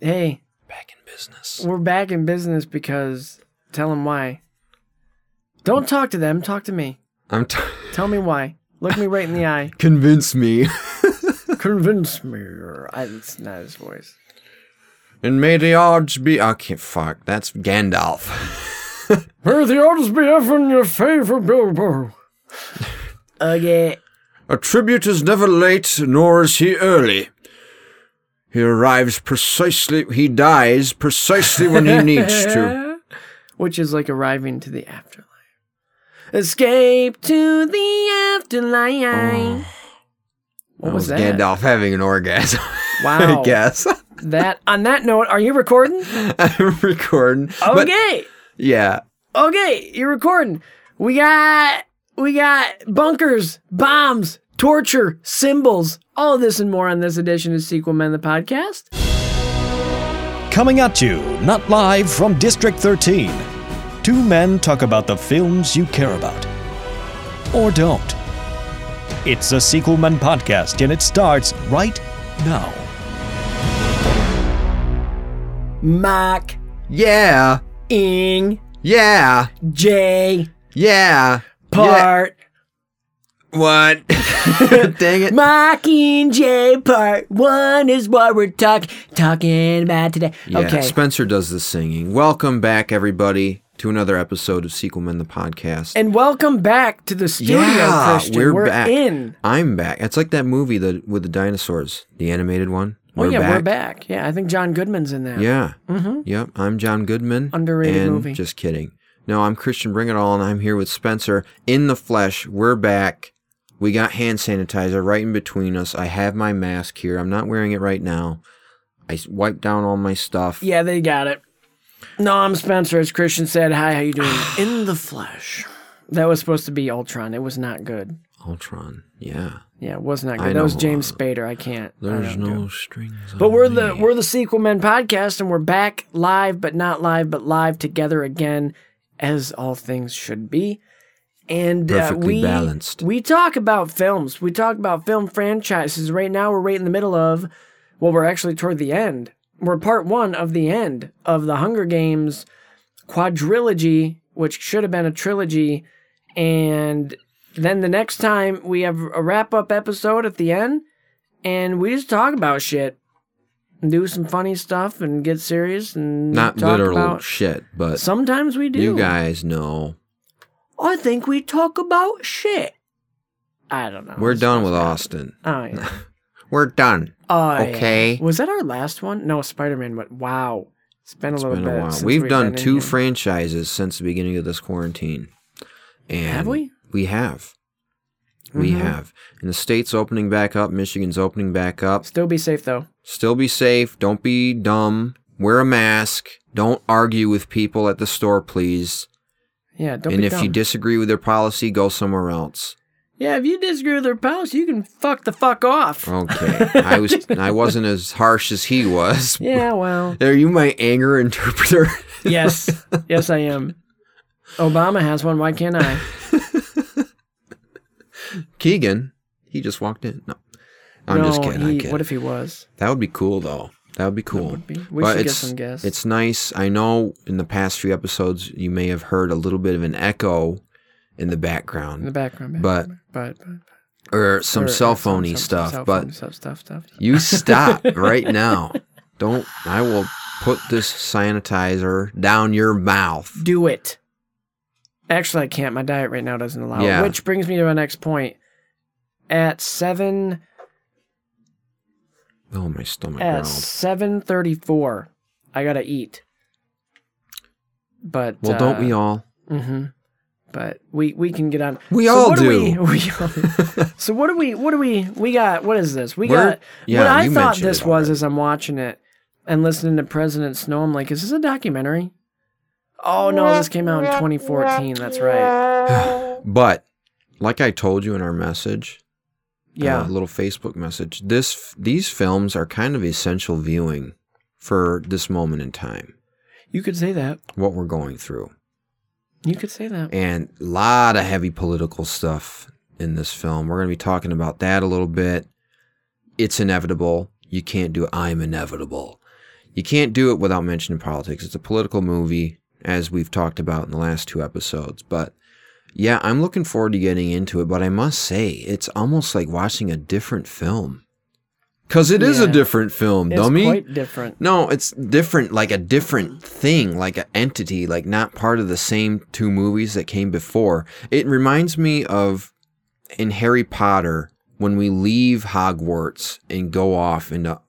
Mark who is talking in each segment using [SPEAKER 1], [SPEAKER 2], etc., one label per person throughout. [SPEAKER 1] hey,
[SPEAKER 2] Back in business.
[SPEAKER 1] we're back in business because tell them why. Don't talk to them. Talk to me.
[SPEAKER 2] I'm t-
[SPEAKER 1] Tell me why. Look me right in the eye.
[SPEAKER 2] convince me.
[SPEAKER 1] Convince me. or- I, it's not his voice.
[SPEAKER 2] and may the odds be. I can't fuck. That's Gandalf.
[SPEAKER 1] May the odds be ever in your favor, Bilbo. Oh yeah.
[SPEAKER 2] A tribute is never late, nor is he early. He arrives precisely. He dies precisely when he needs to.
[SPEAKER 1] Which is like arriving to the afterlife. Escape to the afterlife. What
[SPEAKER 2] That
[SPEAKER 1] was Oh. that?
[SPEAKER 2] Oh,
[SPEAKER 1] Oh.
[SPEAKER 2] Gandalf having an orgasm.
[SPEAKER 1] Wow.
[SPEAKER 2] I guess.
[SPEAKER 1] That on that note, are you recording?
[SPEAKER 2] I'm recording. But
[SPEAKER 1] Okay.
[SPEAKER 2] yeah.
[SPEAKER 1] okay, you're recording. We got we got bunkers, bombs, torture, symbols, all of this and more on this edition of Sequel Men the Podcast.
[SPEAKER 3] Coming at you, not live from District 13. Two men talk about the films you care about. Or don't. It's a Sequelman podcast, and it starts right now.
[SPEAKER 1] Mark
[SPEAKER 2] Yeah.
[SPEAKER 1] Ing
[SPEAKER 2] Yeah.
[SPEAKER 1] J
[SPEAKER 2] Yeah.
[SPEAKER 1] part.
[SPEAKER 2] Yeah. What? Dang it.
[SPEAKER 1] Mark and J part one is what we're talk talking about today.
[SPEAKER 2] Yeah,
[SPEAKER 1] okay.
[SPEAKER 2] Spencer does the singing. Welcome back, everybody, to another episode of Sequel Men the Podcast.
[SPEAKER 1] and welcome back to the studio,
[SPEAKER 2] yeah,
[SPEAKER 1] Christian.
[SPEAKER 2] we're, back.
[SPEAKER 1] in.
[SPEAKER 2] I'm back. It's like that movie that with the dinosaurs, the animated one.
[SPEAKER 1] Oh yeah, we're back. Yeah, I think John Goodman's in that.
[SPEAKER 2] Yeah. Mm-hmm. Yep. I'm John Goodman.
[SPEAKER 1] Underrated
[SPEAKER 2] and
[SPEAKER 1] movie.
[SPEAKER 2] Just kidding. No, I'm Christian Bring It All, and I'm here with Spencer in the flesh. We're back. We got hand sanitizer right in between us. I have my mask here. I'm not wearing it right now. I s- wiped down all my stuff.
[SPEAKER 1] Yeah, they got it. No, I'm Spencer. As Christian said, hi, how you doing? In the flesh. That was supposed to be Ultron. It was not good.
[SPEAKER 2] Ultron. Yeah.
[SPEAKER 1] Yeah, it was not
[SPEAKER 2] I
[SPEAKER 1] good. That was
[SPEAKER 2] know,
[SPEAKER 1] James Spader. I can't. I
[SPEAKER 2] There's
[SPEAKER 1] don't
[SPEAKER 2] no
[SPEAKER 1] do it.
[SPEAKER 2] strings.
[SPEAKER 1] But
[SPEAKER 2] on
[SPEAKER 1] we're the
[SPEAKER 2] me.
[SPEAKER 1] we're the Sequel Men podcast, and we're back live, but not live, but live together again, as all things should be. And uh,
[SPEAKER 2] Perfectly
[SPEAKER 1] we
[SPEAKER 2] balanced.
[SPEAKER 1] we talk about films. We talk about film franchises. Right now, we're right in the middle of. Well, we're actually toward the end. We're part one of the end of the Hunger Games quadrilogy, which should have been a trilogy, and then the next time we have a wrap up episode at the end, and we just talk about shit, and do some funny stuff, and get serious, and
[SPEAKER 2] not
[SPEAKER 1] talk
[SPEAKER 2] literal
[SPEAKER 1] about.
[SPEAKER 2] shit, but
[SPEAKER 1] Sometimes we do.
[SPEAKER 2] you guys know
[SPEAKER 1] I think we talk about shit. I don't know.
[SPEAKER 2] we're done with Austin.
[SPEAKER 1] Oh yeah.
[SPEAKER 2] We're done.
[SPEAKER 1] Oh, yeah.
[SPEAKER 2] Okay.
[SPEAKER 1] Was that our last one? No, Spider Man. But wow, it's been a
[SPEAKER 2] It's
[SPEAKER 1] little
[SPEAKER 2] been
[SPEAKER 1] bit.
[SPEAKER 2] a while.
[SPEAKER 1] since
[SPEAKER 2] We've, done
[SPEAKER 1] been in
[SPEAKER 2] two
[SPEAKER 1] here.
[SPEAKER 2] franchises since the beginning of this quarantine. And
[SPEAKER 1] Have we?
[SPEAKER 2] We have. We
[SPEAKER 1] Mhm.
[SPEAKER 2] have. And the state's opening back up. Michigan's opening back up.
[SPEAKER 1] Still be safe though.
[SPEAKER 2] Still be safe. Don't be dumb. Wear a mask. Don't argue with people at the store, please.
[SPEAKER 1] Yeah. Don't
[SPEAKER 2] and
[SPEAKER 1] be
[SPEAKER 2] if you
[SPEAKER 1] dumb.
[SPEAKER 2] disagree with their policy, go somewhere else.
[SPEAKER 1] Yeah, if you disagree with their policy, you can fuck the fuck off.
[SPEAKER 2] Oh. Okay. I was I wasn't as harsh as he was.
[SPEAKER 1] Yeah, well,
[SPEAKER 2] Are you my anger interpreter?
[SPEAKER 1] yes, yes, I am. Obama has one. Why can't I?
[SPEAKER 2] Keegan, he just walked in. No. I'm
[SPEAKER 1] no,
[SPEAKER 2] just kidding. I'm
[SPEAKER 1] he-
[SPEAKER 2] kidding.
[SPEAKER 1] What if he was?
[SPEAKER 2] That would be cool, though. That would be cool.
[SPEAKER 1] would be. We should get
[SPEAKER 2] it's,
[SPEAKER 1] some guests.
[SPEAKER 2] It's nice. I know in the past few episodes you may have heard a little bit of an echo in the background
[SPEAKER 1] In the background, man.
[SPEAKER 2] But-
[SPEAKER 1] but, but
[SPEAKER 2] or some
[SPEAKER 1] or
[SPEAKER 2] cell
[SPEAKER 1] some-
[SPEAKER 2] phony
[SPEAKER 1] some-
[SPEAKER 2] stuff,
[SPEAKER 1] cell
[SPEAKER 2] but
[SPEAKER 1] phone stuff, stuff, stuff.
[SPEAKER 2] you stop right now. Don't. I will put this sanitizer down your mouth.
[SPEAKER 1] Do it. Actually, I can't. My diet right now doesn't allow
[SPEAKER 2] Yeah.
[SPEAKER 1] it. Which brings me to my next point. At seven,
[SPEAKER 2] Oh, my stomach
[SPEAKER 1] at
[SPEAKER 2] growled.
[SPEAKER 1] seven thirty-four, I gotta eat. But
[SPEAKER 2] Well, don't we
[SPEAKER 1] uh,
[SPEAKER 2] all?
[SPEAKER 1] hmm But we we can get on.
[SPEAKER 2] We all
[SPEAKER 1] what
[SPEAKER 2] do.
[SPEAKER 1] we, we all- so what do we? What do we? We got. What is this? We
[SPEAKER 2] We're-
[SPEAKER 1] got.
[SPEAKER 2] yeah,
[SPEAKER 1] what I
[SPEAKER 2] you
[SPEAKER 1] thought
[SPEAKER 2] mentioned
[SPEAKER 1] this
[SPEAKER 2] it
[SPEAKER 1] was
[SPEAKER 2] already.
[SPEAKER 1] as I'm watching it and listening to President Snow. I'm like, is this a documentary? Oh no, this came out in 2014. That's right.
[SPEAKER 2] But like I told you in our message,
[SPEAKER 1] Yeah.
[SPEAKER 2] uh, little Facebook message. This these films are kind of essential viewing for this moment in time,
[SPEAKER 1] you could say that.
[SPEAKER 2] what we're going through,
[SPEAKER 1] You could say that.
[SPEAKER 2] and a lot of heavy political stuff in this film. We're going to be talking about that a little bit. It's inevitable. You can't do I'm inevitable. You can't do it without mentioning politics. It's a political movie, as we've talked about in the last two episodes. But yeah, I'm looking forward to getting into it. But I must say, it's almost like watching a different film. Because it is a
[SPEAKER 1] Yeah.
[SPEAKER 2] different film,
[SPEAKER 1] It's
[SPEAKER 2] dummy.
[SPEAKER 1] quite different.
[SPEAKER 2] No, it's different, like a different thing, like an entity, like not part of the same two movies that came before. It reminds me of in Harry Potter when we leave Hogwarts and go off into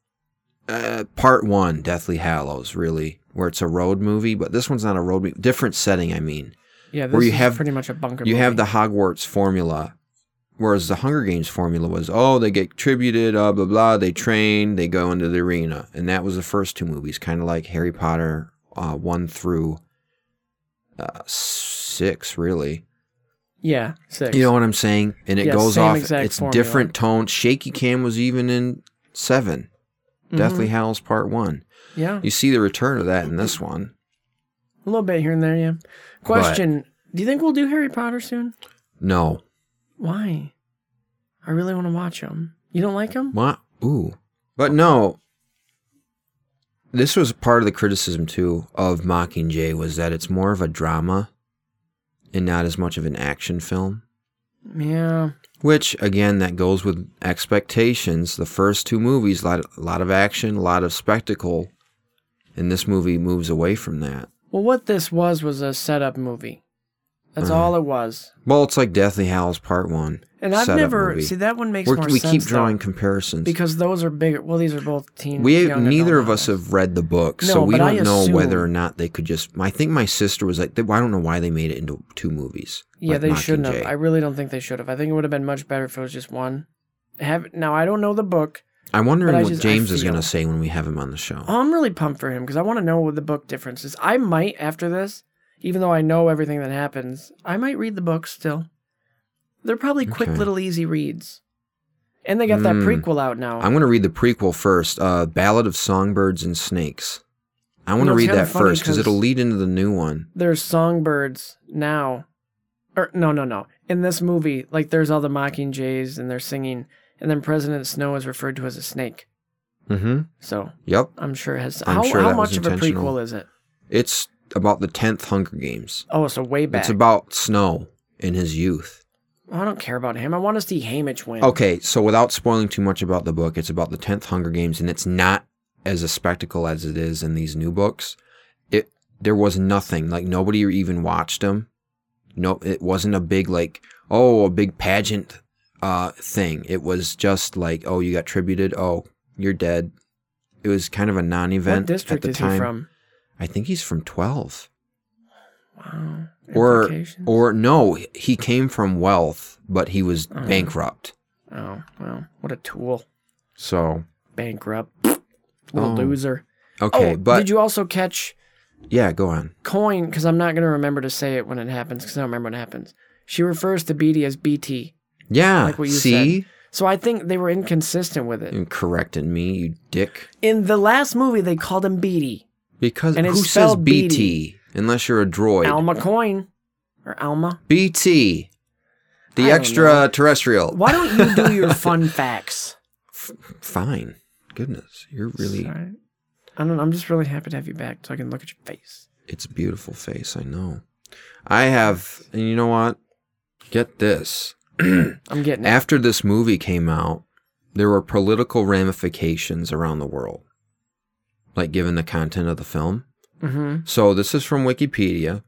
[SPEAKER 2] uh, part one, Deathly Hallows, really, where it's a road movie, but this one's not a road movie. Different setting, I mean.
[SPEAKER 1] Yeah, this
[SPEAKER 2] where you
[SPEAKER 1] is
[SPEAKER 2] have-
[SPEAKER 1] pretty much a bunker.
[SPEAKER 2] You have
[SPEAKER 1] movie.
[SPEAKER 2] the Hogwarts formula, whereas the Hunger Games formula was oh they get tributed, uh, blah blah. They train, they go into the arena, and that was the first two movies, kind of like Harry Potter uh, one through uh, six, really.
[SPEAKER 1] yeah six.
[SPEAKER 2] You know what I'm saying? And it
[SPEAKER 1] Yeah,
[SPEAKER 2] goes
[SPEAKER 1] same
[SPEAKER 2] off.
[SPEAKER 1] exact
[SPEAKER 2] It's
[SPEAKER 1] formula.
[SPEAKER 2] different tone. Shaky Cam was even in 7
[SPEAKER 1] Mhm.
[SPEAKER 2] Deathly Hallows Part One.
[SPEAKER 1] Yeah,
[SPEAKER 2] You see the return of that in this one.
[SPEAKER 1] a little bit here and there. Yeah. Question: Do you think we'll do Harry Potter soon?
[SPEAKER 2] No,
[SPEAKER 1] Why? I really want to watch them. You don't like them?
[SPEAKER 2] What? Ooh. But no. This was part of the criticism too of Mockingjay was that it's more of a drama and not as much of an action film.
[SPEAKER 1] Yeah.
[SPEAKER 2] Which again that goes with expectations. The first two movies, a lot, a lot of action, a lot of spectacle. And this movie moves away from that.
[SPEAKER 1] Well, what this was was a setup movie. That's
[SPEAKER 2] Uh-huh.
[SPEAKER 1] all it was.
[SPEAKER 2] Well, it's like Deathly Hallows Part One.
[SPEAKER 1] And I've
[SPEAKER 2] setup
[SPEAKER 1] never
[SPEAKER 2] movie.
[SPEAKER 1] see that one makes
[SPEAKER 2] We're-
[SPEAKER 1] more
[SPEAKER 2] we
[SPEAKER 1] sense.
[SPEAKER 2] keep
[SPEAKER 1] though,
[SPEAKER 2] drawing comparisons
[SPEAKER 1] because those are bigger. Well, these are both teen.
[SPEAKER 2] We
[SPEAKER 1] young
[SPEAKER 2] neither
[SPEAKER 1] adult
[SPEAKER 2] of us
[SPEAKER 1] novels.
[SPEAKER 2] have read the book, so
[SPEAKER 1] No,
[SPEAKER 2] we
[SPEAKER 1] but I
[SPEAKER 2] don't know whether
[SPEAKER 1] assume-
[SPEAKER 2] or not they could just. I think my sister was like, "They- "I don't know why they made it into two movies."
[SPEAKER 1] Yeah,
[SPEAKER 2] like
[SPEAKER 1] they shouldn't
[SPEAKER 2] Mockingjay.
[SPEAKER 1] have. I really don't think they should have. I think it would have been much better if it was just one. Have now I don't know the book.
[SPEAKER 2] I'm wondering
[SPEAKER 1] but I
[SPEAKER 2] what
[SPEAKER 1] just- I
[SPEAKER 2] James is
[SPEAKER 1] feel-
[SPEAKER 2] going to say when we have him on the show.
[SPEAKER 1] Oh, I'm really pumped for him because I want to know what the book difference is. I might after this, even though I know everything that happens, I might read the book still. They're probably quick
[SPEAKER 2] Okay.
[SPEAKER 1] little easy reads. And they got that
[SPEAKER 2] Mm.
[SPEAKER 1] prequel out now.
[SPEAKER 2] I'm going to read the prequel first, uh, "Ballad of Songbirds and Snakes." I want
[SPEAKER 1] You
[SPEAKER 2] to
[SPEAKER 1] know, it's
[SPEAKER 2] read
[SPEAKER 1] kinda
[SPEAKER 2] that
[SPEAKER 1] funny
[SPEAKER 2] first because
[SPEAKER 1] 'cause-
[SPEAKER 2] it'll lead into the new one.
[SPEAKER 1] there's songbirds now. Or no, no, no. In this movie, like there's all the mocking jays and they're singing, and then President Snow is referred to as a snake.
[SPEAKER 2] Mm-hmm.
[SPEAKER 1] So
[SPEAKER 2] Yep,
[SPEAKER 1] I'm sure it has.
[SPEAKER 2] I'm
[SPEAKER 1] how
[SPEAKER 2] sure
[SPEAKER 1] how
[SPEAKER 2] that was
[SPEAKER 1] much of a
[SPEAKER 2] intentional.
[SPEAKER 1] prequel is it?
[SPEAKER 2] it's about the tenth Hunger Games.
[SPEAKER 1] Oh, so way back.
[SPEAKER 2] It's about Snow in his youth.
[SPEAKER 1] I don't care about him. I want to see Haymitch win.
[SPEAKER 2] Okay, so without spoiling too much about the book, it's about the 10th Hunger Games and it's not as a spectacle as it is in these new books. It there was nothing, like nobody even watched them. No, it wasn't a big like oh, a big pageant uh thing. It was just like oh, you got tributed, oh, you're dead. It was kind of a non-event
[SPEAKER 1] What district
[SPEAKER 2] at the
[SPEAKER 1] is
[SPEAKER 2] time.
[SPEAKER 1] he from?
[SPEAKER 2] I think he's from 12
[SPEAKER 1] Wow. Oh,
[SPEAKER 2] or
[SPEAKER 1] Implications?
[SPEAKER 2] or no, he came from wealth, but he was
[SPEAKER 1] Oh.
[SPEAKER 2] bankrupt.
[SPEAKER 1] oh well, what a tool.
[SPEAKER 2] So,
[SPEAKER 1] Bankrupt. Little
[SPEAKER 2] Oh.
[SPEAKER 1] loser.
[SPEAKER 2] okay,
[SPEAKER 1] oh,
[SPEAKER 2] but
[SPEAKER 1] did you also catch
[SPEAKER 2] yeah, go on.
[SPEAKER 1] coin because I'm not going to remember to say it when it happens because I don't remember when it happens. She refers to BD as BT.
[SPEAKER 2] Yeah.
[SPEAKER 1] Like what you
[SPEAKER 2] see,
[SPEAKER 1] So I think they were inconsistent with it.
[SPEAKER 2] you corrected me, you dick.
[SPEAKER 1] In the last movie, they called him BD.
[SPEAKER 2] Because
[SPEAKER 1] And it's
[SPEAKER 2] who says
[SPEAKER 1] spelled
[SPEAKER 2] BT
[SPEAKER 1] BD.
[SPEAKER 2] unless you're a droid?
[SPEAKER 1] Alma Coin. Or Alma. I
[SPEAKER 2] BT, the
[SPEAKER 1] don't
[SPEAKER 2] extraterrestrial.
[SPEAKER 1] Why don't you do your fun facts?
[SPEAKER 2] Fine. Goodness, you're really.
[SPEAKER 1] Sorry. I don't know. I'm just really happy to have you back so I can look at your face.
[SPEAKER 2] It's a beautiful face. I know. I have, and you know what? Get this.
[SPEAKER 1] I'm getting it.
[SPEAKER 2] After this movie came out, there were political ramifications around the world, like given the content of the film.
[SPEAKER 1] hmm
[SPEAKER 2] So this is from Wikipedia.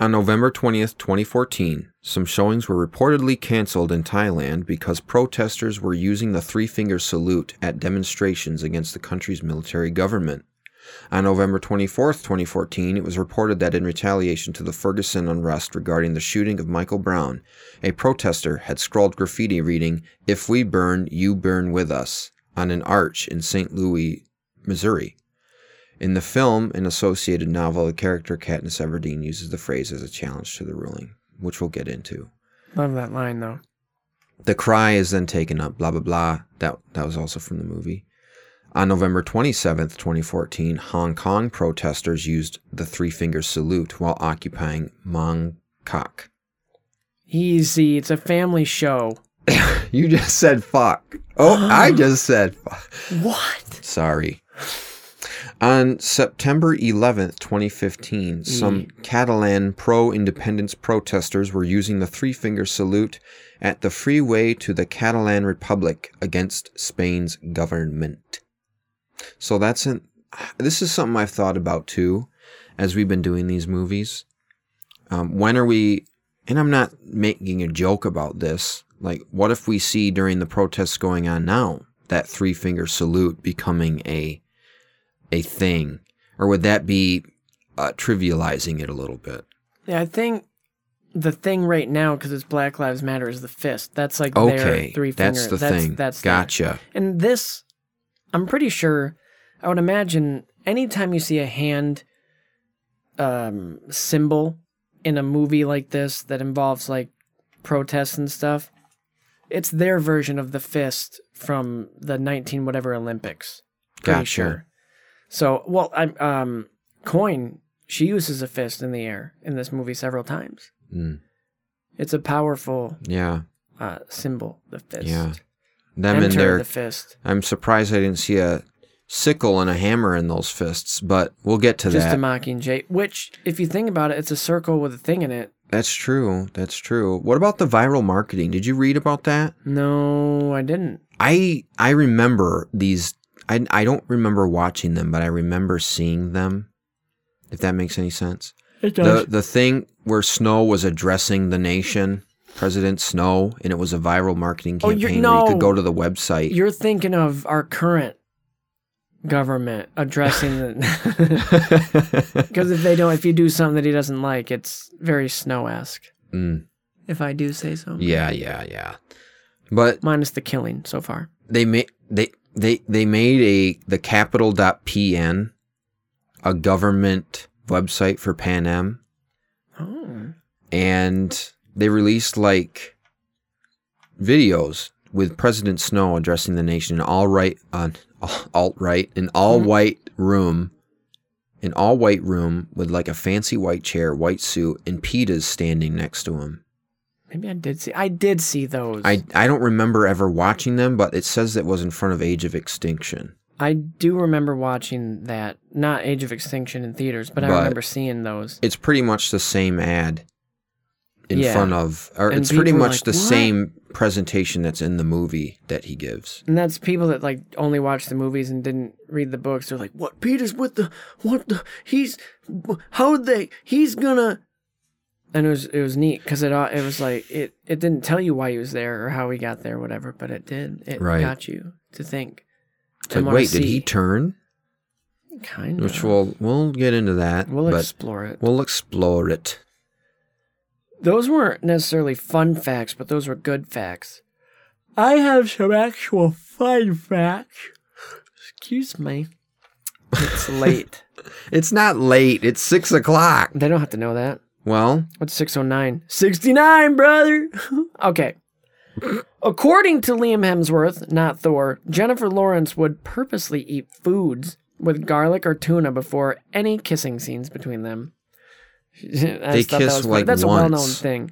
[SPEAKER 2] On November 20th, 2014, some showings were reportedly canceled in Thailand because protesters were using the three finger salute at demonstrations against the country's military government. On November 24th, 2014, it was reported that in retaliation to the Ferguson unrest regarding the shooting of Michael Brown, a protester had scrawled graffiti reading, If we burn, you burn with us, on an arch in St. Louis, Missouri. In the film and associated novel, the character Katniss Everdeen uses the phrase as a challenge to the ruling, which we'll get into.
[SPEAKER 1] Love that line, though.
[SPEAKER 2] The cry is then taken up, blah, blah, blah. That, that was also from the movie. On November 27th, 2014, Hong Kong protesters used the three finger salute while occupying Mong Kok.
[SPEAKER 1] Easy. It's a family show.
[SPEAKER 2] You just said fuck. Oh, I just said fuck.
[SPEAKER 1] What?
[SPEAKER 2] Sorry. On September 11th, 2015, some Catalan pro independence protesters were using the three finger salute at the freeway to the Catalan Republic against Spain's government. So that's an. This is something I've thought about too, as we've been doing these movies. Um, when are we? And I'm not making a joke about this. Like, what if we see during the protests going on now that three finger salute becoming a a thing, or would that be uh, trivializing it a little bit?
[SPEAKER 1] Yeah, I think the thing right now because it's Black Lives Matter is the fist. That's like
[SPEAKER 2] Okay,
[SPEAKER 1] their three
[SPEAKER 2] that's
[SPEAKER 1] finger.
[SPEAKER 2] the thing.
[SPEAKER 1] That's their-
[SPEAKER 2] gotcha.
[SPEAKER 1] And this, I'm pretty sure, I would imagine anytime you see a hand um, symbol in a movie like this that involves like protests and stuff, it's their version of the fist from the 19 whatever Olympics. Pretty
[SPEAKER 2] Gotcha.
[SPEAKER 1] Sure. So, well, I'm, um, Coin, she uses a fist in the air in this movie several times.
[SPEAKER 2] Mm,
[SPEAKER 1] It's a powerful
[SPEAKER 2] yeah,
[SPEAKER 1] uh, symbol, the fist.
[SPEAKER 2] yeah. Them in
[SPEAKER 1] Enter
[SPEAKER 2] there.
[SPEAKER 1] the fist.
[SPEAKER 2] I'm surprised I didn't see a sickle and a hammer in those fists, but we'll get to
[SPEAKER 1] just
[SPEAKER 2] that.
[SPEAKER 1] a mockingjay. Which, if you think about it, it's a circle with a thing in it.
[SPEAKER 2] That's true. That's true. What about the viral marketing? Did you read about that?
[SPEAKER 1] No, I didn't.
[SPEAKER 2] I I remember these. I I don't remember watching them, but I remember seeing them. If that makes any sense.
[SPEAKER 1] It
[SPEAKER 2] The the thing where Snow was addressing the nation, President Snow, and it was a viral marketing
[SPEAKER 1] Oh, you're-
[SPEAKER 2] campaign where you
[SPEAKER 1] no.
[SPEAKER 2] could go to the website.
[SPEAKER 1] You're thinking of our current government addressing the. Because if they don't, if you do something that he doesn't like, it's very snow esque.
[SPEAKER 2] Mm,
[SPEAKER 1] If I do say so.
[SPEAKER 2] yeah, yeah, yeah. But
[SPEAKER 1] Minus the killing so far.
[SPEAKER 2] they made they they they made a the capital dot PN a government website for Pan Am
[SPEAKER 1] Oh.
[SPEAKER 2] and they released like videos with President Snow addressing the nation in all right on alt right an all
[SPEAKER 1] Mm-hmm.
[SPEAKER 2] white room an all white room with like a fancy white chair, white suit, and PETA's standing next to him.
[SPEAKER 1] Maybe I did see. I did see those.
[SPEAKER 2] I, I don't remember ever watching them, but it says it was in front of Age of Extinction.
[SPEAKER 1] I do remember watching that. Not Age of Extinction in theaters, but I
[SPEAKER 2] But-
[SPEAKER 1] remember seeing those.
[SPEAKER 2] it's pretty much the same ad in
[SPEAKER 1] Yeah.
[SPEAKER 2] front of or
[SPEAKER 1] And
[SPEAKER 2] it's pretty
[SPEAKER 1] people are
[SPEAKER 2] much
[SPEAKER 1] like, "What?"
[SPEAKER 2] the same presentation that's in the movie that he gives
[SPEAKER 1] And that's people that like only watch the movies and didn't read the books. They're like, "What Peter's with the what the he's how they he's gonna." And it was it was neat because it all- it was like it it didn't tell you why he was there or how he got there, whatever. But it did. It
[SPEAKER 2] Right.
[SPEAKER 1] got you to think.
[SPEAKER 2] it's like wait did he turn
[SPEAKER 1] kind
[SPEAKER 2] which we'll we'll get into that
[SPEAKER 1] we'll
[SPEAKER 2] but
[SPEAKER 1] explore it.
[SPEAKER 2] we'll explore it
[SPEAKER 1] Those weren't necessarily fun facts, but those were good facts. I have some actual fun facts. Excuse me. It's late.
[SPEAKER 2] it's not late it's six o'clock
[SPEAKER 1] they don't have to know that.
[SPEAKER 2] well
[SPEAKER 1] What's 609? 69, brother! okay. According to Liam Hemsworth, not Thor, Jennifer Lawrence would purposely eat foods with garlic or tuna before any kissing scenes between them. I just thought that
[SPEAKER 2] kiss,
[SPEAKER 1] was funny.
[SPEAKER 2] like,
[SPEAKER 1] That's a well known
[SPEAKER 2] once.
[SPEAKER 1] thing.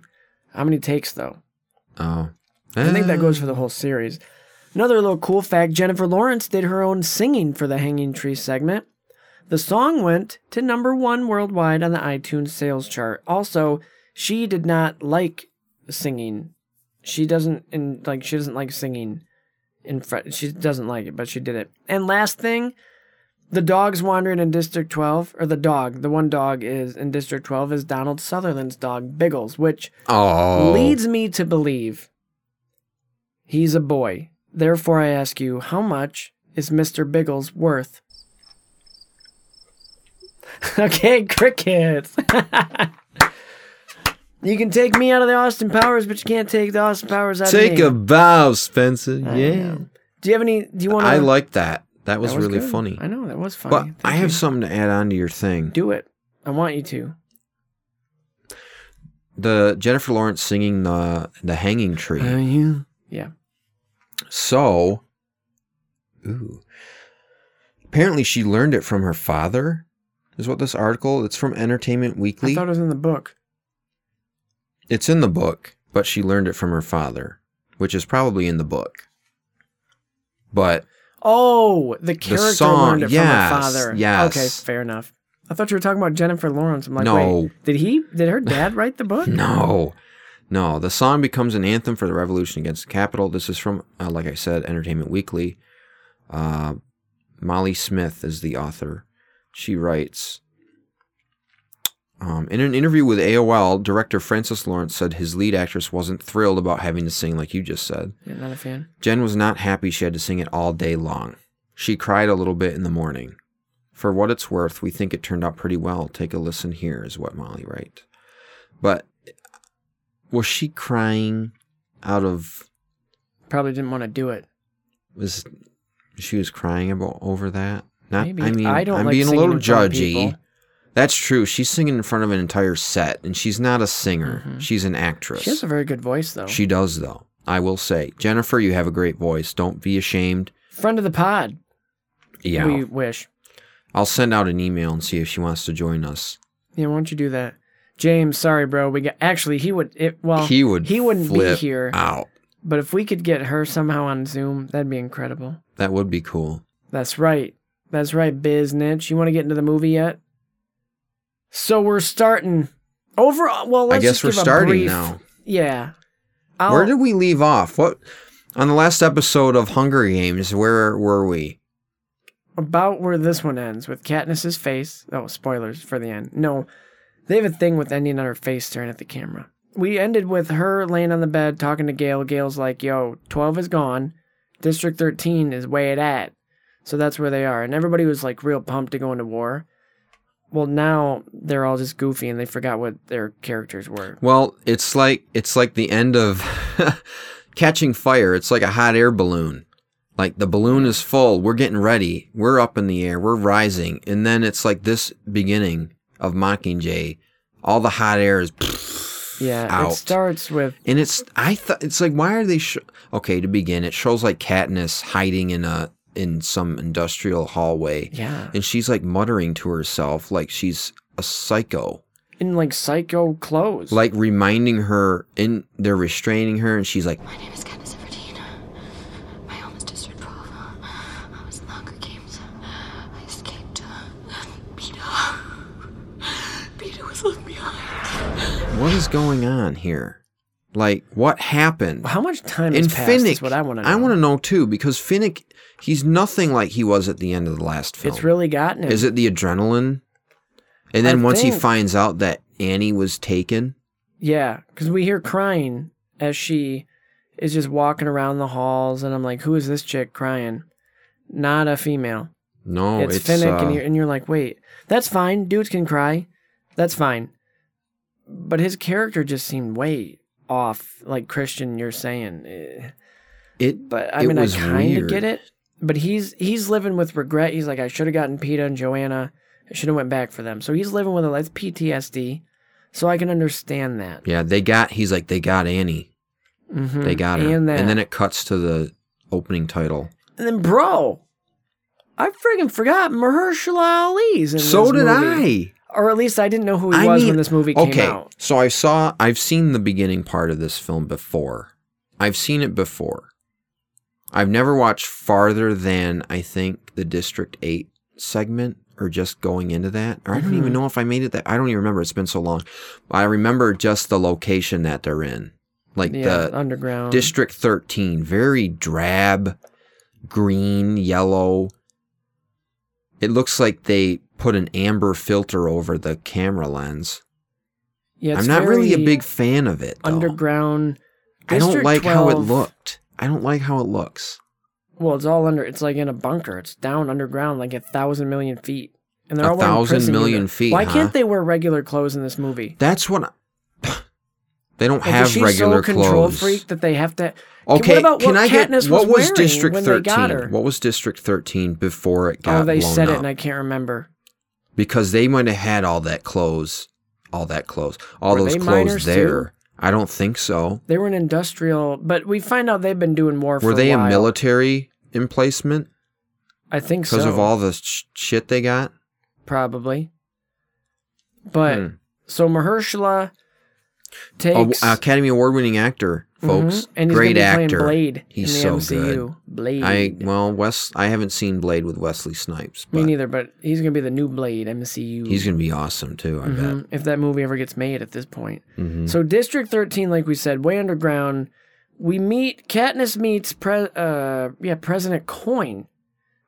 [SPEAKER 1] How many takes, though?
[SPEAKER 2] oh
[SPEAKER 1] I think that
[SPEAKER 2] Eh,
[SPEAKER 1] goes for the whole series. Another little cool fact Jennifer Lawrence did her own singing for the Hanging Tree segment. The song went to number one worldwide on the iTunes sales chart. Also, she did not like singing. She doesn't in like she doesn't like singing in front she doesn't like it, but she did it. And last thing, the dogs wandering in District 12, or the dog, the one dog is in District 12 is Donald Sutherland's dog, Biggles, which
[SPEAKER 2] oh
[SPEAKER 1] leads me to believe he's a boy. Therefore, I ask you, how much is Mr. Biggles worth? okay, crickets. you can take me out of the Austin Powers, but you can't take the Austin Powers out
[SPEAKER 2] take a
[SPEAKER 1] of me.
[SPEAKER 2] bow spencer
[SPEAKER 1] I
[SPEAKER 2] yeah
[SPEAKER 1] know. Do you have any? Do you want?
[SPEAKER 2] i like that that was,
[SPEAKER 1] That
[SPEAKER 2] really
[SPEAKER 1] good.
[SPEAKER 2] funny
[SPEAKER 1] I know that was
[SPEAKER 2] but
[SPEAKER 1] funny.
[SPEAKER 2] i
[SPEAKER 1] Thank
[SPEAKER 2] have
[SPEAKER 1] you.
[SPEAKER 2] something to add on to your thing
[SPEAKER 1] Do it. I want you to.
[SPEAKER 2] the jennifer lawrence singing the the hanging tree
[SPEAKER 1] you? Yeah.
[SPEAKER 2] So, ooh. Apparently, she learned it from her father. Is what this article? It's from Entertainment
[SPEAKER 1] I
[SPEAKER 2] Weekly.
[SPEAKER 1] thought it was in the book.
[SPEAKER 2] it's in the book, but she learned it from her father, which is probably in the book. But
[SPEAKER 1] Oh, the character
[SPEAKER 2] song,
[SPEAKER 1] learned it
[SPEAKER 2] yes,
[SPEAKER 1] from her father.
[SPEAKER 2] yes.
[SPEAKER 1] Okay, fair enough. I thought you were talking about Jennifer Lawrence. I'm like,
[SPEAKER 2] No.
[SPEAKER 1] wait, did he? Did her dad write the book?
[SPEAKER 2] No. No, the song becomes an anthem for the revolution against the capital. This is from, uh, like I said, Entertainment Weekly. Uh, Molly Smith is the author. She writes um, In an interview with AOL, director Francis Lawrence said his lead actress wasn't thrilled about having to sing, like you just said.
[SPEAKER 1] Yeah, not a fan.
[SPEAKER 2] Jen was not happy she had to sing it all day long. She cried a little bit in the morning. For what it's worth, we think it turned out pretty well. Take a listen here, is what Molly writes. But was she crying out of
[SPEAKER 1] Probably didn't want to do it.
[SPEAKER 2] was she was crying about over that? Not
[SPEAKER 1] Maybe.
[SPEAKER 2] I mean
[SPEAKER 1] I don't
[SPEAKER 2] I'm
[SPEAKER 1] like
[SPEAKER 2] being a
[SPEAKER 1] singing
[SPEAKER 2] little
[SPEAKER 1] in front of
[SPEAKER 2] judgy.
[SPEAKER 1] people.
[SPEAKER 2] That's true. She's singing in front of an entire set and she's not a singer.
[SPEAKER 1] Mhm.
[SPEAKER 2] She's an actress.
[SPEAKER 1] She has a very good voice, though.
[SPEAKER 2] she does though. I will say, Jennifer, you have a great voice. Don't be ashamed.
[SPEAKER 1] Friend of the pod.
[SPEAKER 2] Yeah.
[SPEAKER 1] We wish.
[SPEAKER 2] I'll send out an email and see if she wants to join us.
[SPEAKER 1] Yeah, why don't you do that? James, sorry, bro. We got actually he would it well
[SPEAKER 2] he would
[SPEAKER 1] he wouldn't
[SPEAKER 2] flip
[SPEAKER 1] be here.
[SPEAKER 2] out.
[SPEAKER 1] But if we could get her somehow on Zoom, that'd be incredible.
[SPEAKER 2] That would be cool.
[SPEAKER 1] That's right. That's right, Biz Nitch. You want to get into the movie yet? So we're starting. Overall, well, let's
[SPEAKER 2] I guess
[SPEAKER 1] just
[SPEAKER 2] we're
[SPEAKER 1] give a
[SPEAKER 2] starting
[SPEAKER 1] brief-
[SPEAKER 2] now.
[SPEAKER 1] Yeah. I'll-
[SPEAKER 2] Where did we leave off? What on the last episode of Hunger Games? Where were we?
[SPEAKER 1] about where this one ends with Katniss's face. Oh, spoilers for the end. No, they have a thing with ending on her face staring at the camera. We ended with her laying on the bed talking to Gail. Gail's like, "Yo, twelve is gone. District thirteen is way it at." So that's where they are, and everybody was like real pumped to go into war. Well, now they're all just goofy and they forgot what their characters were.
[SPEAKER 2] Well, it's like it's like the end of Catching Fire. It's like a hot air balloon. Like the balloon is full. We're getting ready. We're up in the air. We're rising. And then it's like this beginning of Mockingjay. All the hot air is
[SPEAKER 1] Yeah,
[SPEAKER 2] out.
[SPEAKER 1] it starts with
[SPEAKER 2] And it's I thought it's like why are they sh- okay to begin? It shows like Katniss hiding in a in some industrial hallway,
[SPEAKER 1] yeah,
[SPEAKER 2] and she's like muttering to herself like she's a psycho,
[SPEAKER 1] in like psycho clothes.
[SPEAKER 2] like reminding her in they're restraining her, and she's like
[SPEAKER 4] My name is Candice Everdeen. My home is District 12. I was in the Hunger Games. I escaped. uh, Peter. Peter was left behind.
[SPEAKER 2] what is going on here? Like what happened?
[SPEAKER 1] how much time
[SPEAKER 2] And
[SPEAKER 1] has passed?
[SPEAKER 2] Finnick,
[SPEAKER 1] Is what I want to know.
[SPEAKER 2] I want to know too because Finnick, he's nothing like he was at the end of the last film.
[SPEAKER 1] It's really gotten him.
[SPEAKER 2] Is it the adrenaline? And then
[SPEAKER 1] I
[SPEAKER 2] once he
[SPEAKER 1] think-
[SPEAKER 2] finds out that Annie was taken,
[SPEAKER 1] Yeah, because we hear crying as she is just walking around the halls, and I'm like, who is this chick crying? Not a female.
[SPEAKER 2] no,
[SPEAKER 1] it's,
[SPEAKER 2] it's,
[SPEAKER 1] Finnick,
[SPEAKER 2] uh,
[SPEAKER 1] and, you're, and you're like, wait, that's fine. Dudes can cry. That's fine. But his character just seemed way off, like Christian, you're saying. Eh,
[SPEAKER 2] it.
[SPEAKER 1] But I
[SPEAKER 2] It
[SPEAKER 1] mean, I
[SPEAKER 2] was
[SPEAKER 1] kind of
[SPEAKER 2] weird.
[SPEAKER 1] get it. But he's he's living with regret. He's like, I should have gotten Peta and Joanna. I should have went back for them. So he's living with a that's PTSD. So I can understand that.
[SPEAKER 2] Yeah, they got. He's like, they got Annie.
[SPEAKER 1] Mm-hmm.
[SPEAKER 2] They got her.
[SPEAKER 1] And, that.
[SPEAKER 2] then it cuts to the opening title.
[SPEAKER 1] And then, bro, I friggin' forgot Mahershala Ali's in
[SPEAKER 2] So
[SPEAKER 1] this
[SPEAKER 2] did
[SPEAKER 1] movie. I, or at least I didn't know who he
[SPEAKER 2] I. I
[SPEAKER 1] was
[SPEAKER 2] mean,
[SPEAKER 1] when this movie came
[SPEAKER 2] okay,
[SPEAKER 1] out.
[SPEAKER 2] so I saw. I've seen the beginning part of this film before. I've seen it before. I've never watched farther than I think the District Eight segment, or just going into that, or I don't
[SPEAKER 1] Mm-hmm.
[SPEAKER 2] even know if I made it. That I don't even remember. It's been so long. I remember just the location that they're in, like
[SPEAKER 1] Yeah,
[SPEAKER 2] the
[SPEAKER 1] underground.
[SPEAKER 2] District 13, very drab, green, yellow. It looks like they put an amber filter over the camera lens.
[SPEAKER 1] yeah, it's
[SPEAKER 2] I'm not really a
[SPEAKER 1] very
[SPEAKER 2] big fan of it. though.
[SPEAKER 1] underground.
[SPEAKER 2] I don't
[SPEAKER 1] District
[SPEAKER 2] like how it
[SPEAKER 1] 12
[SPEAKER 2] looked. I don't like how it looks.
[SPEAKER 1] Well, it's all under. It's like in a bunker. It's down underground, like a thousand million feet. And they're
[SPEAKER 2] A
[SPEAKER 1] all wearing
[SPEAKER 2] thousand
[SPEAKER 1] prison
[SPEAKER 2] million
[SPEAKER 1] unit-
[SPEAKER 2] feet,
[SPEAKER 1] Why
[SPEAKER 2] huh?
[SPEAKER 1] can't they wear regular clothes in this movie?
[SPEAKER 2] That's what I, they don't
[SPEAKER 1] Like,
[SPEAKER 2] have
[SPEAKER 1] is she
[SPEAKER 2] regular
[SPEAKER 1] so control
[SPEAKER 2] clothes.
[SPEAKER 1] freak that they have to?
[SPEAKER 2] Okay,
[SPEAKER 1] what about
[SPEAKER 2] can
[SPEAKER 1] what
[SPEAKER 2] I get
[SPEAKER 1] Katniss
[SPEAKER 2] what was
[SPEAKER 1] wearing
[SPEAKER 2] District
[SPEAKER 1] when they got her?
[SPEAKER 2] 13? What was District 13 before it got
[SPEAKER 1] oh, they
[SPEAKER 2] blown
[SPEAKER 1] said it,
[SPEAKER 2] up?
[SPEAKER 1] and I can't remember.
[SPEAKER 2] because they might have had all that clothes, all that clothes, all
[SPEAKER 1] Were
[SPEAKER 2] those
[SPEAKER 1] they minors
[SPEAKER 2] clothes there. I don't think so.
[SPEAKER 1] They were an industrial, but we find out they've been doing war. for
[SPEAKER 2] Were they
[SPEAKER 1] a,
[SPEAKER 2] a,
[SPEAKER 1] while.
[SPEAKER 2] military emplacement
[SPEAKER 1] I think so.
[SPEAKER 2] because of all the sh- shit they got?
[SPEAKER 1] probably.
[SPEAKER 2] Hmm.
[SPEAKER 1] But so Mahershala
[SPEAKER 2] A-
[SPEAKER 1] takes
[SPEAKER 2] Oh, Academy Award winning actor uh, folks.
[SPEAKER 1] Mm-hmm. And he's
[SPEAKER 2] Great
[SPEAKER 1] gonna be
[SPEAKER 2] actor.
[SPEAKER 1] playing Blade
[SPEAKER 2] He's
[SPEAKER 1] in the
[SPEAKER 2] so
[SPEAKER 1] MCU.
[SPEAKER 2] good.
[SPEAKER 1] Blade.
[SPEAKER 2] I well, Wes. I haven't seen Blade with Wesley Snipes,
[SPEAKER 1] Me
[SPEAKER 2] but
[SPEAKER 1] neither, but he's gonna be the new Blade MCU.
[SPEAKER 2] he's gonna be awesome too. I bet.
[SPEAKER 1] Mm-hmm.
[SPEAKER 2] Mm-hmm.
[SPEAKER 1] if that movie ever gets made at this point. So District 13, like we said, way underground. We meet Katniss meets pre- uh, yeah President Coin,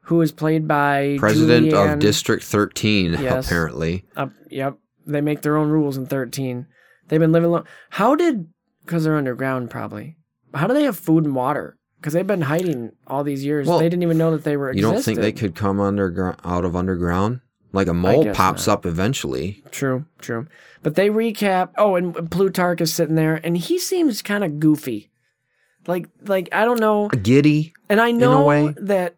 [SPEAKER 1] who is played by
[SPEAKER 2] President
[SPEAKER 1] Julianne-
[SPEAKER 2] of District 13,
[SPEAKER 1] Yes.
[SPEAKER 2] apparently.
[SPEAKER 1] Uh, yep, they make their own rules in 13. They've been living long. How did? Because they're underground, probably. How do they have food and water? Because they've been hiding all these years.
[SPEAKER 2] Well,
[SPEAKER 1] they didn't even know that they were.
[SPEAKER 2] You
[SPEAKER 1] Existed.
[SPEAKER 2] don't think they could come underground out of underground? Like a mole
[SPEAKER 1] guess
[SPEAKER 2] pops up eventually.
[SPEAKER 1] True, true. But they recap. Oh, and Plutarch is sitting there, and he seems kind of goofy. Like, like I don't know,
[SPEAKER 2] Giddy.
[SPEAKER 1] and I
[SPEAKER 2] a
[SPEAKER 1] know
[SPEAKER 2] way.
[SPEAKER 1] that,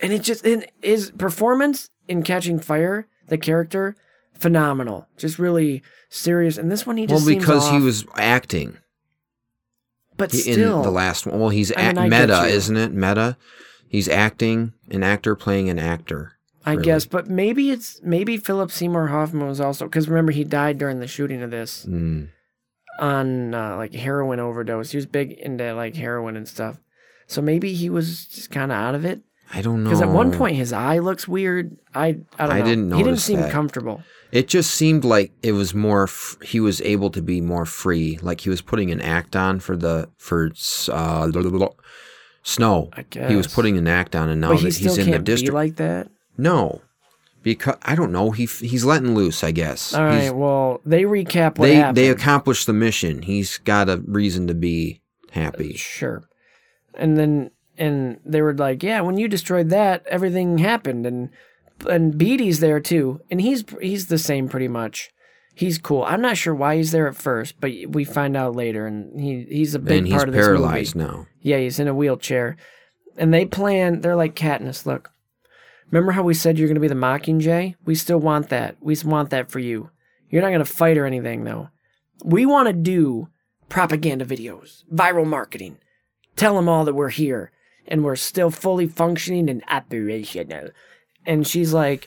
[SPEAKER 1] and it just in his performance in Catching Fire, the character, phenomenal, just really serious. And this one, he
[SPEAKER 2] Well,
[SPEAKER 1] just seems
[SPEAKER 2] because he
[SPEAKER 1] off.
[SPEAKER 2] was acting
[SPEAKER 1] but
[SPEAKER 2] He-
[SPEAKER 1] still
[SPEAKER 2] in the last one. Well, he's
[SPEAKER 1] I
[SPEAKER 2] at
[SPEAKER 1] mean, I get
[SPEAKER 2] meta,
[SPEAKER 1] you.
[SPEAKER 2] isn't it? Meta. He's acting, an actor playing an actor.
[SPEAKER 1] I
[SPEAKER 2] really.
[SPEAKER 1] guess. But maybe it's maybe Philip Seymour Hoffman was also because remember he died during the shooting of this.
[SPEAKER 2] Mm.
[SPEAKER 1] on uh, like heroin overdose. He was big into like heroin and stuff. So maybe he was just kind of out of it.
[SPEAKER 2] I don't know.
[SPEAKER 1] Because at one point his eye looks weird. I I don't
[SPEAKER 2] I
[SPEAKER 1] know.
[SPEAKER 2] didn't
[SPEAKER 1] He didn't
[SPEAKER 2] notice
[SPEAKER 1] seem
[SPEAKER 2] that.
[SPEAKER 1] comfortable.
[SPEAKER 2] It just seemed like it was more. F- he was able to be more free, like he was putting an act on for the for uh, blah, blah, blah, snow.
[SPEAKER 1] I
[SPEAKER 2] He was
[SPEAKER 1] guess.
[SPEAKER 2] putting an act on, and now
[SPEAKER 1] but he
[SPEAKER 2] that
[SPEAKER 1] still
[SPEAKER 2] Oh, he's in
[SPEAKER 1] can't
[SPEAKER 2] the district,
[SPEAKER 1] be like that.
[SPEAKER 2] no, because I don't know. He f- he's letting loose, I guess.
[SPEAKER 1] All right.
[SPEAKER 2] He's-
[SPEAKER 1] Well, they recap what
[SPEAKER 2] they
[SPEAKER 1] happened.
[SPEAKER 2] they accomplished the mission. He's got a reason to be happy.
[SPEAKER 1] Sure. And then and they were like, yeah, when you destroyed that, everything happened and and Beatty's there too. And he's he's the same pretty much. He's cool. I'm not sure why he's there at first, but we find out later and he he's a big
[SPEAKER 2] and he's
[SPEAKER 1] part of this movie.
[SPEAKER 2] paralyzed now.
[SPEAKER 1] Yeah, he's in a wheelchair. And they plan, they're like, Katniss, look, remember how we said you're going to be the Mockingjay? We still want that. We s- want that for you. You're not going to fight or anything, though. We want to do propaganda videos, viral marketing. Tell them all that we're here and we're still fully functioning and operational. And she's like,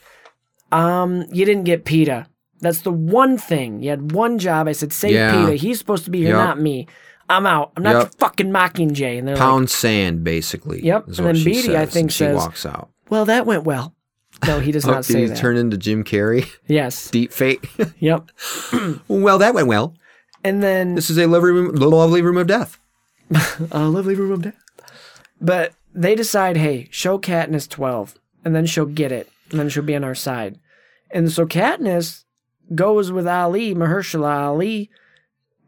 [SPEAKER 1] um, you didn't get PETA. That's the one thing. You had one job. I said, save
[SPEAKER 2] Yeah.
[SPEAKER 1] PETA. He's supposed to be here,
[SPEAKER 2] Yup.
[SPEAKER 1] not me. I'm out. I'm not
[SPEAKER 2] Yup.
[SPEAKER 1] the fucking Mockingjay. And they're
[SPEAKER 2] Pound sand, basically.
[SPEAKER 1] Yep,
[SPEAKER 2] Is
[SPEAKER 1] and
[SPEAKER 2] what
[SPEAKER 1] then
[SPEAKER 2] she
[SPEAKER 1] Beatty,
[SPEAKER 2] says,
[SPEAKER 1] I think,
[SPEAKER 2] and she
[SPEAKER 1] says-
[SPEAKER 2] walks out.
[SPEAKER 1] like, well, that went well. No, he does
[SPEAKER 2] Oh,
[SPEAKER 1] not
[SPEAKER 2] did
[SPEAKER 1] say
[SPEAKER 2] he
[SPEAKER 1] that.
[SPEAKER 2] turn into Jim Carrey?
[SPEAKER 1] yes.
[SPEAKER 2] Deep fake.
[SPEAKER 1] Yep.
[SPEAKER 2] well, that went well.
[SPEAKER 1] And then
[SPEAKER 2] This uh, is a lovely room, lovely room of death.
[SPEAKER 1] a lovely room of death. But they decide, hey, show Katniss 12, and then she'll get it, and then she'll be on our side. And so Katniss goes with Ali, Mahershala Ali,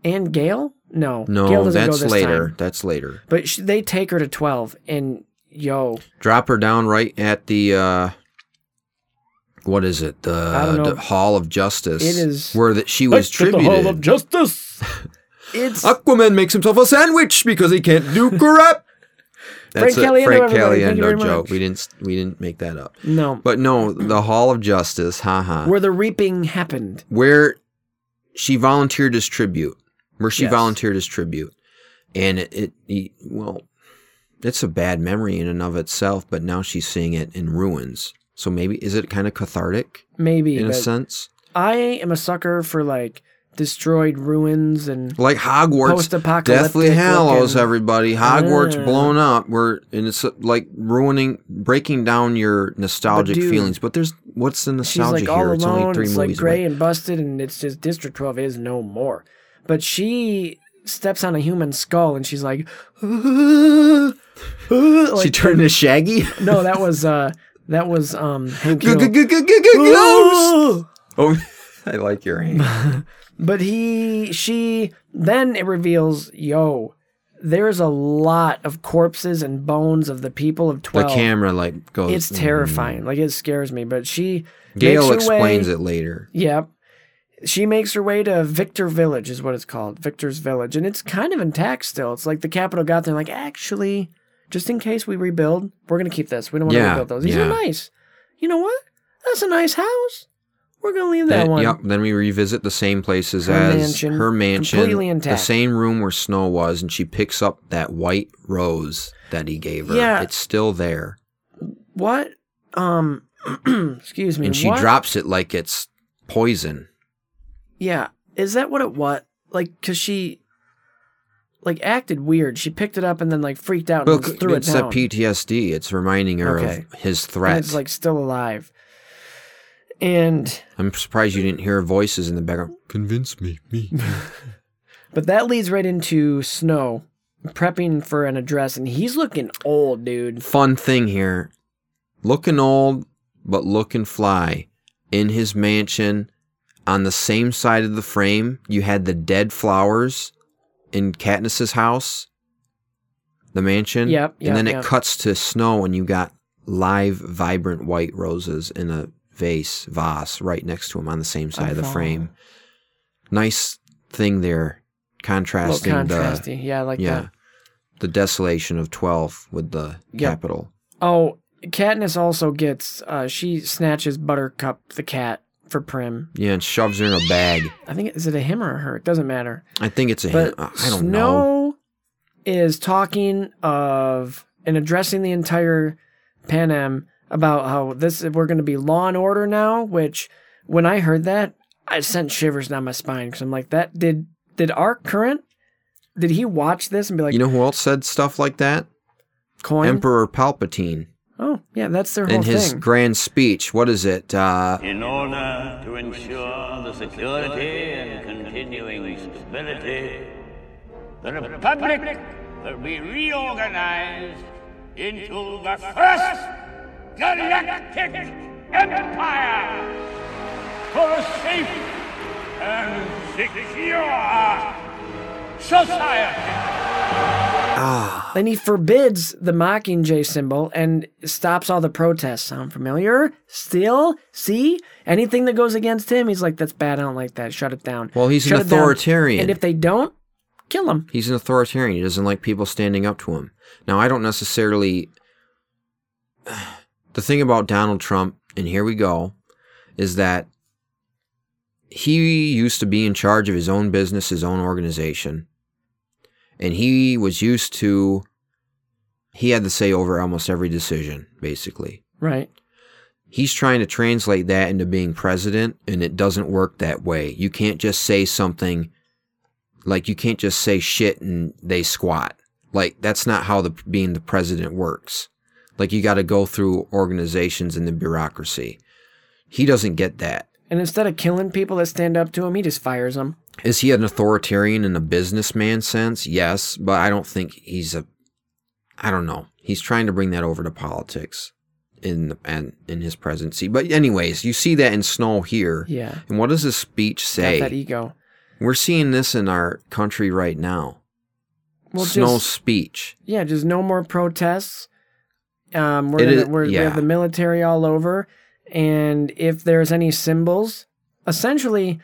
[SPEAKER 1] and Gail? No. Gail
[SPEAKER 2] No,
[SPEAKER 1] doesn't
[SPEAKER 2] that's
[SPEAKER 1] go this
[SPEAKER 2] later.
[SPEAKER 1] Time.
[SPEAKER 2] That's later.
[SPEAKER 1] But sh- they take her to 12, and yo,
[SPEAKER 2] Drop her down right at the uh what is it? The,
[SPEAKER 1] I don't know.
[SPEAKER 2] the Hall of Justice.
[SPEAKER 1] It is-
[SPEAKER 2] where that she was tributed.
[SPEAKER 1] Justice. It's
[SPEAKER 2] Aquaman makes himself a sandwich because he can't do crap. That's
[SPEAKER 1] Frank Caliendo,
[SPEAKER 2] a Frank
[SPEAKER 1] everybody. Thank you very
[SPEAKER 2] Caliendo
[SPEAKER 1] much.
[SPEAKER 2] joke. We didn't we didn't make that up.
[SPEAKER 1] no
[SPEAKER 2] But no, the Hall of Justice, haha.
[SPEAKER 1] where the reaping happened.
[SPEAKER 2] where she volunteered as tribute, where she
[SPEAKER 1] Yes.
[SPEAKER 2] volunteered as tribute, and it, it, he- well, it's a bad memory in and of itself. But now she's seeing it in ruins. So maybe is it kind of cathartic
[SPEAKER 1] Maybe
[SPEAKER 2] in a
[SPEAKER 1] but
[SPEAKER 2] sense,
[SPEAKER 1] I am a sucker for like destroyed ruins and
[SPEAKER 2] like Hogwarts,
[SPEAKER 1] Post-apocalyptic
[SPEAKER 2] Deathly Hallows,
[SPEAKER 1] looking-
[SPEAKER 2] everybody. Hogwarts
[SPEAKER 1] Ah.
[SPEAKER 2] blown up. We're and it's uh, like ruining, breaking down your nostalgic
[SPEAKER 1] dude,
[SPEAKER 2] feelings. But there's what's the
[SPEAKER 1] she's
[SPEAKER 2] nostalgia
[SPEAKER 1] like all
[SPEAKER 2] here?
[SPEAKER 1] alone.
[SPEAKER 2] It's only three
[SPEAKER 1] it's like
[SPEAKER 2] movies. away.
[SPEAKER 1] gray and busted, and it's just District Twelve is no more. But she steps on a human skull, and she's like,
[SPEAKER 2] she
[SPEAKER 1] like-
[SPEAKER 2] turned to Shaggy.
[SPEAKER 1] "No, that was uh, that was um." Hank Hill.
[SPEAKER 2] Ghost. Oh, I like your hand.
[SPEAKER 1] But he, she, then it reveals, yo, there's a lot of corpses and bones of the people of
[SPEAKER 2] the
[SPEAKER 1] twelve.
[SPEAKER 2] camera like goes.
[SPEAKER 1] It's terrifying. Like it scares me. But she makes
[SPEAKER 2] Mm. Gail
[SPEAKER 1] her
[SPEAKER 2] explains
[SPEAKER 1] way,
[SPEAKER 2] it later.
[SPEAKER 1] Yep. She makes her way to Victor Village, is what it's called. Victor's Village. And it's kind of intact still. It's like the capital got there, like, actually, just in case we rebuild, we're going to keep this. We don't want to
[SPEAKER 2] Yeah,
[SPEAKER 1] rebuild those. These
[SPEAKER 2] yeah.
[SPEAKER 1] are nice. You know what? That's a nice house. We're going to leave that
[SPEAKER 2] Then-
[SPEAKER 1] one.
[SPEAKER 2] Yep. Then we revisit the same places
[SPEAKER 1] Her
[SPEAKER 2] as
[SPEAKER 1] mansion,
[SPEAKER 2] her mansion,
[SPEAKER 1] completely intact.
[SPEAKER 2] the same room where Snow was, and she picks up that white rose that he gave her.
[SPEAKER 1] Yeah.
[SPEAKER 2] It's still there,
[SPEAKER 1] What? Um, excuse me.
[SPEAKER 2] and she
[SPEAKER 1] what?
[SPEAKER 2] drops it like it's poison.
[SPEAKER 1] Yeah. Is that what it was? Like, because she. like acted weird. She picked it up and then like freaked out
[SPEAKER 2] Well,
[SPEAKER 1] and
[SPEAKER 2] c-
[SPEAKER 1] Um, threw it
[SPEAKER 2] it's a
[SPEAKER 1] down.
[SPEAKER 2] PTSD. It's reminding her
[SPEAKER 1] Okay.
[SPEAKER 2] of his
[SPEAKER 1] and
[SPEAKER 2] threats.
[SPEAKER 1] it's like still alive. And
[SPEAKER 2] I'm surprised you didn't hear voices in the background. Convince me, me.
[SPEAKER 1] but that leads right into Snow prepping for an address, and he's looking old, dude.
[SPEAKER 2] Fun thing here. Looking old, but looking fly. In his mansion, on the same side of the frame, you had the dead flowers in Katniss's house, the mansion.
[SPEAKER 1] Yep, yep,
[SPEAKER 2] and then
[SPEAKER 1] yep.
[SPEAKER 2] it cuts to snow, and you got live, vibrant white roses in a vase, vase, right next to him on the same side of the
[SPEAKER 1] Vase.
[SPEAKER 2] frame. Nice thing there,
[SPEAKER 1] Little
[SPEAKER 2] contrasting, the
[SPEAKER 1] contrasty, yeah, I like
[SPEAKER 2] yeah.
[SPEAKER 1] that.
[SPEAKER 2] The desolation of 12 with the
[SPEAKER 1] Yep.
[SPEAKER 2] capital.
[SPEAKER 1] Oh, Katniss also gets. Uh, she snatches Buttercup the cat for Prim.
[SPEAKER 2] Yeah, and shoves her in a bag.
[SPEAKER 1] I think is it a him or a her? It doesn't matter.
[SPEAKER 2] I think it's a
[SPEAKER 1] But
[SPEAKER 2] hint. uh, I I don't
[SPEAKER 1] Snow
[SPEAKER 2] know.
[SPEAKER 1] is talking of and addressing the entire Pan Am about how this we're going to be law and order now. Which, when I heard that, I sent shivers down my spine because I'm like, that did did our current did he watch this and be like,
[SPEAKER 2] you know who else said stuff like that?
[SPEAKER 1] coin?
[SPEAKER 2] Emperor Palpatine
[SPEAKER 1] oh yeah, that's their whole
[SPEAKER 2] in his
[SPEAKER 1] thing.
[SPEAKER 2] grand speech. What is it? Uh,
[SPEAKER 5] In order to ensure the security and continuing stability, the Republic will be reorganized into the first galactic empire for a safe and secure society.
[SPEAKER 1] Then he forbids the Mockingjay symbol and stops all the protests. Sound familiar? Still? See? Anything that goes against him, he's like, that's bad. I don't like that. Shut it down.
[SPEAKER 2] Well, he's an
[SPEAKER 1] Shut it down.
[SPEAKER 2] authoritarian.
[SPEAKER 1] And if they don't, kill him.
[SPEAKER 2] He's an authoritarian. He doesn't like people standing up to him. Now, I don't necessarily. The thing about Donald Trump, and here we go, is that he used to be in charge of his own business, his own organization. And he was used to. He had the say over almost every decision, basically.
[SPEAKER 1] Right.
[SPEAKER 2] He's trying to translate that into being president, and it doesn't work that way. You can't just say something like you can't just say shit and they squat. Like that's not how the being the president works. Like you got to go through organizations and the bureaucracy. He doesn't get that.
[SPEAKER 1] And instead of killing people that stand up to him, he just fires them.
[SPEAKER 2] Is he an authoritarian in a businessman sense? Yes, but I don't think he's a. I don't know. He's trying to bring that over to politics in the and in his presidency. But anyways, you see that in Snow here.
[SPEAKER 1] Yeah.
[SPEAKER 2] And what does his speech
[SPEAKER 1] Got
[SPEAKER 2] say?
[SPEAKER 1] that e- ego.
[SPEAKER 2] We're seeing this in our country right now.
[SPEAKER 1] Well,
[SPEAKER 2] Snow's
[SPEAKER 1] just,
[SPEAKER 2] speech.
[SPEAKER 1] yeah, just no more protests. Um, we're,
[SPEAKER 2] It
[SPEAKER 1] gonna,
[SPEAKER 2] is-
[SPEAKER 1] we're we
[SPEAKER 2] yeah.
[SPEAKER 1] have the military all over, and if there's any symbols, essentially,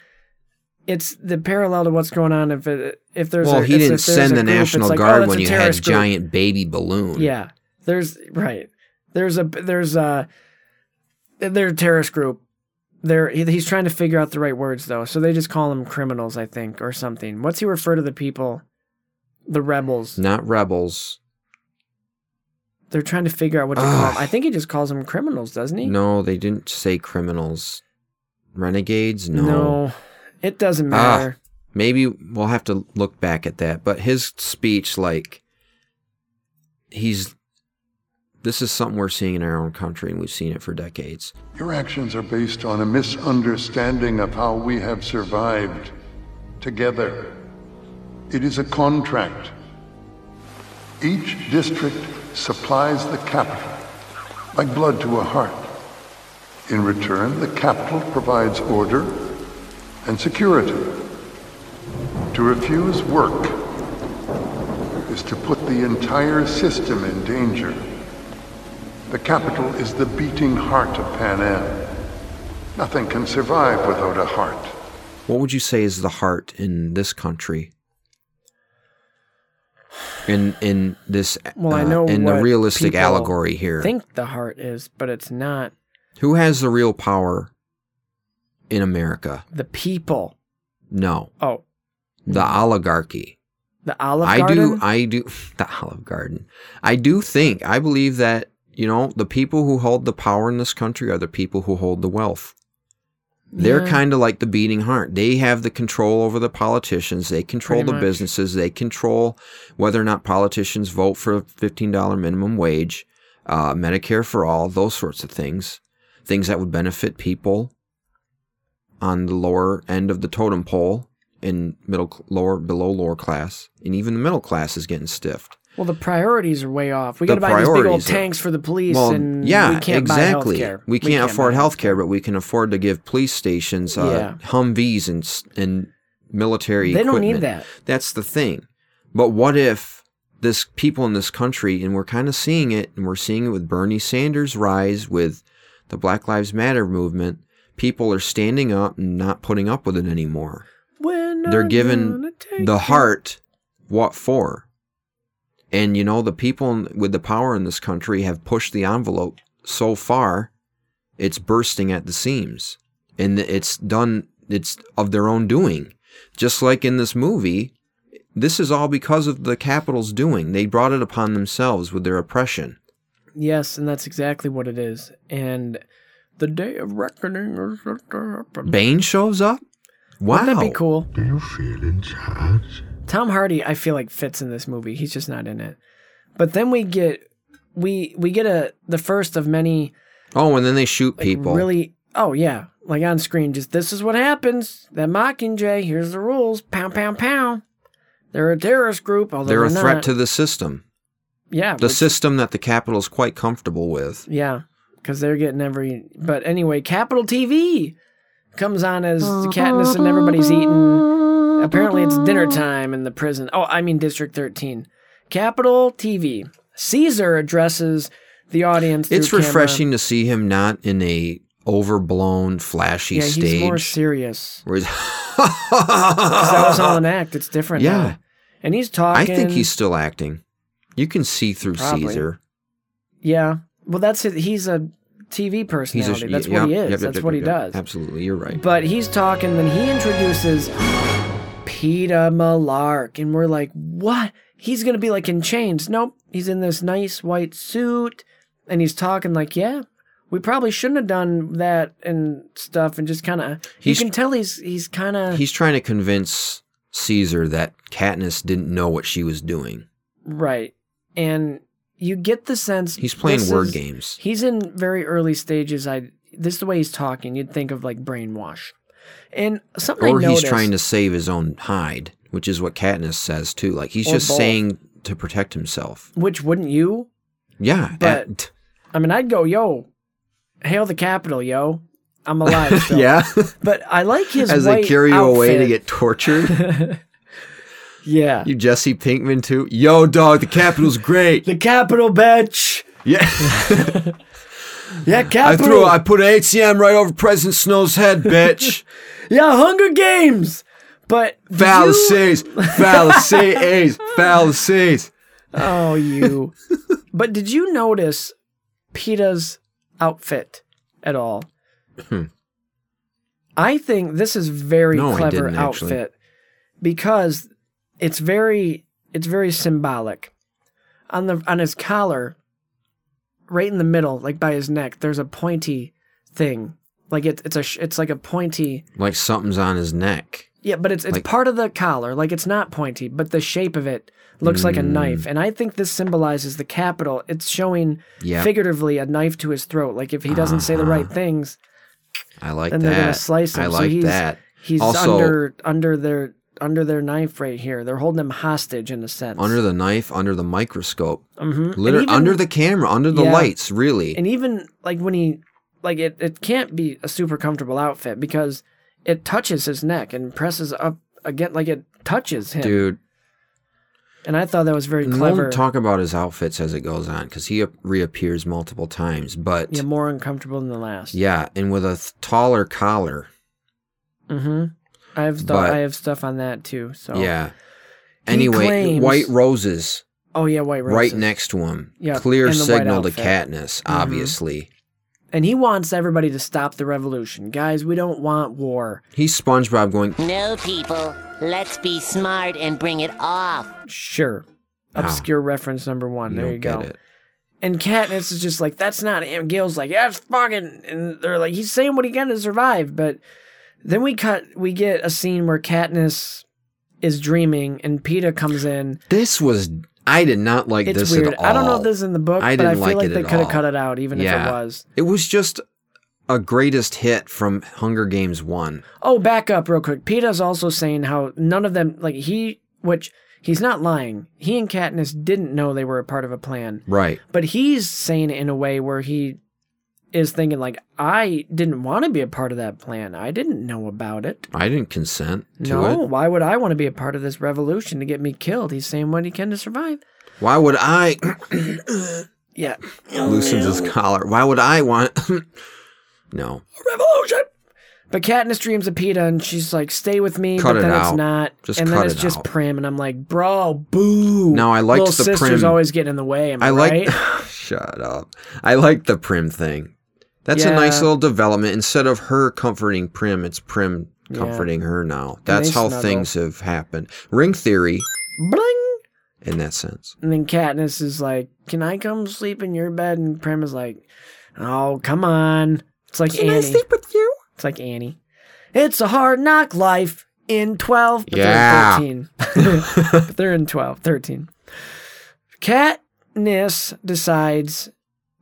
[SPEAKER 1] it's the parallel to what's going on. If it, if there's
[SPEAKER 2] Well,
[SPEAKER 1] a,
[SPEAKER 2] he
[SPEAKER 1] if
[SPEAKER 2] didn't
[SPEAKER 1] there's a
[SPEAKER 2] send the
[SPEAKER 1] group, it's
[SPEAKER 2] National
[SPEAKER 1] like, oh,
[SPEAKER 2] Guard
[SPEAKER 1] that's
[SPEAKER 2] when
[SPEAKER 1] a
[SPEAKER 2] you had
[SPEAKER 1] terrorist group.
[SPEAKER 2] giant baby balloon.
[SPEAKER 1] Yeah, there's right. There's a there's a they're a terrorist group. They're he- he's trying to figure out the right words though, so they just call them criminals, I think, or something. What's he refer to the people? The rebels.
[SPEAKER 2] not rebels.
[SPEAKER 1] They're trying to figure out what to call 'em.
[SPEAKER 2] Ugh.
[SPEAKER 1] I think he just calls them criminals, doesn't he?
[SPEAKER 2] No, they didn't say criminals. Renegades? No.
[SPEAKER 1] No, it doesn't
[SPEAKER 2] Ah,
[SPEAKER 1] matter.
[SPEAKER 2] Maybe we'll have to look back at that. But his speech, like, he's. This is something we're seeing in our own country, and we've seen it for decades.
[SPEAKER 6] Your actions are based on a misunderstanding of how we have survived together. It is a contract. Each district supplies the capital, like blood to a heart. In return, the capital provides order and security. To refuse work is to put the entire system in danger. The capital is the beating heart of Pan Am. Nothing can survive without a heart.
[SPEAKER 2] What would you say is the heart in this country? In in this,
[SPEAKER 1] Well, I
[SPEAKER 2] uh,
[SPEAKER 1] know
[SPEAKER 2] in the
[SPEAKER 1] what
[SPEAKER 2] realistic
[SPEAKER 1] people
[SPEAKER 2] allegory here.
[SPEAKER 1] think the heart is, but it's not
[SPEAKER 2] Who has the real power in America?
[SPEAKER 1] the people.
[SPEAKER 2] No,
[SPEAKER 1] Oh,
[SPEAKER 2] the oligarchy.
[SPEAKER 1] the Olive
[SPEAKER 2] I
[SPEAKER 1] Garden.
[SPEAKER 2] do. I do. The Olive Garden. I do think. I believe that you know the people who hold the power in this country are the people who hold the wealth. They're kind of like the beating heart. They have the control over the politicians. They control
[SPEAKER 1] Pretty
[SPEAKER 2] the
[SPEAKER 1] much.
[SPEAKER 2] businesses. They control whether or not politicians vote for a $15 minimum wage, uh, Medicare for all, those sorts of things. Things that would benefit people on the lower end of the totem pole in middle, lower, below lower class. And even the middle class is getting stiffed.
[SPEAKER 1] Well, the priorities are way off. We got
[SPEAKER 2] The
[SPEAKER 1] to buy these big old
[SPEAKER 2] priorities are-
[SPEAKER 1] tanks for the police,
[SPEAKER 2] Well,
[SPEAKER 1] and
[SPEAKER 2] yeah,
[SPEAKER 1] we can't
[SPEAKER 2] exactly.
[SPEAKER 1] buy healthcare.
[SPEAKER 2] We can't afford
[SPEAKER 1] buy
[SPEAKER 2] health care, but we can afford to give police stations uh, Humvees and s- and military.
[SPEAKER 1] They don't need
[SPEAKER 2] equipment.
[SPEAKER 1] that.
[SPEAKER 2] That's the thing. But what if this people in this country, and we're kind of seeing it, and we're seeing it with Bernie Sanders' rise, with the Black Lives Matter movement. People are standing up and not putting up with it anymore.
[SPEAKER 1] When
[SPEAKER 2] They're
[SPEAKER 1] I'm
[SPEAKER 2] given
[SPEAKER 1] gonna take
[SPEAKER 2] the
[SPEAKER 1] you-
[SPEAKER 2] heart what for. And you know, the people in- with the power in this country have pushed the envelope so far, it's bursting at the seams. And it's done, it's of their own doing. Just like in this movie, this is all because of the capital's doing. They brought it upon themselves with their oppression.
[SPEAKER 1] Yes, and that's exactly what it is. And the day of reckoning is set to happen.
[SPEAKER 2] Bane shows up? Wow.
[SPEAKER 1] Wouldn't that be cool?
[SPEAKER 7] Do you feel in charge?
[SPEAKER 1] Tom Hardy, I feel like fits in this movie. He's just not in it. But then we get we we get a the first of many
[SPEAKER 2] Oh, and then they shoot
[SPEAKER 1] like,
[SPEAKER 2] people.
[SPEAKER 1] really oh yeah like on screen just this is what happens that Mockingjay here's the rules pound pound pound they're a terrorist group although
[SPEAKER 2] They're a threat
[SPEAKER 1] not.
[SPEAKER 2] to the system.
[SPEAKER 1] yeah
[SPEAKER 2] The
[SPEAKER 1] which-
[SPEAKER 2] system that the capital's quite comfortable with.
[SPEAKER 1] yeah because they're getting every but anyway Capital TV comes on as Katniss and everybody's eating apparently it's dinner time in the prison oh I mean District Thirteen Capital TV Caesar addresses the audience
[SPEAKER 2] It's
[SPEAKER 1] through camera.
[SPEAKER 2] refreshing to see him not in a overblown, flashy
[SPEAKER 1] yeah
[SPEAKER 2] stage.
[SPEAKER 1] he's more serious
[SPEAKER 2] where he's-
[SPEAKER 1] 'Cause that was all an act it's different
[SPEAKER 2] Yeah.
[SPEAKER 1] now. and he's talking
[SPEAKER 2] I think he's still acting. You can see through
[SPEAKER 1] Probably.
[SPEAKER 2] Caesar.
[SPEAKER 1] Yeah. Well, that's it. He's a TV personality.
[SPEAKER 2] He's a,
[SPEAKER 1] that's
[SPEAKER 2] yeah,
[SPEAKER 1] what he
[SPEAKER 2] yep,
[SPEAKER 1] is.
[SPEAKER 2] yep,
[SPEAKER 1] that's
[SPEAKER 2] yep,
[SPEAKER 1] what
[SPEAKER 2] yep,
[SPEAKER 1] he
[SPEAKER 2] yep.
[SPEAKER 1] does.
[SPEAKER 2] Absolutely, you're right.
[SPEAKER 1] But he's talking, then he introduces Peter Malark, and we're like, what? He's going to be like in chains. Nope. He's in this nice white suit, and he's talking like, yeah. We probably shouldn't have done that and stuff, and just kind of. You
[SPEAKER 2] He's-
[SPEAKER 1] can tell he's he's kind of
[SPEAKER 2] He's trying to convince Caesar that Katniss didn't know what she was doing.
[SPEAKER 1] right, and you get the sense
[SPEAKER 2] He's playing
[SPEAKER 1] this
[SPEAKER 2] word
[SPEAKER 1] is-
[SPEAKER 2] games.
[SPEAKER 1] He's in very early stages. I this is the way he's talking. You'd think of like brainwash, and something
[SPEAKER 2] Or
[SPEAKER 1] I
[SPEAKER 2] he's
[SPEAKER 1] noticed,
[SPEAKER 2] trying to save his own hide, which is what Katniss says too. Like he's
[SPEAKER 1] Or
[SPEAKER 2] just
[SPEAKER 1] both.
[SPEAKER 2] saying to protect himself.
[SPEAKER 1] Which wouldn't you?
[SPEAKER 2] Yeah.
[SPEAKER 1] But- I mean, I'd go, yo, hail the capital, yo. I'm alive.
[SPEAKER 2] at-
[SPEAKER 1] Still.
[SPEAKER 2] yeah.
[SPEAKER 1] but I like his
[SPEAKER 2] As they
[SPEAKER 1] white
[SPEAKER 2] carry you away to
[SPEAKER 1] outfit.
[SPEAKER 2] get tortured.
[SPEAKER 1] yeah.
[SPEAKER 2] You Jesse Pinkman too? Yo, dog, the Capitals great.
[SPEAKER 1] the capital, bitch.
[SPEAKER 2] Yeah,
[SPEAKER 1] Yeah,
[SPEAKER 2] I
[SPEAKER 1] capital.
[SPEAKER 2] threw, I put an ATM right over President Snow's head, bitch.
[SPEAKER 1] yeah, Hunger Games. But you-
[SPEAKER 2] Fallacies, fallacies, fallacies.
[SPEAKER 1] Oh, you. but did you notice PETA's outfit at all? I think this is very
[SPEAKER 2] Hmm. No, I
[SPEAKER 1] clever
[SPEAKER 2] didn't, actually.
[SPEAKER 1] outfit because it's very it's very symbolic. On the on his collar, right in the middle, like by his neck, there's a pointy thing. Like it's it's a sh- it's like a pointy
[SPEAKER 2] Like something's on his neck.
[SPEAKER 1] yeah, but it's it's
[SPEAKER 2] Like-
[SPEAKER 1] part of the collar. Like it's not pointy, but the shape of it looks like a
[SPEAKER 2] Mm.
[SPEAKER 1] knife. And I think this symbolizes the capital. It's showing
[SPEAKER 2] Yeah.
[SPEAKER 1] figuratively a knife to his throat. Like if he doesn't say the right things,
[SPEAKER 2] I like
[SPEAKER 1] then
[SPEAKER 2] Uh-huh. that.
[SPEAKER 1] they're gonna slice him.
[SPEAKER 2] I
[SPEAKER 1] So
[SPEAKER 2] like
[SPEAKER 1] he's-
[SPEAKER 2] that.
[SPEAKER 1] he's
[SPEAKER 2] also
[SPEAKER 1] under under their under their knife right here. They're holding him hostage in a sense.
[SPEAKER 2] under the knife, under the microscope,
[SPEAKER 1] Mhm. And
[SPEAKER 2] literally
[SPEAKER 1] even-
[SPEAKER 2] under the camera, under the
[SPEAKER 1] Yeah.
[SPEAKER 2] lights. Really,
[SPEAKER 1] and even like when he like it it can't be a super comfortable outfit because it touches his neck and presses up again like it touches him.
[SPEAKER 2] dude.
[SPEAKER 1] And I thought that was very
[SPEAKER 2] And we'll
[SPEAKER 1] clever.
[SPEAKER 2] talk about his outfits as it goes on because he reappears multiple times. But
[SPEAKER 1] yeah, more uncomfortable than the last.
[SPEAKER 2] yeah, and with a th- taller collar.
[SPEAKER 1] Mm-hmm. I have stuff.
[SPEAKER 2] But-
[SPEAKER 1] I have stuff on that too. So
[SPEAKER 2] Yeah.
[SPEAKER 1] He
[SPEAKER 2] Anyway,
[SPEAKER 1] claims-
[SPEAKER 2] white roses,
[SPEAKER 1] Oh yeah, white roses.
[SPEAKER 2] right next to him.
[SPEAKER 1] Yeah,
[SPEAKER 2] Clear
[SPEAKER 1] and the white
[SPEAKER 2] signal to
[SPEAKER 1] outfit. Mm-hmm.
[SPEAKER 2] Katniss, obviously.
[SPEAKER 1] And he wants everybody to stop the revolution, guys. We don't want war.
[SPEAKER 2] He's SpongeBob going,
[SPEAKER 8] No, people. Let's be smart and bring it off.
[SPEAKER 1] Sure. Obscure reference number one.
[SPEAKER 2] you
[SPEAKER 1] there
[SPEAKER 2] don't
[SPEAKER 1] you
[SPEAKER 2] Ah. get
[SPEAKER 1] go.
[SPEAKER 2] it.
[SPEAKER 1] And Katniss is just like, that's not him. Gail's like, that's fucking. And they're like, he's saying what he can to survive, but Then we cut. We get a scene where Katniss is dreaming, and Peeta comes in.
[SPEAKER 2] This was I did not like
[SPEAKER 1] It's
[SPEAKER 2] this
[SPEAKER 1] weird.
[SPEAKER 2] at all.
[SPEAKER 1] I don't know if this is in the book,
[SPEAKER 2] I
[SPEAKER 1] but I
[SPEAKER 2] didn't
[SPEAKER 1] feel
[SPEAKER 2] like
[SPEAKER 1] like
[SPEAKER 2] it
[SPEAKER 1] they
[SPEAKER 2] at
[SPEAKER 1] could have
[SPEAKER 2] all.
[SPEAKER 1] cut it out, even if it
[SPEAKER 2] Yeah.
[SPEAKER 1] was.
[SPEAKER 2] It was just a greatest hit from Hunger Games one.
[SPEAKER 1] Oh, back up real quick. Peeta's also saying how none of them, like he, which he's not lying. He and Katniss didn't know they were a part of a plan,
[SPEAKER 2] Right.
[SPEAKER 1] but he's saying it in a way where he is thinking like, I didn't want to be a part of that plan. I didn't know about it.
[SPEAKER 2] I didn't consent to
[SPEAKER 1] no,
[SPEAKER 2] it.
[SPEAKER 1] why would I want to be a part of this revolution to get me killed? He's saying what he can to survive.
[SPEAKER 2] Why would I
[SPEAKER 1] Yeah,
[SPEAKER 2] loosens his collar? Why would I want No.
[SPEAKER 1] revolution. But Katniss dreams of Peeta, and she's like, "Stay with me,"
[SPEAKER 2] Cut
[SPEAKER 1] but
[SPEAKER 2] it
[SPEAKER 1] then it's
[SPEAKER 2] out.
[SPEAKER 1] not,
[SPEAKER 2] Just
[SPEAKER 1] and then
[SPEAKER 2] cut
[SPEAKER 1] it's
[SPEAKER 2] it
[SPEAKER 1] just
[SPEAKER 2] out.
[SPEAKER 1] Prim, and I'm like, "Bro, boo!"
[SPEAKER 2] No, I liked
[SPEAKER 1] Little
[SPEAKER 2] the
[SPEAKER 1] sister's
[SPEAKER 2] Prim.
[SPEAKER 1] always getting in the way. Am I,
[SPEAKER 2] I like
[SPEAKER 1] right?
[SPEAKER 2] Shut up. I like the Prim thing. That's a nice
[SPEAKER 1] Yeah.
[SPEAKER 2] little development. Instead of her comforting Prim, it's Prim
[SPEAKER 1] Yeah.
[SPEAKER 2] comforting her now.
[SPEAKER 1] they
[SPEAKER 2] That's how
[SPEAKER 1] snuggle.
[SPEAKER 2] things have happened. Ring theory
[SPEAKER 1] Bling.
[SPEAKER 2] in that sense.
[SPEAKER 1] And then Katniss is like, "Can I come sleep in your bed?" And Prim is like, "Oh, come on." It's like Annie.
[SPEAKER 2] with you?
[SPEAKER 1] It's like Annie. It's a hard knock life in 12, but
[SPEAKER 2] Yeah.
[SPEAKER 1] they're in 13. but they're in 12, 13. Katniss decides,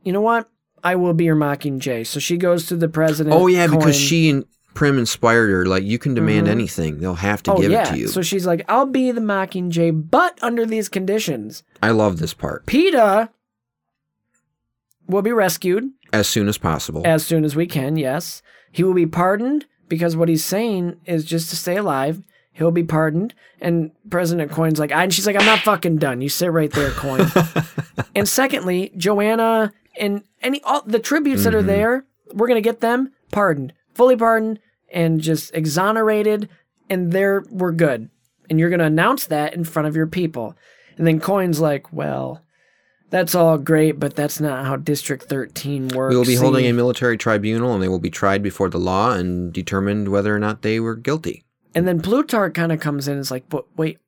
[SPEAKER 1] you know what? I will be your Mockingjay. So she goes to the president.
[SPEAKER 2] Oh yeah,
[SPEAKER 1] coin.
[SPEAKER 2] because she and Prim inspired her. Like you can demand
[SPEAKER 1] Mhm.
[SPEAKER 2] anything; they'll have to
[SPEAKER 1] oh,
[SPEAKER 2] give
[SPEAKER 1] yeah.
[SPEAKER 2] it to you.
[SPEAKER 1] So she's like, I'll be the Mockingjay, but under these conditions.
[SPEAKER 2] I love this part.
[SPEAKER 1] PETA will be rescued.
[SPEAKER 2] As soon as possible.
[SPEAKER 1] as soon as we can, yes. He will be pardoned because what he's saying is just to stay alive. He'll be pardoned. And President Coin's like, I, and she's like, I'm not fucking done. You sit right there, Coin. and secondly, Joanna and any all the tributes that are
[SPEAKER 2] Mm-hmm.
[SPEAKER 1] there, we're gonna get them pardoned, fully pardoned, and just exonerated, and there we're good. And you're gonna announce that in front of your people. And then Coin's like, well. That's all great, but that's not how District 13 works.
[SPEAKER 2] we will be
[SPEAKER 1] See?
[SPEAKER 2] holding a military tribunal, and they will be tried before the law and determined whether or not they were guilty.
[SPEAKER 1] And then Plutarch kind of comes in and is like, but wait,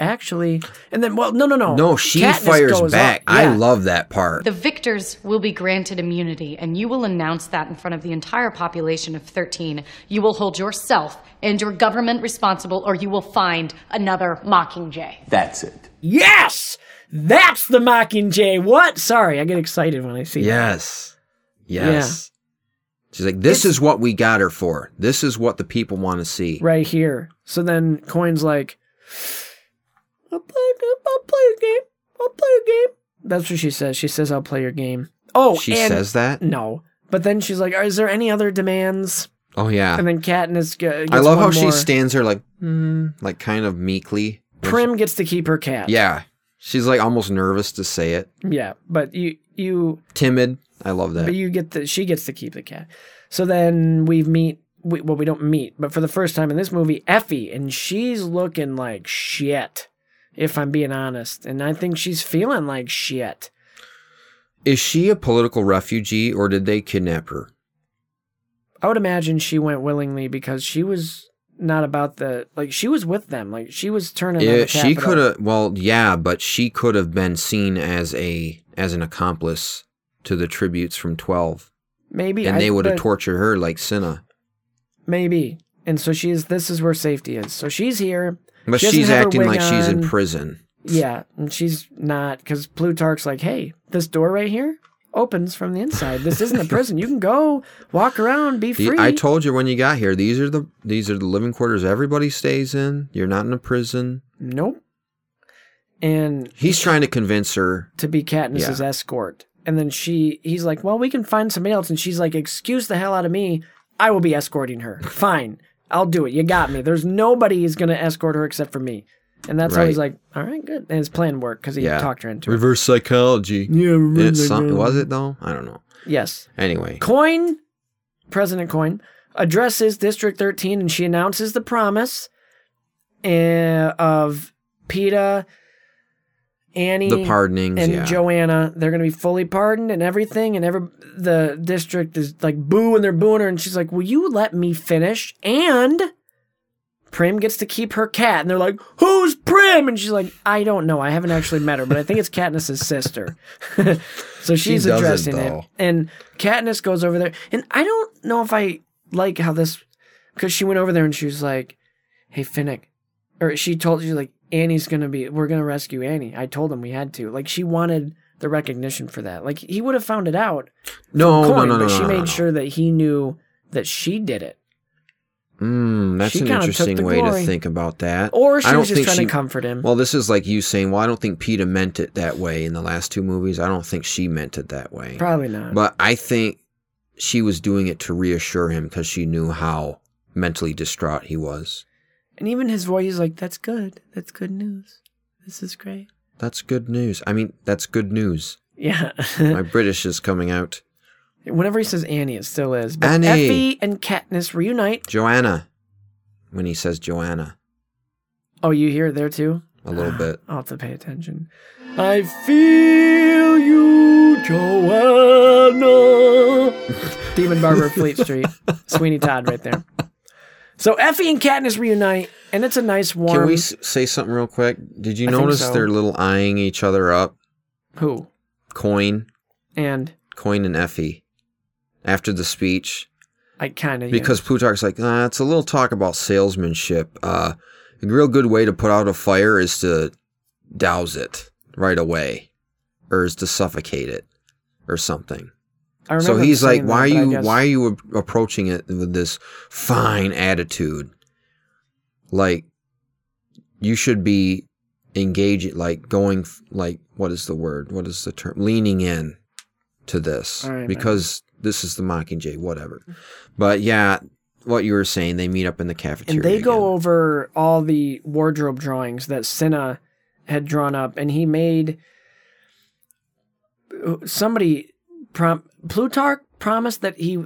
[SPEAKER 1] actually. And then, well, no, no, no.
[SPEAKER 2] No, she
[SPEAKER 1] Oh, Katniss
[SPEAKER 2] fires
[SPEAKER 1] goes
[SPEAKER 2] back.
[SPEAKER 1] on-
[SPEAKER 2] I
[SPEAKER 1] yeah.
[SPEAKER 2] love that part.
[SPEAKER 9] The victors will be granted immunity, and you will announce that in front of the entire population of 13. You will hold yourself and your government responsible, or you will find another Mockingjay.
[SPEAKER 10] That's it.
[SPEAKER 1] Yes! That's the Mockingjay. What? Sorry, I get excited when I see that.
[SPEAKER 2] yes, yes. She's like, "This is what we got her for. This is what the people want to see."
[SPEAKER 1] Right here. So then Coin's like, I'll play, I'll play your game. I'll play your game. That's what she says. She says, I'll play your game. Oh,
[SPEAKER 2] She
[SPEAKER 1] and-
[SPEAKER 2] says that.
[SPEAKER 1] No. But then she's like, is there any other demands?
[SPEAKER 2] Oh yeah.
[SPEAKER 1] And then Katniss g- gets
[SPEAKER 2] I
[SPEAKER 1] one
[SPEAKER 2] love how
[SPEAKER 1] more. Mm-hmm.
[SPEAKER 2] she stands there like, hmm, like kind of meekly.
[SPEAKER 1] Prim gets to keep her cat.
[SPEAKER 2] Yeah. She's like almost nervous to say it.
[SPEAKER 1] Yeah. But you, you,
[SPEAKER 2] Timid. I love that.
[SPEAKER 1] But you get the she gets to keep the cat. So then we meet. We, well, we don't meet, but for the first time in this movie, Effie, and she's looking like shit. If I'm being honest, and I think she's feeling like shit.
[SPEAKER 2] Is she a political refugee or did they kidnap her?
[SPEAKER 1] I would imagine she went willingly because she was not about the like. She was with them. Like she was turning. on
[SPEAKER 2] Yeah,
[SPEAKER 1] the
[SPEAKER 2] Eh, she
[SPEAKER 1] Capitol.
[SPEAKER 2] could have well, yeah, but she could have been seen as a as an accomplice to the tributes from 12
[SPEAKER 1] maybe,
[SPEAKER 2] and
[SPEAKER 1] I-
[SPEAKER 2] they would have
[SPEAKER 1] but
[SPEAKER 2] tortured her like Cinna.
[SPEAKER 1] maybe. And so she is. This is where safety is. So she's here.
[SPEAKER 2] But
[SPEAKER 1] She doesn't
[SPEAKER 2] she's
[SPEAKER 1] have her
[SPEAKER 2] acting
[SPEAKER 1] wig
[SPEAKER 2] like she's
[SPEAKER 1] on.
[SPEAKER 2] in prison.
[SPEAKER 1] Yeah, and she's not because Plutarch's like, hey, this door right here opens from the inside. This isn't a prison. You can go walk around, be
[SPEAKER 2] The-
[SPEAKER 1] free.
[SPEAKER 2] I told you when you got here, these are the these are the living quarters everybody stays in. You're not in a prison.
[SPEAKER 1] nope. And
[SPEAKER 2] He's trying to convince her
[SPEAKER 1] to be Katniss's escort, and then she, he's like, well, we can find somebody else, and she's like, excuse the hell out of me. I will be escorting her. Fine, I'll do it. You got me. There's nobody who's gonna escort her except for me. And that's how he's like, all right, good. And his plan worked because he
[SPEAKER 2] Yeah.
[SPEAKER 1] talked her into it.
[SPEAKER 2] reverse psychology.
[SPEAKER 1] Yeah,
[SPEAKER 2] It some, was it though? I don't know.
[SPEAKER 1] Yes.
[SPEAKER 2] Anyway,
[SPEAKER 1] Coin, President Coin, addresses District 13 and she announces the promise eh, of PETA, Annie,
[SPEAKER 2] the pardonings.
[SPEAKER 1] and
[SPEAKER 2] yeah.
[SPEAKER 1] Joanna. They're going to be fully pardoned and everything. And every the district is like boo and they're booing her. And she's like, Will you let me finish? And Prim gets to keep her cat. And they're like, Who's Prim? And she's like, I don't know. I haven't actually met her, but I think it's Katniss's sister. so she's
[SPEAKER 2] doesn't,
[SPEAKER 1] addressing
[SPEAKER 2] though.
[SPEAKER 1] it. And Katniss goes over there. And I don't know if I like how this. because she went over there and she was like, "Hey, Finnick," or she told you like Annie's gonna be, we're gonna rescue Annie. I told him we had to. Like she wanted the recognition for that. Like he would have found it out.
[SPEAKER 2] Oh, No,
[SPEAKER 1] Coin,
[SPEAKER 2] no, no, no.
[SPEAKER 1] but
[SPEAKER 2] no,
[SPEAKER 1] she
[SPEAKER 2] no,
[SPEAKER 1] made
[SPEAKER 2] no.
[SPEAKER 1] sure that he knew that she did it,
[SPEAKER 2] Mm, that's
[SPEAKER 1] She
[SPEAKER 2] an
[SPEAKER 1] kinda took
[SPEAKER 2] interesting
[SPEAKER 1] the
[SPEAKER 2] way
[SPEAKER 1] glory.
[SPEAKER 2] to think about that.
[SPEAKER 1] or
[SPEAKER 2] I
[SPEAKER 1] she
[SPEAKER 2] don't
[SPEAKER 1] was just
[SPEAKER 2] think
[SPEAKER 1] trying
[SPEAKER 2] she-
[SPEAKER 1] to comfort him.
[SPEAKER 2] Well, this is like you saying, well, I don't think PETA meant it that way in the last two movies. I don't think she meant it that way.
[SPEAKER 1] Probably not.
[SPEAKER 2] But I think she was doing it to reassure him because she knew how mentally distraught he was.
[SPEAKER 1] and even his voice is like, "That's good. That's good news. This is great."
[SPEAKER 2] That's good news. I mean, that's good news.
[SPEAKER 1] Yeah.
[SPEAKER 2] My British is coming out.
[SPEAKER 1] Whenever he says Annie, it still is. But
[SPEAKER 2] Annie.
[SPEAKER 1] Effie and Katniss reunite.
[SPEAKER 2] Joanna. When he says Joanna,
[SPEAKER 1] Oh, you hear it there too?
[SPEAKER 2] a little bit.
[SPEAKER 1] I'll have to pay attention. I feel you, Joanna. Demon Barber, Fleet Street, Sweeney Todd, right there. So Effie and Katniss reunite, and it's a nice warm.
[SPEAKER 2] Can we s- say something real quick? Did you
[SPEAKER 1] I think
[SPEAKER 2] notice
[SPEAKER 1] so.
[SPEAKER 2] they're little eyeing each other up?
[SPEAKER 1] Who
[SPEAKER 2] Coin,
[SPEAKER 1] and
[SPEAKER 2] Coin, and Effie. After the speech,
[SPEAKER 1] I kind of
[SPEAKER 2] because Plutarch's like, ah, it's a little talk about salesmanship. Uh, a real good way to put out a fire is to douse it right away, or is to suffocate it, or something.
[SPEAKER 1] I remember
[SPEAKER 2] So
[SPEAKER 1] him
[SPEAKER 2] he's like,
[SPEAKER 1] saying
[SPEAKER 2] why
[SPEAKER 1] that, but I
[SPEAKER 2] are you
[SPEAKER 1] guess-
[SPEAKER 2] why are you ap- approaching it with this fine attitude? Like, you should be engaging, like going, f- like what is the word? What is the term? Leaning in to this
[SPEAKER 1] All right, man.
[SPEAKER 2] because this is the Mockingjay, whatever. But yeah, what you were saying, they meet up in the cafeteria
[SPEAKER 1] and they go
[SPEAKER 2] again.
[SPEAKER 1] over all the wardrobe drawings that Senna had drawn up, and he made uh, somebody prom- Plutarch promised that he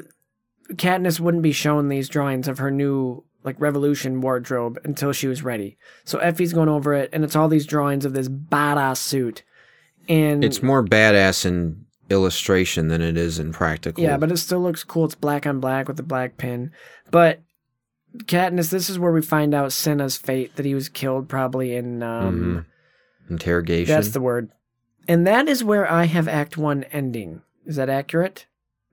[SPEAKER 1] Katniss wouldn't be shown these drawings of her new like revolution wardrobe until she was ready. So Effie's going over it, and it's all these drawings of this badass suit, and
[SPEAKER 2] It's more badass in illustration than it is in practical.
[SPEAKER 1] Yeah, but it still looks cool. It's black on black with the black pin. But Katniss, this is where we find out Senna's fate that he was killed probably in
[SPEAKER 2] Mm-hmm.
[SPEAKER 1] um
[SPEAKER 2] interrogation.
[SPEAKER 1] that's the word. And that is where I have act 1 ending. Is that accurate?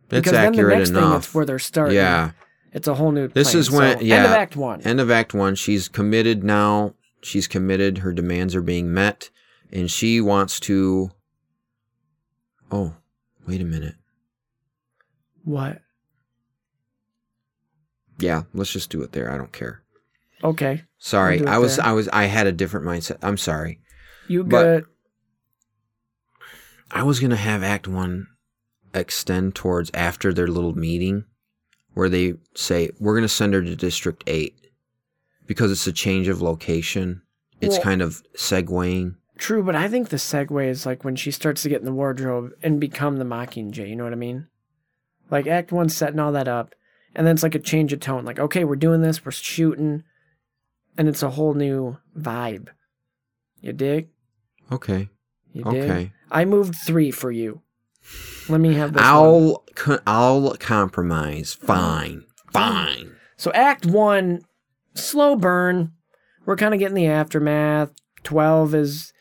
[SPEAKER 2] it's
[SPEAKER 1] because
[SPEAKER 2] accurate
[SPEAKER 1] then the next
[SPEAKER 2] enough.
[SPEAKER 1] thing it's where they're starting.
[SPEAKER 2] yeah.
[SPEAKER 1] It's a whole new
[SPEAKER 2] This
[SPEAKER 1] plane.
[SPEAKER 2] is when-
[SPEAKER 1] So, end
[SPEAKER 2] yeah.
[SPEAKER 1] of act 1.
[SPEAKER 2] End of Act One. She's committed now. She's committed. Her demands are being met, and she wants to. Oh, wait a minute.
[SPEAKER 1] what?
[SPEAKER 2] Yeah, let's just do it there. I don't care.
[SPEAKER 1] Okay. We'll
[SPEAKER 2] Sorry,
[SPEAKER 1] do it
[SPEAKER 2] I was,
[SPEAKER 1] there.
[SPEAKER 2] I was, I had a different mindset. I'm sorry.
[SPEAKER 1] You
[SPEAKER 2] But-
[SPEAKER 1] good?
[SPEAKER 2] I was gonna have Act One extend towards after their little meeting, where they say we're gonna send her to District Eight because it's a change of location. It's
[SPEAKER 1] Well-
[SPEAKER 2] kind of segueing.
[SPEAKER 1] True, but I think the segue is like when she starts to get in the wardrobe and become the Mockingjay. You know what I mean? Like Act One's setting all that up, and then it's like a change of tone. Like, okay, we're doing this, we're shooting, and it's a whole new vibe. You dig?
[SPEAKER 2] Okay.
[SPEAKER 1] You dig?
[SPEAKER 2] Okay.
[SPEAKER 1] I moved three for you. Let me have this. one.
[SPEAKER 2] I'll co- I'll compromise. Fine, fine.
[SPEAKER 1] So Act One, slow burn. We're kind of getting the aftermath. Twelve is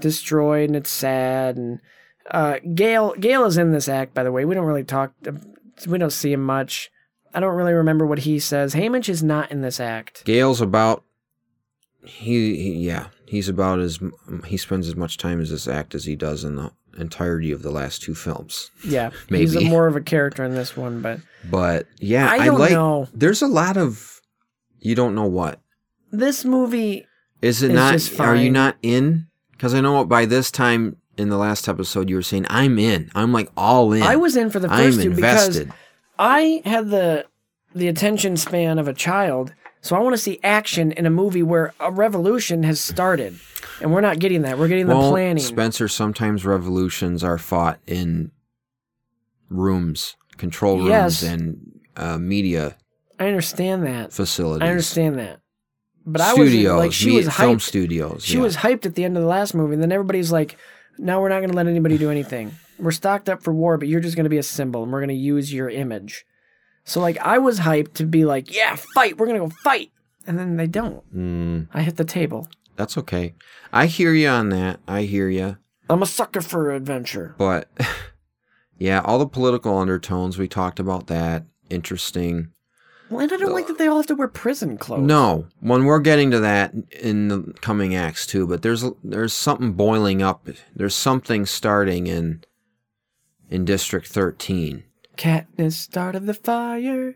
[SPEAKER 1] destroyed and it's sad. And uh, Gail Gail is in this act, by the way. We don't really talk. We don't see him much. I don't really remember what he says. Haymitch is not in this act.
[SPEAKER 2] Gail's about he, he yeah he's about as m- he spends as much time as this act as he does in the entirety of the last two films.
[SPEAKER 1] Yeah, he's a
[SPEAKER 2] Maybe.
[SPEAKER 1] more of a character in this one, but
[SPEAKER 2] But yeah,
[SPEAKER 1] I
[SPEAKER 2] I,
[SPEAKER 1] don't
[SPEAKER 2] like.
[SPEAKER 1] know.
[SPEAKER 2] There's a lot of you don't know what
[SPEAKER 1] this movie
[SPEAKER 2] is it
[SPEAKER 1] It's just
[SPEAKER 2] not? Are you
[SPEAKER 1] fine.
[SPEAKER 2] not in? Because I know by this time in the last episode you were saying I'm in. I'm like all in.
[SPEAKER 1] I was in for the
[SPEAKER 2] I'm
[SPEAKER 1] first two because
[SPEAKER 2] invested.
[SPEAKER 1] I had the the attention span of a child, so I want to see action in a movie where a revolution has started, and we're not getting that. We're getting the
[SPEAKER 2] well,
[SPEAKER 1] planning.
[SPEAKER 2] Spencer, sometimes revolutions are fought in rooms, control rooms,
[SPEAKER 1] Yes.
[SPEAKER 2] and uh, media
[SPEAKER 1] I understand that.
[SPEAKER 2] facilities.
[SPEAKER 1] I understand that. But I was
[SPEAKER 2] Studios,
[SPEAKER 1] like, she
[SPEAKER 2] me-
[SPEAKER 1] was hyped.
[SPEAKER 2] film studios.
[SPEAKER 1] she
[SPEAKER 2] yeah.
[SPEAKER 1] was hyped at the end of the last movie, and then everybody's like, "No, we're not going to let anybody do anything. We're stocked up for war, but you're just going to be a symbol, and we're going to use your image." So like, I was hyped to be like, "Yeah, fight! We're going to go fight," and then they don't.
[SPEAKER 2] Mm,
[SPEAKER 1] I hit the table.
[SPEAKER 2] that's okay. I hear you on that. I hear you.
[SPEAKER 1] I'm a sucker for adventure.
[SPEAKER 2] But yeah, all the political undertones we talked about that. Interesting.
[SPEAKER 1] Well, and I don't like that they all have to wear prison clothes.
[SPEAKER 2] No, when we're getting to that in the coming acts too, but there's there's something boiling up. There's something starting in in District 13.
[SPEAKER 1] Katniss, start of the fire.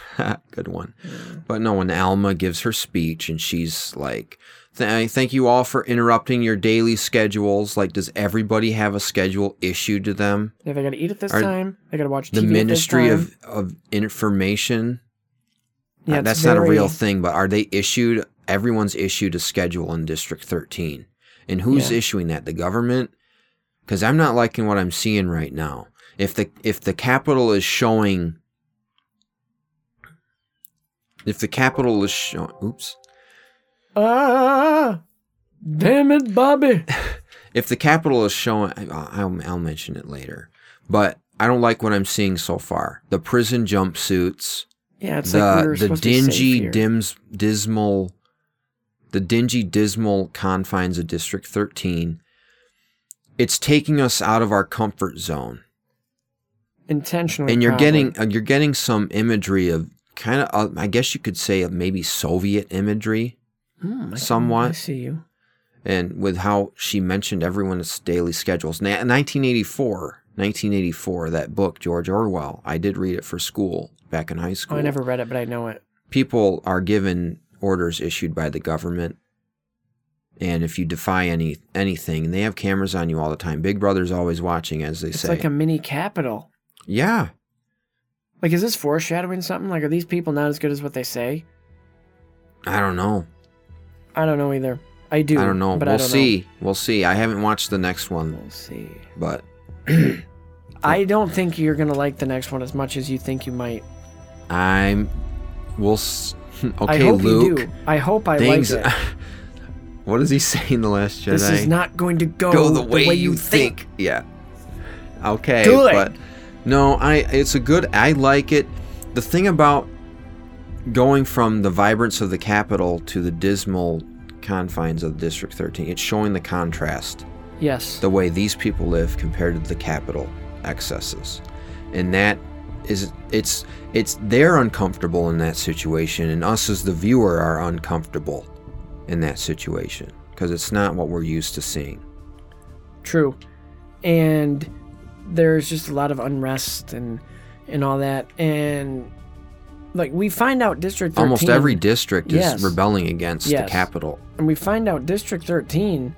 [SPEAKER 2] Good one.
[SPEAKER 1] Hmm.
[SPEAKER 2] But no, when Alma gives her speech and she's like, "Th- I thank you all for interrupting your daily schedules. Like, does everybody have a schedule issued to them?
[SPEAKER 1] Yeah, they gotta eat at this
[SPEAKER 2] Are-
[SPEAKER 1] time. They gotta watch TV
[SPEAKER 2] The
[SPEAKER 1] at this
[SPEAKER 2] Ministry
[SPEAKER 1] time.
[SPEAKER 2] of, of Information.
[SPEAKER 1] Yeah,
[SPEAKER 2] Uh,
[SPEAKER 1] it's
[SPEAKER 2] that's not a real
[SPEAKER 1] very-
[SPEAKER 2] thing, but are they issued? Everyone's issued a schedule in District 13. And who's
[SPEAKER 1] Yeah.
[SPEAKER 2] issuing that? The government? Because I'm not liking what I'm seeing right now. If the if the capital is showing, if the capital is showing, oops,
[SPEAKER 1] Ah, damn it, Bobby.
[SPEAKER 2] if the capital is showing, I- I'll, I'll mention it later. But I don't like what I'm seeing so far. The prison jumpsuits,
[SPEAKER 1] Yeah, it's
[SPEAKER 2] the
[SPEAKER 1] like we were
[SPEAKER 2] the
[SPEAKER 1] supposed to be safe
[SPEAKER 2] dingy
[SPEAKER 1] here.
[SPEAKER 2] dims dismal the dingy dismal confines of district 13 it's taking us out of our comfort zone
[SPEAKER 1] intentionally.
[SPEAKER 2] and you're
[SPEAKER 1] probably.
[SPEAKER 2] getting uh, you're getting some imagery of kind of uh, i guess you could say of maybe soviet imagery
[SPEAKER 1] Hmm, I-
[SPEAKER 2] somewhat.
[SPEAKER 1] I see you. Oh,
[SPEAKER 2] and with how she mentioned everyone's daily schedules. Na- 1984, 1984, that book, George Orwell. I did read it for school back in high
[SPEAKER 1] Oh,
[SPEAKER 2] school.
[SPEAKER 1] I never read it, but I know it.
[SPEAKER 2] People are given orders issued by the government, and if you defy any anything, they have cameras on you all the time. Big Brother's always watching, as they
[SPEAKER 1] It's
[SPEAKER 2] say.
[SPEAKER 1] like a mini capital.
[SPEAKER 2] yeah,
[SPEAKER 1] Like, is this foreshadowing something? Like, are these people not as good as what they say?
[SPEAKER 2] I don't know.
[SPEAKER 1] I don't know either. I do.
[SPEAKER 2] I don't know.
[SPEAKER 1] But
[SPEAKER 2] we'll
[SPEAKER 1] I don't
[SPEAKER 2] see. We'll see. I haven't watched the next
[SPEAKER 1] Know.
[SPEAKER 2] one,
[SPEAKER 1] We'll see.
[SPEAKER 2] but
[SPEAKER 1] I don't think you're gonna like the next one as much as you think you might.
[SPEAKER 2] I'm. We'll. S- okay,
[SPEAKER 1] I hope
[SPEAKER 2] Luke.
[SPEAKER 1] you do. I hope I
[SPEAKER 2] Things.
[SPEAKER 1] like it.
[SPEAKER 2] what does he say in the Last Jedi?
[SPEAKER 1] This is not going to go,
[SPEAKER 2] go Oh, the way, you think. Yeah. Okay.
[SPEAKER 1] Do it.
[SPEAKER 2] But no, I. It's a good. I like it. The thing about going from the vibrance of the capital to the dismal confines of District 13, it's showing the contrast
[SPEAKER 1] Yes.
[SPEAKER 2] the way these people live compared to the capital excesses and that is it's it's they're uncomfortable in that situation and us as the viewer are uncomfortable in that situation because it's not what we're used to seeing
[SPEAKER 1] True. And there's just a lot of unrest and and all that and like we find out district 13
[SPEAKER 2] almost every district is
[SPEAKER 1] Yes.
[SPEAKER 2] rebelling against
[SPEAKER 1] Yes.
[SPEAKER 2] the capital
[SPEAKER 1] and we find out district 13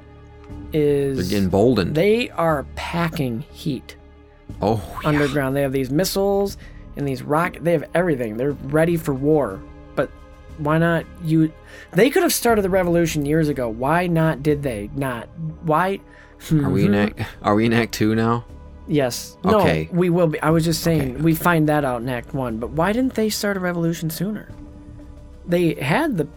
[SPEAKER 1] is
[SPEAKER 2] they're emboldened
[SPEAKER 1] they are packing heat
[SPEAKER 2] oh yeah.
[SPEAKER 1] underground. They have these missiles and these rock. They have everything. They're ready for war. But why not you? They could have started the revolution years ago. Why not? Did they not? Why?
[SPEAKER 2] are we in
[SPEAKER 1] Mm-hmm.
[SPEAKER 2] act are we in act two now
[SPEAKER 1] Yes. No.
[SPEAKER 2] Okay.
[SPEAKER 1] We will be. I was just saying
[SPEAKER 2] Okay,
[SPEAKER 1] we find that out in Act One. But why didn't they start a revolution sooner? They had the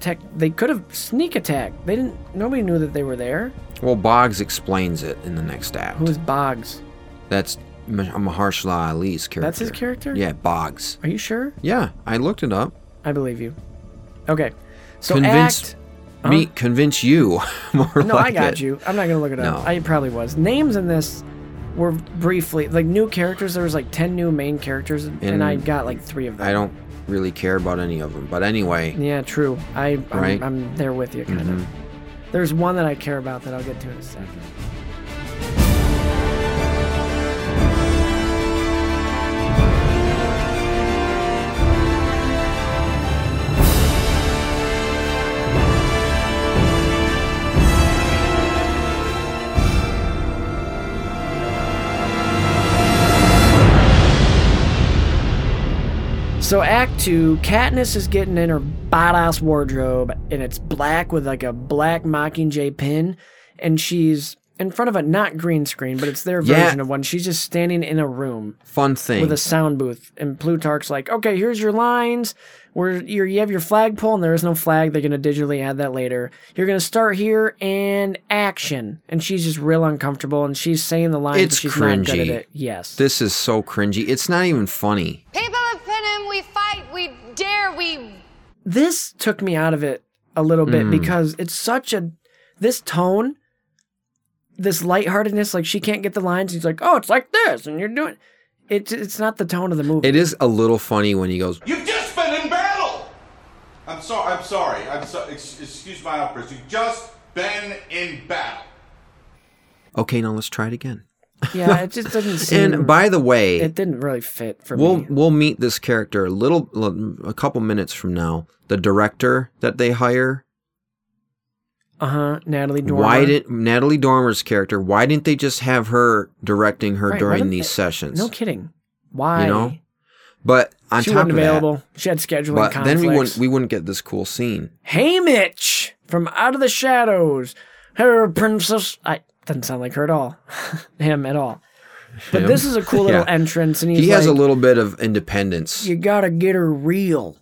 [SPEAKER 1] tech. They could have sneak attacked. They didn't. Nobody knew that they were there.
[SPEAKER 2] well boggs explains it in the next act
[SPEAKER 1] Who is Boggs?
[SPEAKER 2] that's Ma- mahershala ali's character
[SPEAKER 1] That's his character?
[SPEAKER 2] yeah boggs
[SPEAKER 1] Are you sure?
[SPEAKER 2] yeah i looked it up
[SPEAKER 1] I believe you. Okay. So
[SPEAKER 2] Convince-
[SPEAKER 1] Act.
[SPEAKER 2] me convince you more
[SPEAKER 1] No,
[SPEAKER 2] like
[SPEAKER 1] I got
[SPEAKER 2] it.
[SPEAKER 1] you. I'm not gonna look it up.
[SPEAKER 2] No.
[SPEAKER 1] I probably was. Names in this were briefly like new characters. There was like ten new main characters, and,
[SPEAKER 2] And
[SPEAKER 1] I got like three of them.
[SPEAKER 2] i don't really care about any of them but anyway
[SPEAKER 1] Yeah, true. I I'm,
[SPEAKER 2] Right. Mm-hmm.
[SPEAKER 1] I'm there with you, kind of. There's one that I care about that I'll get to in a second. So Act Two, Katniss is getting in her badass wardrobe, and it's black with like a black Mockingjay pin, and she's in front of a not green screen, but it's their
[SPEAKER 2] Yeah.
[SPEAKER 1] version of one. She's just standing in a room
[SPEAKER 2] fun thing
[SPEAKER 1] with a sound booth, and Plutarch's like, "Okay, here's your lines. Where you're, you have your flagpole, and there is no flag. They're gonna digitally add that later. You're gonna start here and action." And she's just real uncomfortable, and she's saying the lines,
[SPEAKER 2] It's
[SPEAKER 1] but she's not good at
[SPEAKER 2] cringy.
[SPEAKER 1] it. Yes,
[SPEAKER 2] this is so cringy it's not even funny
[SPEAKER 4] People of Panem, we fight, we dare, we
[SPEAKER 1] this took me out of it a little
[SPEAKER 2] Mm.
[SPEAKER 1] bit because it's such a this tone this lightheartedness like she can't get the lines he's like oh it's like this and you're doing it's it's not the tone of the movie
[SPEAKER 2] it is a little funny when he goes
[SPEAKER 5] You've just
[SPEAKER 10] so, I'm sorry. I'm so, ex- excuse my outburst. You've just been in battle.
[SPEAKER 2] Okay, now let's try it again.
[SPEAKER 1] Yeah, it just doesn't seem.
[SPEAKER 2] And by the way,
[SPEAKER 1] it didn't really fit for
[SPEAKER 2] we'll
[SPEAKER 1] me.
[SPEAKER 2] we'll meet this character a little a couple minutes from now. The director that they hire.
[SPEAKER 1] Uh huh. Natalie Dormer.
[SPEAKER 2] Why didn't Natalie Dormer's character? Why didn't they just have her directing her
[SPEAKER 1] Right, why
[SPEAKER 2] during
[SPEAKER 1] didn't
[SPEAKER 2] these
[SPEAKER 1] they-
[SPEAKER 2] sessions?
[SPEAKER 1] No kidding. Why?
[SPEAKER 2] You know, but on
[SPEAKER 1] she
[SPEAKER 2] top
[SPEAKER 1] wasn't
[SPEAKER 2] of
[SPEAKER 1] available. she had scheduling
[SPEAKER 2] that, but
[SPEAKER 1] conflicts.
[SPEAKER 2] then we wouldn't we wouldn't get this cool scene.
[SPEAKER 1] Haymitch from Out of the Shadows. Her princess. I doesn't sound like her at all. Him at all. But
[SPEAKER 2] Him?
[SPEAKER 1] this is a cool little
[SPEAKER 2] Yeah.
[SPEAKER 1] entrance, and he's
[SPEAKER 2] He has
[SPEAKER 1] like,
[SPEAKER 2] a little bit of independence.
[SPEAKER 1] You gotta get her real.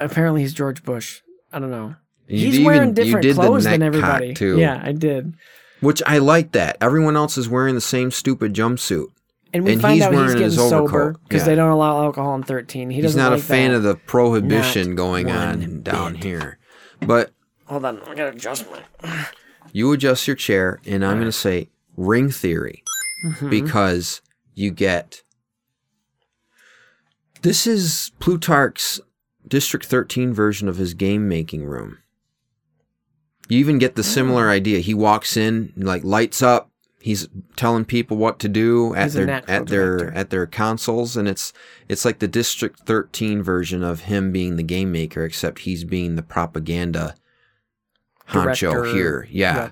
[SPEAKER 1] Apparently, he's George Bush. I don't know.
[SPEAKER 2] You
[SPEAKER 1] he's
[SPEAKER 2] even-
[SPEAKER 1] wearing
[SPEAKER 2] you
[SPEAKER 1] different
[SPEAKER 2] did the
[SPEAKER 1] clothes than
[SPEAKER 2] neck cock,
[SPEAKER 1] everybody.
[SPEAKER 2] too.
[SPEAKER 1] Yeah, I did.
[SPEAKER 2] Which I like that. Everyone else is wearing the same stupid jumpsuit.
[SPEAKER 1] And we
[SPEAKER 2] And
[SPEAKER 1] find
[SPEAKER 2] he's
[SPEAKER 1] out he's
[SPEAKER 2] wearing
[SPEAKER 1] getting
[SPEAKER 2] his
[SPEAKER 1] sober
[SPEAKER 2] overcoat.
[SPEAKER 1] because
[SPEAKER 2] Yeah.
[SPEAKER 1] they don't allow alcohol in 13. He
[SPEAKER 2] He's
[SPEAKER 1] doesn't
[SPEAKER 2] not
[SPEAKER 1] like
[SPEAKER 2] a fan
[SPEAKER 1] that.
[SPEAKER 2] of the prohibition going
[SPEAKER 1] one
[SPEAKER 2] on down here. But
[SPEAKER 1] Hold on, I gotta adjust my.
[SPEAKER 2] you adjust your chair, and I'm going to say ring theory
[SPEAKER 1] Mm-hmm.
[SPEAKER 2] because you get. This is Plutarch's District 13 version of his game making room. You even get the similar
[SPEAKER 1] Oh.
[SPEAKER 2] idea. He walks in, like lights up. He's telling people what to do at
[SPEAKER 1] He's a
[SPEAKER 2] their
[SPEAKER 1] natural
[SPEAKER 2] at their
[SPEAKER 1] director.
[SPEAKER 2] at their consoles, and it's it's like the District 13 version of him being the game maker, except he's being the propaganda honcho
[SPEAKER 1] Director.
[SPEAKER 2] here. Yeah.
[SPEAKER 1] Yeah.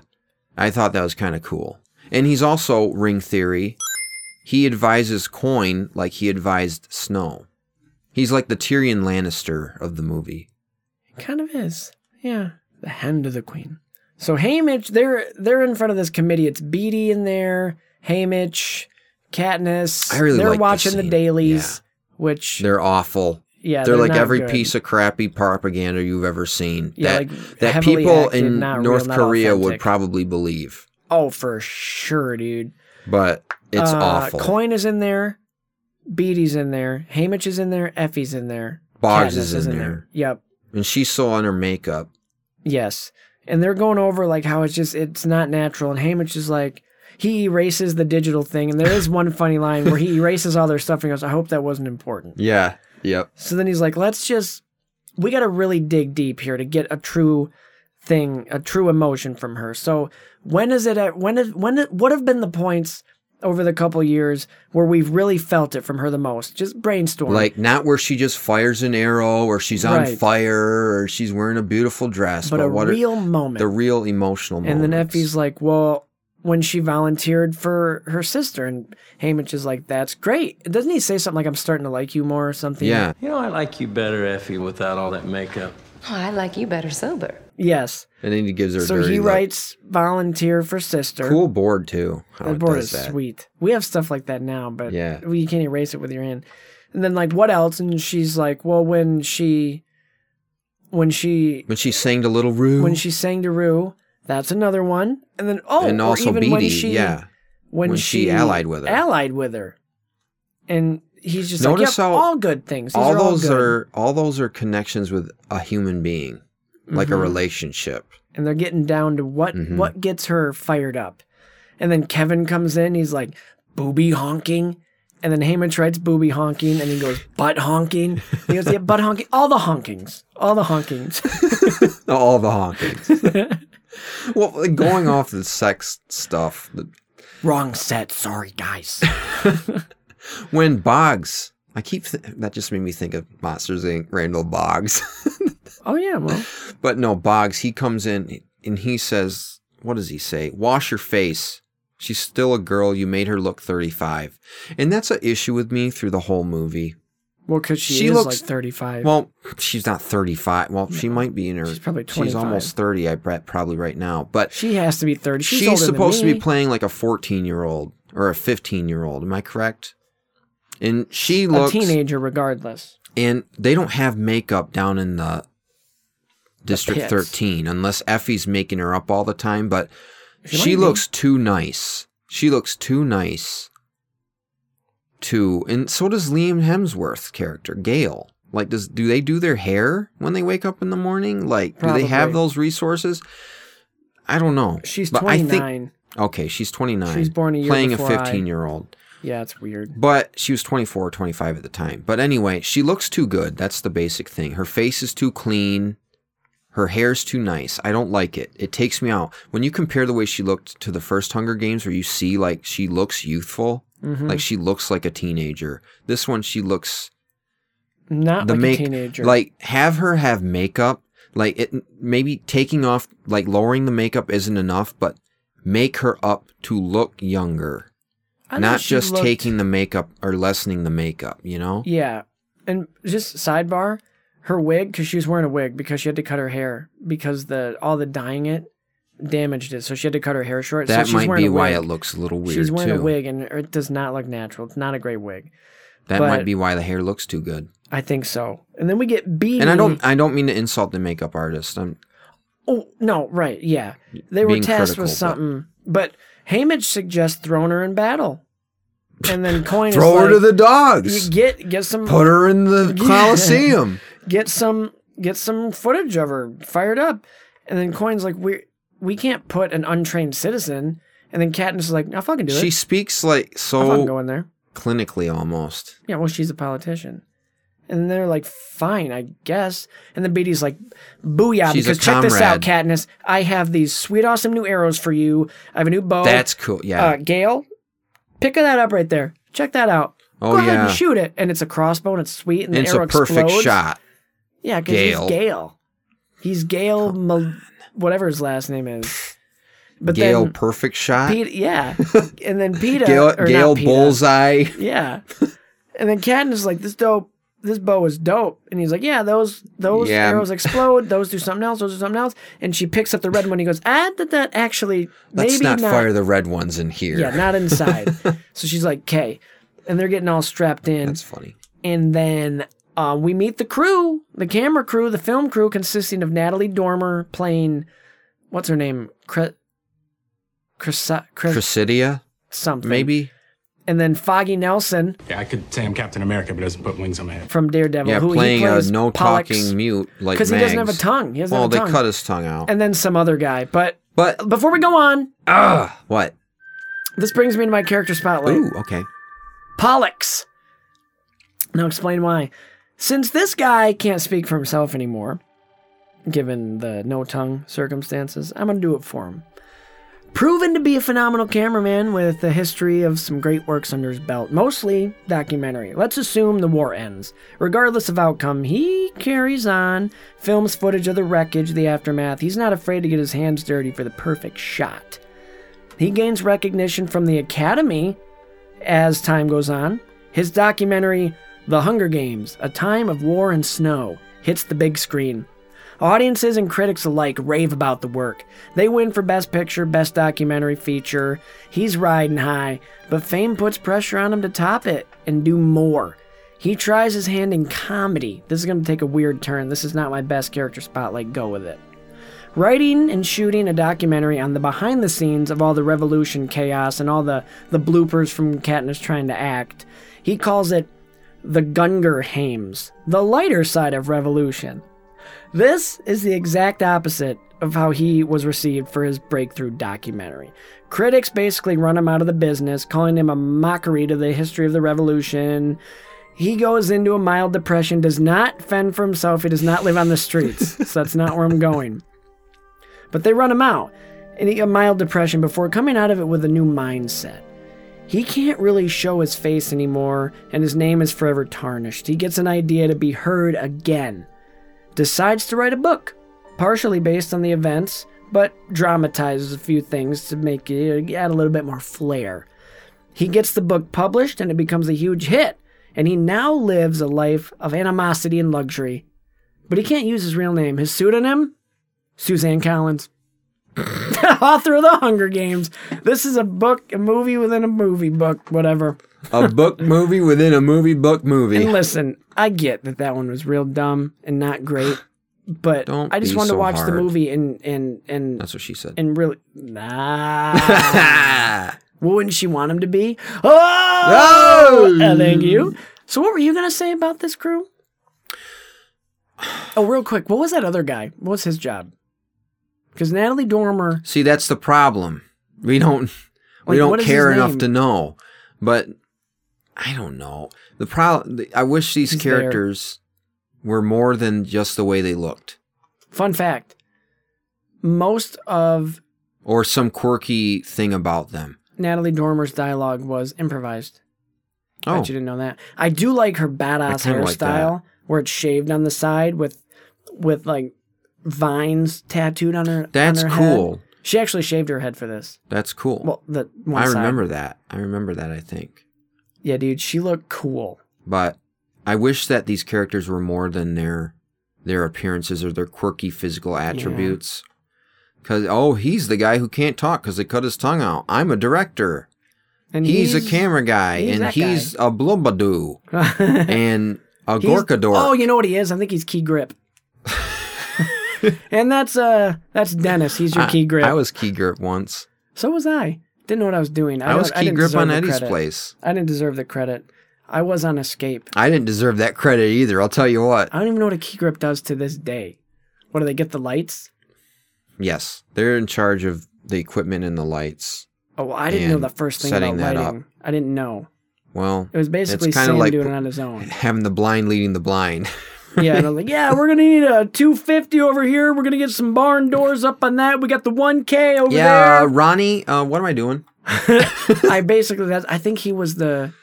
[SPEAKER 2] I thought that was kind of cool. And he's also ring theory. He advises Coin like he advised Snow. He's like the Tyrion Lannister of the movie.
[SPEAKER 1] Kind of is. Yeah. The hand of the queen. So Haymitch, they're they're in front of this committee. It's Beatty in there, Haymitch, Katniss.
[SPEAKER 2] I really
[SPEAKER 1] they're
[SPEAKER 2] like this
[SPEAKER 1] watching the
[SPEAKER 2] scene.
[SPEAKER 1] dailies, which
[SPEAKER 2] They're awful.
[SPEAKER 1] yeah,
[SPEAKER 2] they're, like
[SPEAKER 1] not
[SPEAKER 2] every
[SPEAKER 1] good.
[SPEAKER 2] piece of crappy propaganda you've ever seen.
[SPEAKER 1] Yeah,
[SPEAKER 2] that
[SPEAKER 1] like,
[SPEAKER 2] that
[SPEAKER 1] heavily
[SPEAKER 2] people
[SPEAKER 1] acted,
[SPEAKER 2] in
[SPEAKER 1] not real,
[SPEAKER 2] North
[SPEAKER 1] not
[SPEAKER 2] Korea would
[SPEAKER 1] authentic.
[SPEAKER 2] probably believe,
[SPEAKER 1] Oh, for sure, dude.
[SPEAKER 2] but it's
[SPEAKER 1] Uh,
[SPEAKER 2] awful.
[SPEAKER 1] Coin is in there, Beatty's in there, Haymitch is in there, Effie's in there,
[SPEAKER 2] Boggs
[SPEAKER 1] Katniss
[SPEAKER 2] is in there.
[SPEAKER 1] Yep.
[SPEAKER 2] and she's so on her makeup.
[SPEAKER 1] Yes. And they're going over like how it's just it's not natural. And Hamish is like he erases the digital thing, and there is one funny line where he erases all their stuff and goes, "I hope that wasn't important."
[SPEAKER 2] Yeah. Yep.
[SPEAKER 1] So then he's like, "Let's just we got to really dig deep here to get a true thing, a true emotion from her." So when is it at when is when what have been the points over the couple years where we've really felt it from her the most? Just brainstorm.
[SPEAKER 2] Like not where she just fires an arrow or she's on
[SPEAKER 1] Right.
[SPEAKER 2] fire or she's wearing a beautiful dress,
[SPEAKER 1] but
[SPEAKER 2] but,
[SPEAKER 1] a
[SPEAKER 2] what are
[SPEAKER 1] real moment.
[SPEAKER 2] the real emotional
[SPEAKER 1] And then
[SPEAKER 2] moments.
[SPEAKER 1] Effie's like, well, when she volunteered for her sister, and Hamish is like, that's great. Doesn't he say something like, I'm starting to like you more or something?
[SPEAKER 2] Yeah.
[SPEAKER 11] You know, I like you better, Effie, without all that makeup.
[SPEAKER 4] Oh, I like you better sober.
[SPEAKER 1] Yes.
[SPEAKER 2] And then he gives her a
[SPEAKER 1] So
[SPEAKER 2] dirty
[SPEAKER 1] he
[SPEAKER 2] look.
[SPEAKER 1] writes volunteer for sister.
[SPEAKER 2] cool board too. How
[SPEAKER 1] That
[SPEAKER 2] it
[SPEAKER 1] board
[SPEAKER 2] does
[SPEAKER 1] is
[SPEAKER 2] that.
[SPEAKER 1] sweet. We have stuff like that now, but
[SPEAKER 2] Yeah.
[SPEAKER 1] we, you can't erase it with your hand. And then like, what else? And she's like, well, when she, when she,
[SPEAKER 2] When she sang the little roo
[SPEAKER 1] when she sang to Rue, that's another one. And then oh,
[SPEAKER 2] and
[SPEAKER 1] or
[SPEAKER 2] also
[SPEAKER 1] even
[SPEAKER 2] Beatty,
[SPEAKER 1] when she,
[SPEAKER 2] yeah.
[SPEAKER 1] when,
[SPEAKER 2] when
[SPEAKER 1] she,
[SPEAKER 2] she allied with her.
[SPEAKER 1] Allied with her. And he's just like,
[SPEAKER 2] Notice
[SPEAKER 1] yep,
[SPEAKER 2] how
[SPEAKER 1] all good things. These
[SPEAKER 2] all
[SPEAKER 1] are
[SPEAKER 2] those
[SPEAKER 1] all good.
[SPEAKER 2] are all those are connections with a human being, like a
[SPEAKER 1] Mhm.
[SPEAKER 2] relationship.
[SPEAKER 1] and they're getting down to what
[SPEAKER 2] Mhm.
[SPEAKER 1] what gets her fired up. And then Kevin comes in, he's like, booby honking. And then Hamish writes booby honking, and he goes, butt honking. He goes, yeah, butt honking. All the honkings. All the honkings.
[SPEAKER 2] All the honkings. well, like, going off the sex stuff, the-
[SPEAKER 1] Wrong set. Sorry, guys.
[SPEAKER 2] when Boggs, I keep th- that just made me think of Monsters Inc. Randall Boggs.
[SPEAKER 1] oh, yeah. Well,
[SPEAKER 2] But no, Boggs, he comes in and he says, What does he say? Wash your face. She's still a girl. You made her look 35. And that's an issue with me through the whole movie.
[SPEAKER 1] well, because she,
[SPEAKER 2] She
[SPEAKER 1] is
[SPEAKER 2] looks-
[SPEAKER 1] like 35.
[SPEAKER 2] Well, she's not 35. Well, she might be in her.
[SPEAKER 1] She's probably
[SPEAKER 2] She's
[SPEAKER 1] 25.
[SPEAKER 2] almost 30, I bet, probably right now. But
[SPEAKER 1] she has to be 30. She's,
[SPEAKER 2] she's,
[SPEAKER 1] older than
[SPEAKER 2] supposed to
[SPEAKER 1] me.
[SPEAKER 2] be playing like a 14 year old or a 15 year old. Am I correct? And she
[SPEAKER 1] a
[SPEAKER 2] looks.
[SPEAKER 1] teenager, regardless.
[SPEAKER 2] and they don't have makeup down in the district
[SPEAKER 1] pits.
[SPEAKER 2] 13 unless effie's making her up all the time but
[SPEAKER 1] She
[SPEAKER 2] she,
[SPEAKER 1] might be.
[SPEAKER 2] looks too nice she looks too nice to and so does liam hemsworth's character gail like does do they do their hair when they wake up in the morning like do they have
[SPEAKER 1] Probably.
[SPEAKER 2] those resources i don't know
[SPEAKER 1] She's
[SPEAKER 2] But I think-
[SPEAKER 1] 29.
[SPEAKER 2] Okay, she's 29.
[SPEAKER 1] She was born a year
[SPEAKER 2] Playing
[SPEAKER 1] before
[SPEAKER 2] a
[SPEAKER 1] I-
[SPEAKER 2] 15 year old.
[SPEAKER 1] Yeah, it's weird.
[SPEAKER 2] But she was 24 or 25 at the time. But anyway, she looks too good. That's the basic thing. Her face is too clean. Her hair's too nice. I don't like it. It takes me out. When you compare the way she looked to the first Hunger Games, where you see like she looks youthful,
[SPEAKER 1] Mhm.
[SPEAKER 2] like she looks like a teenager. This one, she looks
[SPEAKER 1] Not
[SPEAKER 2] the
[SPEAKER 1] like
[SPEAKER 2] make
[SPEAKER 1] a teenager.
[SPEAKER 2] like have her have makeup. Like it maybe taking off like lowering the makeup isn't enough, but make her up to look younger,
[SPEAKER 1] I thought
[SPEAKER 2] not
[SPEAKER 1] she
[SPEAKER 2] just
[SPEAKER 1] looked-
[SPEAKER 2] taking the makeup or lessening the makeup. You know?
[SPEAKER 1] Yeah. And just sidebar, her wig cuz she was wearing a wig because she had to cut her hair because the all the dyeing it damaged it. So she had to cut her hair short. so
[SPEAKER 2] That
[SPEAKER 1] she's
[SPEAKER 2] might
[SPEAKER 1] wearing
[SPEAKER 2] be
[SPEAKER 1] a
[SPEAKER 2] why
[SPEAKER 1] wig.
[SPEAKER 2] it looks a little weird
[SPEAKER 1] She's wearing
[SPEAKER 2] too.
[SPEAKER 1] a wig and it does not look natural. It's not a great wig.
[SPEAKER 2] That
[SPEAKER 1] but
[SPEAKER 2] might be why the hair looks too good.
[SPEAKER 1] I think so. And then we get Beanie.
[SPEAKER 2] And I don't I don't mean to insult the makeup artist. I'm
[SPEAKER 1] Oh no, right, yeah. They were
[SPEAKER 2] Being
[SPEAKER 1] tasked
[SPEAKER 2] critical,
[SPEAKER 1] with
[SPEAKER 2] but-
[SPEAKER 1] something, but, Haymitch suggests throwing her in battle, and then Coin
[SPEAKER 2] throw
[SPEAKER 1] is
[SPEAKER 2] her to
[SPEAKER 1] like,
[SPEAKER 2] the dogs.
[SPEAKER 1] You get get some
[SPEAKER 2] Put her in the
[SPEAKER 1] Yeah.
[SPEAKER 2] Coliseum.
[SPEAKER 1] get some get some footage of her fired up, and then Coin's like we we can't put an untrained citizen, and then Katniss is like I'll fucking do it.
[SPEAKER 2] She speaks like
[SPEAKER 1] I'll fucking go
[SPEAKER 2] so
[SPEAKER 1] in there.
[SPEAKER 2] clinically almost.
[SPEAKER 1] Yeah, well she's a politician. And they're like, fine, I guess. And then Beatty's like, booyah,
[SPEAKER 2] She's a
[SPEAKER 1] because check this out, Katniss. I have these sweet, awesome new arrows for you. I have a new bow.
[SPEAKER 2] That's cool. Yeah.
[SPEAKER 1] Oh, Uh, Gail, pick that up right there. Check that out.
[SPEAKER 2] Oh,
[SPEAKER 1] Go ahead and
[SPEAKER 2] yeah.
[SPEAKER 1] shoot it. And it's a crossbow and it's sweet and,
[SPEAKER 2] and
[SPEAKER 1] the
[SPEAKER 2] it's
[SPEAKER 1] arrow
[SPEAKER 2] a perfect
[SPEAKER 1] explodes.
[SPEAKER 2] shot.
[SPEAKER 1] Yeah, because he's
[SPEAKER 2] Gale.
[SPEAKER 1] Gale. He's Gale, Mal- whatever his last name is. But
[SPEAKER 2] Gail
[SPEAKER 1] then
[SPEAKER 2] perfect shot.
[SPEAKER 1] Pete, yeah, and then Peta,
[SPEAKER 2] Gail,
[SPEAKER 1] or
[SPEAKER 2] Gail
[SPEAKER 1] not Peta.
[SPEAKER 2] bullseye.
[SPEAKER 1] Yeah, and then Katniss is like, "This dope, this bow is dope," and he's like, "Yeah, those those
[SPEAKER 2] Yeah.
[SPEAKER 1] arrows explode. Those do something else. Those do something else." And she picks up the red one. And he goes, "Ah, that that actually
[SPEAKER 2] Let's
[SPEAKER 1] maybe
[SPEAKER 2] not,
[SPEAKER 1] not,
[SPEAKER 2] fire the red ones in here.
[SPEAKER 1] yeah, not inside." so she's like, "Okay," and they're getting all strapped in.
[SPEAKER 2] That's funny.
[SPEAKER 1] And then uh, we meet the crew, the camera crew, the film crew, consisting of Natalie Dormer playing, what's her name? Cre- Cressa- Cres-
[SPEAKER 2] Presidia,
[SPEAKER 1] something.
[SPEAKER 2] maybe?
[SPEAKER 1] And then Foggy Nelson
[SPEAKER 12] Yeah, I could say I'm Captain America, but it doesn't put wings on my head.
[SPEAKER 1] from Daredevil,
[SPEAKER 2] yeah,
[SPEAKER 1] who
[SPEAKER 2] playing
[SPEAKER 1] he
[SPEAKER 2] a
[SPEAKER 1] plays
[SPEAKER 2] no
[SPEAKER 1] Pollux,
[SPEAKER 2] talking mute like
[SPEAKER 1] he doesn't have a
[SPEAKER 2] Mags.
[SPEAKER 1] tongue. He doesn't
[SPEAKER 2] well,
[SPEAKER 1] have a tongue.
[SPEAKER 2] they cut his tongue out.
[SPEAKER 1] And then some other guy. But
[SPEAKER 2] But
[SPEAKER 1] before we go on,
[SPEAKER 2] ah, what?
[SPEAKER 1] this brings me to my character spotlight.
[SPEAKER 2] Ooh, okay.
[SPEAKER 1] Pollux. Now explain why. Since this guy can't speak for himself anymore, given the no tongue circumstances, I'm going to do it for him. Proven to be a phenomenal cameraman with a history of some great works under his belt, mostly documentary. Let's assume the war ends. Regardless of outcome, he carries on, films footage of the wreckage, the aftermath. He's not afraid to get his hands dirty for the perfect shot. He gains recognition from the Academy as time goes on. His documentary, The Hunger Games A Time of War and Snow, hits the big screen. Audiences and critics alike rave about the work. They win for Best Picture, Best Documentary Feature. He's riding high, but fame puts pressure on him to top it and do more. He tries his hand in comedy. This is going to take a weird turn. This is not my best character spotlight. Go with it writing and shooting a documentary on the behind the scenes of all the revolution chaos and all the, the bloopers from Katniss trying to act. He calls it the Gunger Hames, the lighter side of revolution. This is the exact opposite of how he was received for his breakthrough documentary. Critics basically run him out of the business, calling him a mockery to the history of the revolution. He goes into a mild depression, does not fend for himself, he does not live on the streets. so that's not where I'm going but they run him out and he, a mild depression before coming out of it with a new mindset he can't really show his face anymore and his name is forever tarnished he gets an idea to be heard again decides to write a book partially based on the events but dramatizes a few things to make it uh, add a little bit more flair he gets the book published and it becomes a huge hit and he now lives a life of animosity and luxury but he can't use his real name his pseudonym Suzanne Collins, author of The Hunger Games. This is a book, a movie within a movie book, whatever.
[SPEAKER 2] A book movie within a movie book movie.
[SPEAKER 1] And listen, I get that that one was real dumb and not great, but
[SPEAKER 2] Don't
[SPEAKER 1] I just
[SPEAKER 2] be
[SPEAKER 1] wanted to
[SPEAKER 2] so
[SPEAKER 1] watch the
[SPEAKER 2] hard.
[SPEAKER 1] movie and and and
[SPEAKER 2] That's what she said.
[SPEAKER 1] and really nah. Wouldn't she want him to be? Oh,
[SPEAKER 2] No!
[SPEAKER 1] Uh, thank you. So, what were you gonna say about this crew? Oh, real quick, what was that other guy? What was his job? Because Natalie Dormer
[SPEAKER 2] See, that's the problem. We don't we
[SPEAKER 1] Wait,
[SPEAKER 2] don't
[SPEAKER 1] what is his
[SPEAKER 2] care enough
[SPEAKER 1] name?
[SPEAKER 2] to know. But I don't know. The problem. I wish these
[SPEAKER 1] He's there.
[SPEAKER 2] characters were more than just the way they looked,
[SPEAKER 1] Fun fact most of
[SPEAKER 2] or some quirky thing about them.
[SPEAKER 1] Natalie Dormer's dialogue was improvised. I
[SPEAKER 2] Oh,
[SPEAKER 1] bet you didn't know that. I do like her badass
[SPEAKER 2] kinda like
[SPEAKER 1] hairstyle where it's shaved on the side with with like vines tattooed on her. on
[SPEAKER 2] That's
[SPEAKER 1] her head.
[SPEAKER 2] cool.
[SPEAKER 1] She actually shaved her head for this.
[SPEAKER 2] That's cool.
[SPEAKER 1] Well, the one
[SPEAKER 2] I
[SPEAKER 1] side.
[SPEAKER 2] remember that. I remember that. I think,
[SPEAKER 1] Yeah, dude, she looked cool.
[SPEAKER 2] but I wish that these characters were more than their their appearances or their quirky physical attributes. Because oh, he's the guy who can't talk because they cut his tongue out. I'm a director.
[SPEAKER 1] And
[SPEAKER 2] he's, a camera guy,
[SPEAKER 1] he's
[SPEAKER 2] and
[SPEAKER 1] that
[SPEAKER 2] he's a blubadoo, and a gorkador.
[SPEAKER 1] Oh, you know what he is? I think he's key grip. and that's uh that's Dennis. He's your
[SPEAKER 2] I-
[SPEAKER 1] key grip.
[SPEAKER 2] I, was key grip once.
[SPEAKER 1] so was I. Didn't know what I was doing.
[SPEAKER 2] I, was
[SPEAKER 1] don't-
[SPEAKER 2] key
[SPEAKER 1] didn't
[SPEAKER 2] grip
[SPEAKER 1] deserve
[SPEAKER 2] on
[SPEAKER 1] the
[SPEAKER 2] Eddie's
[SPEAKER 1] credit.
[SPEAKER 2] place.
[SPEAKER 1] I didn't deserve the credit. I was on escape.
[SPEAKER 2] I didn't deserve that credit either. I'll tell you what.
[SPEAKER 1] I don't even know what a key grip does to this day. What do they get the lights?
[SPEAKER 2] Yes, they're in charge of the equipment and the lights.
[SPEAKER 1] Oh, well, I didn't know
[SPEAKER 2] And
[SPEAKER 1] the first thing
[SPEAKER 2] setting
[SPEAKER 1] about
[SPEAKER 2] that
[SPEAKER 1] lighting. I didn't know.
[SPEAKER 2] Well,
[SPEAKER 1] It was
[SPEAKER 2] it's
[SPEAKER 1] basically
[SPEAKER 2] kinda
[SPEAKER 1] Sam
[SPEAKER 2] like
[SPEAKER 1] doing it on his own.
[SPEAKER 2] having the blind leading the blind.
[SPEAKER 1] Yeah, and I'm like, yeah, we're gonna need a 250 over here. We're gonna get some barn doors up on that. We got the 1K over
[SPEAKER 2] yeah, uh, Ronnie, uh, what am I doing?
[SPEAKER 1] there. I basically that's I think he was the.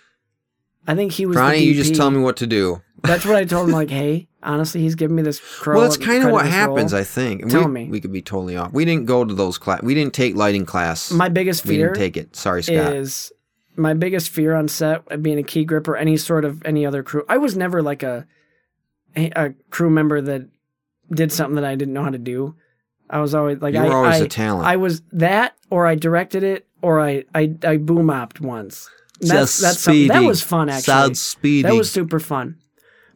[SPEAKER 1] I think he was. the
[SPEAKER 2] Ronnie, you just
[SPEAKER 1] DP.
[SPEAKER 2] tell me what to do.
[SPEAKER 1] That's what I told him. Like, hey, honestly, he's giving me this. Crow
[SPEAKER 2] well, that's kind of what happens, I think. And
[SPEAKER 1] Tell
[SPEAKER 2] we,
[SPEAKER 1] me.
[SPEAKER 2] we could be totally off. We didn't go to those class. We didn't take lighting class.
[SPEAKER 1] My biggest
[SPEAKER 2] we
[SPEAKER 1] fear
[SPEAKER 2] didn't take it. Sorry, Scott.
[SPEAKER 1] is my biggest fear on set of being a key grip or any sort of any other crew. I was never like a a crew member that did something that I didn't know how to do. I was always like
[SPEAKER 2] You
[SPEAKER 1] I,
[SPEAKER 2] were always
[SPEAKER 1] I,
[SPEAKER 2] a talent.
[SPEAKER 1] I was that, or I directed it, or I I, I boom opped once. That's
[SPEAKER 2] Just
[SPEAKER 1] that's something that
[SPEAKER 2] speeding.
[SPEAKER 1] was fun actually.
[SPEAKER 2] Sounds speeding.
[SPEAKER 1] That was super fun.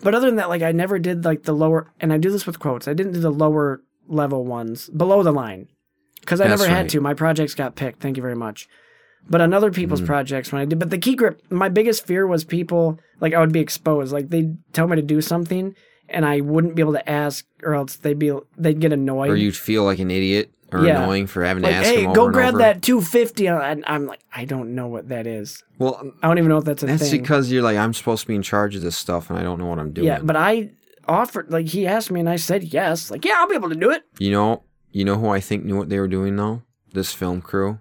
[SPEAKER 1] But other than that, like I never did like the lower, and I do this with quotes. I didn't do the lower level ones below the line because I
[SPEAKER 2] That's
[SPEAKER 1] never had
[SPEAKER 2] right.
[SPEAKER 1] to. My projects got picked. Thank you very much. But on other people's
[SPEAKER 2] Mm.
[SPEAKER 1] projects, when I did, but the key grip, my biggest fear was people like I would be exposed. Like they'd tell me to do something, and I wouldn't be able to ask, or else they'd be they'd get annoyed.
[SPEAKER 2] or you'd feel like an idiot or
[SPEAKER 1] Yeah.
[SPEAKER 2] annoying for having
[SPEAKER 1] like,
[SPEAKER 2] to ask
[SPEAKER 1] hey,
[SPEAKER 2] him over
[SPEAKER 1] go
[SPEAKER 2] and
[SPEAKER 1] grab
[SPEAKER 2] over.
[SPEAKER 1] that 250. And I'm like, I don't know what that is.
[SPEAKER 2] Well,
[SPEAKER 1] I don't even know if that's a
[SPEAKER 2] that's
[SPEAKER 1] thing.
[SPEAKER 2] because you're like, I'm supposed to be in charge of this stuff, and I don't know what I'm doing.
[SPEAKER 1] Yeah, but I offered like he asked me and I said yes. Like, yeah, I'll be able to do it.
[SPEAKER 2] you know, you know who I think knew what they were doing though. This film crew,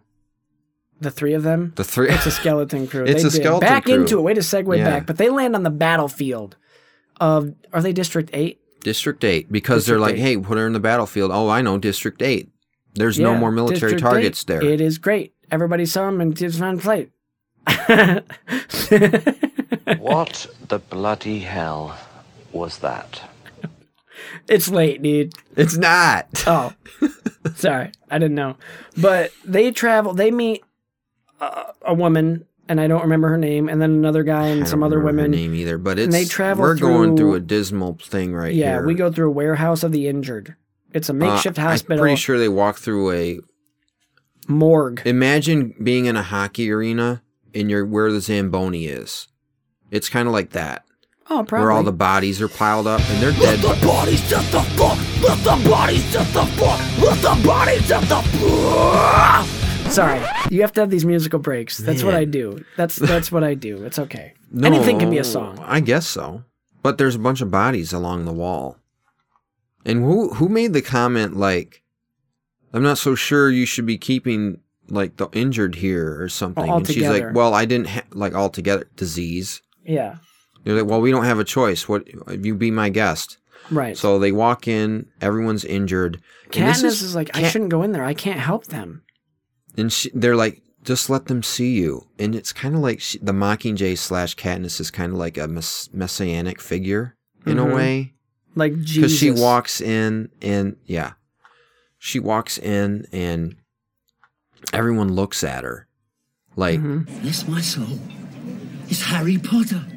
[SPEAKER 1] The three of them.
[SPEAKER 2] the three.
[SPEAKER 1] It's a skeleton crew.
[SPEAKER 2] It's
[SPEAKER 1] they
[SPEAKER 2] a
[SPEAKER 1] did.
[SPEAKER 2] skeleton
[SPEAKER 1] back
[SPEAKER 2] crew.
[SPEAKER 1] into it. Way to segue
[SPEAKER 2] Yeah.
[SPEAKER 1] back, but they land on the battlefield of are they District Eight?
[SPEAKER 2] District Eight, because they're like,
[SPEAKER 1] District
[SPEAKER 2] hey, put her in the battlefield. Oh, I know, District Eight. There's no
[SPEAKER 1] Yeah,
[SPEAKER 2] more military
[SPEAKER 1] District
[SPEAKER 2] targets
[SPEAKER 1] Eight.
[SPEAKER 2] there.
[SPEAKER 1] It is great. Everybody saw him and it's on plate.
[SPEAKER 13] What the bloody hell was that?
[SPEAKER 1] It's late, dude.
[SPEAKER 2] It's not.
[SPEAKER 1] Oh, sorry, I didn't know. But they travel. They meet a, a woman, and I don't remember her name, and then another guy
[SPEAKER 2] I
[SPEAKER 1] and
[SPEAKER 2] don't
[SPEAKER 1] some other
[SPEAKER 2] remember her
[SPEAKER 1] women.
[SPEAKER 2] name either, but it's
[SPEAKER 1] and they travel
[SPEAKER 2] We're going
[SPEAKER 1] through-
[SPEAKER 2] through a dismal thing right
[SPEAKER 1] yeah,
[SPEAKER 2] here.
[SPEAKER 1] we go through a warehouse of the injured. It's a makeshift
[SPEAKER 2] Uh,
[SPEAKER 1] hospital.
[SPEAKER 2] I'm pretty sure they walk through a
[SPEAKER 1] morgue.
[SPEAKER 2] Imagine being in a hockey arena and you're where the Zamboni is. It's kind of like that,
[SPEAKER 1] Oh, probably.
[SPEAKER 2] where all the bodies are piled up and they're dead.
[SPEAKER 14] The body's just a fuck. Let the body's just a fuck. Let the body's just a fuck.
[SPEAKER 1] Sorry, you have to have these musical breaks. That's what
[SPEAKER 2] Man.
[SPEAKER 1] I do. That's that's what I do. It's okay. Anything can be a song.
[SPEAKER 2] I guess so. But there's a bunch of bodies along the wall. And who who made the comment like, "I'm not so sure you should be keeping like the injured here or something." and she's
[SPEAKER 1] altogether.
[SPEAKER 2] like, "Well, I didn't ha- like altogether disease."
[SPEAKER 1] Yeah,
[SPEAKER 2] They're like, "Well, we don't have a choice. What you be my guest?"
[SPEAKER 1] right.
[SPEAKER 2] So they walk in. Everyone's injured. And this
[SPEAKER 1] Katniss is, like, I
[SPEAKER 2] Kat-
[SPEAKER 1] shouldn't go in there. I can't help them.
[SPEAKER 2] and she, they're like, just let them see you. And it's kind of like she, the Mockingjay slash Katniss is kind of like a mess, messianic figure in
[SPEAKER 1] Mhm.
[SPEAKER 2] a way
[SPEAKER 1] Like Jesus.
[SPEAKER 2] because she walks in and yeah, she walks in and everyone looks at her like
[SPEAKER 1] Mm-hmm.
[SPEAKER 14] Bless my soul. It's Harry Potter.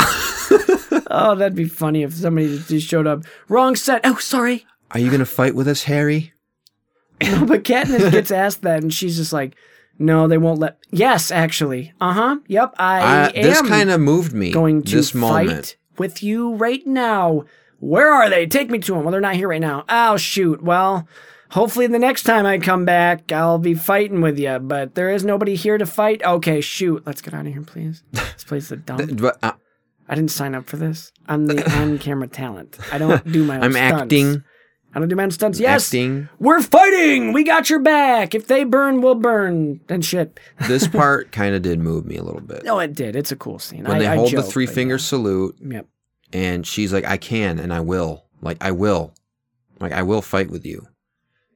[SPEAKER 1] oh, that'd be funny if somebody just showed up. Wrong set. Oh, sorry.
[SPEAKER 2] Are you gonna fight with us, Harry?
[SPEAKER 1] No, but Katniss gets asked that, and she's just like, "No, they won't let." Yes, actually. Uh huh. Yep. I
[SPEAKER 2] I- this
[SPEAKER 1] am
[SPEAKER 2] kind of moved me.
[SPEAKER 1] going to
[SPEAKER 2] this
[SPEAKER 1] fight
[SPEAKER 2] moment.
[SPEAKER 1] with you right now. Where are they? Take me to them. Well, they're not here right now. Oh shoot. Well, Hopefully, the next time I come back, I'll be fighting with you. But there is nobody here to fight. Okay, shoot. Let's get out of here, please. This place is dumb.
[SPEAKER 2] But, uh,
[SPEAKER 1] I didn't sign up for this. I'm the on-camera talent. I don't do my own
[SPEAKER 2] I'm
[SPEAKER 1] stunts.
[SPEAKER 2] acting.
[SPEAKER 1] I don't do my own stunts. Yes,
[SPEAKER 2] Acting.
[SPEAKER 1] we're fighting. We got your back. If they burn, we'll burn and shit.
[SPEAKER 2] this part kind of did move me a little bit.
[SPEAKER 1] No, it did. It's a cool scene.
[SPEAKER 2] When
[SPEAKER 1] I,
[SPEAKER 2] they
[SPEAKER 1] I
[SPEAKER 2] hold
[SPEAKER 1] joke,
[SPEAKER 2] the three
[SPEAKER 1] but-
[SPEAKER 2] finger salute,
[SPEAKER 1] Yep.
[SPEAKER 2] and she's like, "I can and I will. Like I will. Like I will fight with you."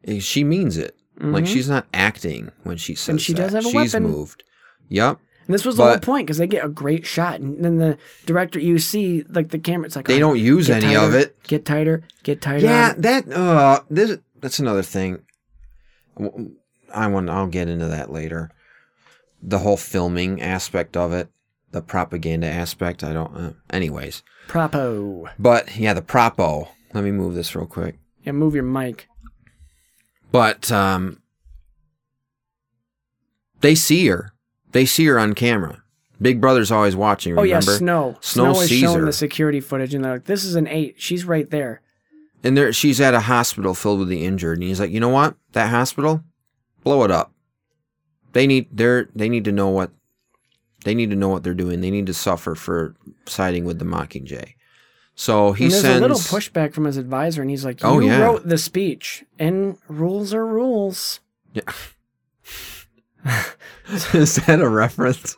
[SPEAKER 2] And she means it. Like
[SPEAKER 1] Mhm.
[SPEAKER 2] she's not acting when she says
[SPEAKER 1] she
[SPEAKER 2] that.
[SPEAKER 1] does have a
[SPEAKER 2] she's
[SPEAKER 1] weapon.
[SPEAKER 2] moved. Yep.
[SPEAKER 1] And this was the whole
[SPEAKER 2] But-
[SPEAKER 1] point because they get a great shot, and then the director you see like the camera. It's like
[SPEAKER 2] They
[SPEAKER 1] "Oh,
[SPEAKER 2] don't use
[SPEAKER 1] get
[SPEAKER 2] any of
[SPEAKER 1] tighter,
[SPEAKER 2] it."
[SPEAKER 1] Get tighter. Get tighter. on
[SPEAKER 2] Yeah,
[SPEAKER 1] it.
[SPEAKER 2] that uh, this that's another thing. W- I want. I'll get into that later. The whole filming aspect of it, the propaganda aspect. I don't. Uh, anyways,
[SPEAKER 1] propo.
[SPEAKER 2] but yeah, the propo. Let me move this real quick.
[SPEAKER 1] Yeah, move your mic.
[SPEAKER 2] But um, they see her. They see her on camera. Big Brother's always watching.
[SPEAKER 1] Oh
[SPEAKER 2] Remember?
[SPEAKER 1] yeah, snow.
[SPEAKER 2] Snow,
[SPEAKER 1] is
[SPEAKER 2] sees
[SPEAKER 1] showing
[SPEAKER 2] her,
[SPEAKER 1] the security footage, and they're like, "This is an eight. She's right there."
[SPEAKER 2] and there she's at a hospital filled with the injured. And he's like, you know what? That hospital, blow it up. They need they're they need to know what they need to know what they're doing. They need to suffer for siding with the Mockingjay. So he
[SPEAKER 1] and there's
[SPEAKER 2] sends
[SPEAKER 1] a little pushback from his advisor, and he's like, "You
[SPEAKER 2] Oh, yeah.
[SPEAKER 1] wrote the speech, and rules are rules."
[SPEAKER 2] Yeah. Is that a reference?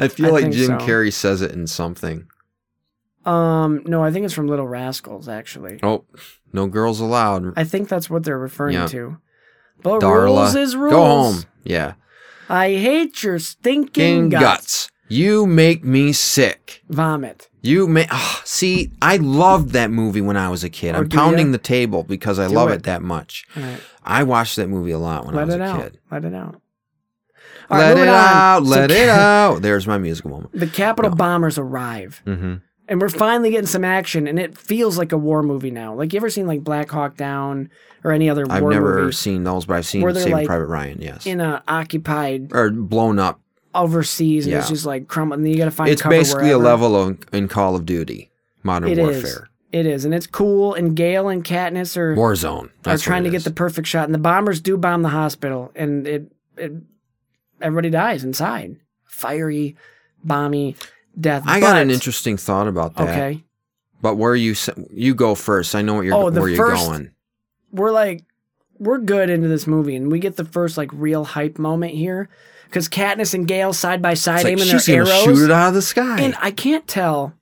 [SPEAKER 2] I feel
[SPEAKER 1] I
[SPEAKER 2] like
[SPEAKER 1] think so.
[SPEAKER 2] Jim Carrey says it in something.
[SPEAKER 1] Um, no, I think it's from Little Rascals, actually.
[SPEAKER 2] Oh, no girls allowed.
[SPEAKER 1] I think that's what they're referring
[SPEAKER 2] Yeah.
[SPEAKER 1] to. But
[SPEAKER 2] Darla,
[SPEAKER 1] rules is rules.
[SPEAKER 2] go home. Yeah,
[SPEAKER 1] I hate your stinking
[SPEAKER 2] in
[SPEAKER 1] guts.
[SPEAKER 2] guts. You make me sick.
[SPEAKER 1] Vomit.
[SPEAKER 2] You may ah, see. I loved that movie when I was a kid.
[SPEAKER 1] Oh,
[SPEAKER 2] I'm
[SPEAKER 1] do ya?
[SPEAKER 2] pounding the table because I
[SPEAKER 1] Do
[SPEAKER 2] love
[SPEAKER 1] it.
[SPEAKER 2] it. that much.
[SPEAKER 1] All right.
[SPEAKER 2] I watched that movie a lot when I
[SPEAKER 1] Let
[SPEAKER 2] was
[SPEAKER 1] it
[SPEAKER 2] a
[SPEAKER 1] out.
[SPEAKER 2] kid.
[SPEAKER 1] Let it out. All right,
[SPEAKER 2] Let it
[SPEAKER 1] moving on.
[SPEAKER 2] out.
[SPEAKER 1] So
[SPEAKER 2] Let it
[SPEAKER 1] Ca-
[SPEAKER 2] out. There's my musical moment.
[SPEAKER 1] The Capitol bombers arrive,
[SPEAKER 2] hmm
[SPEAKER 1] and we're finally getting some action, and it feels like a war movie now. Like you ever seen like Black Hawk Down or any other
[SPEAKER 2] I've
[SPEAKER 1] war
[SPEAKER 2] never
[SPEAKER 1] movie
[SPEAKER 2] seen those, but I've seen
[SPEAKER 1] Were there,
[SPEAKER 2] Saving
[SPEAKER 1] like,
[SPEAKER 2] Private Ryan. Yes,
[SPEAKER 1] in a occupied
[SPEAKER 2] or blown up.
[SPEAKER 1] overseas, and it's
[SPEAKER 2] Yeah.
[SPEAKER 1] just like crumbling. And then you got to find
[SPEAKER 2] it's
[SPEAKER 1] cover
[SPEAKER 2] basically
[SPEAKER 1] wherever.
[SPEAKER 2] a level of in Call of Duty, Modern
[SPEAKER 1] It is.
[SPEAKER 2] Warfare,
[SPEAKER 1] It is, and it's cool. And Gale and Katniss are
[SPEAKER 2] Warzone.
[SPEAKER 1] are
[SPEAKER 2] That's what
[SPEAKER 1] trying
[SPEAKER 2] it
[SPEAKER 1] to get
[SPEAKER 2] is.
[SPEAKER 1] the perfect shot, and the bombers do bomb the hospital, and it it everybody dies inside. Fiery, bomby death.
[SPEAKER 2] I got
[SPEAKER 1] But-
[SPEAKER 2] an interesting thought about that.
[SPEAKER 1] Okay,
[SPEAKER 2] But where you s- you go first? I know what you're
[SPEAKER 1] Oh, the
[SPEAKER 2] where you're
[SPEAKER 1] first-
[SPEAKER 2] going.
[SPEAKER 1] we're like we're good into this movie, and we get the first like real hype moment here because Katniss and Gale side by side
[SPEAKER 2] It's like
[SPEAKER 1] aiming
[SPEAKER 2] she's
[SPEAKER 1] their
[SPEAKER 2] gonna
[SPEAKER 1] arrows,
[SPEAKER 2] shoot it out of the sky.
[SPEAKER 1] and I can't tell.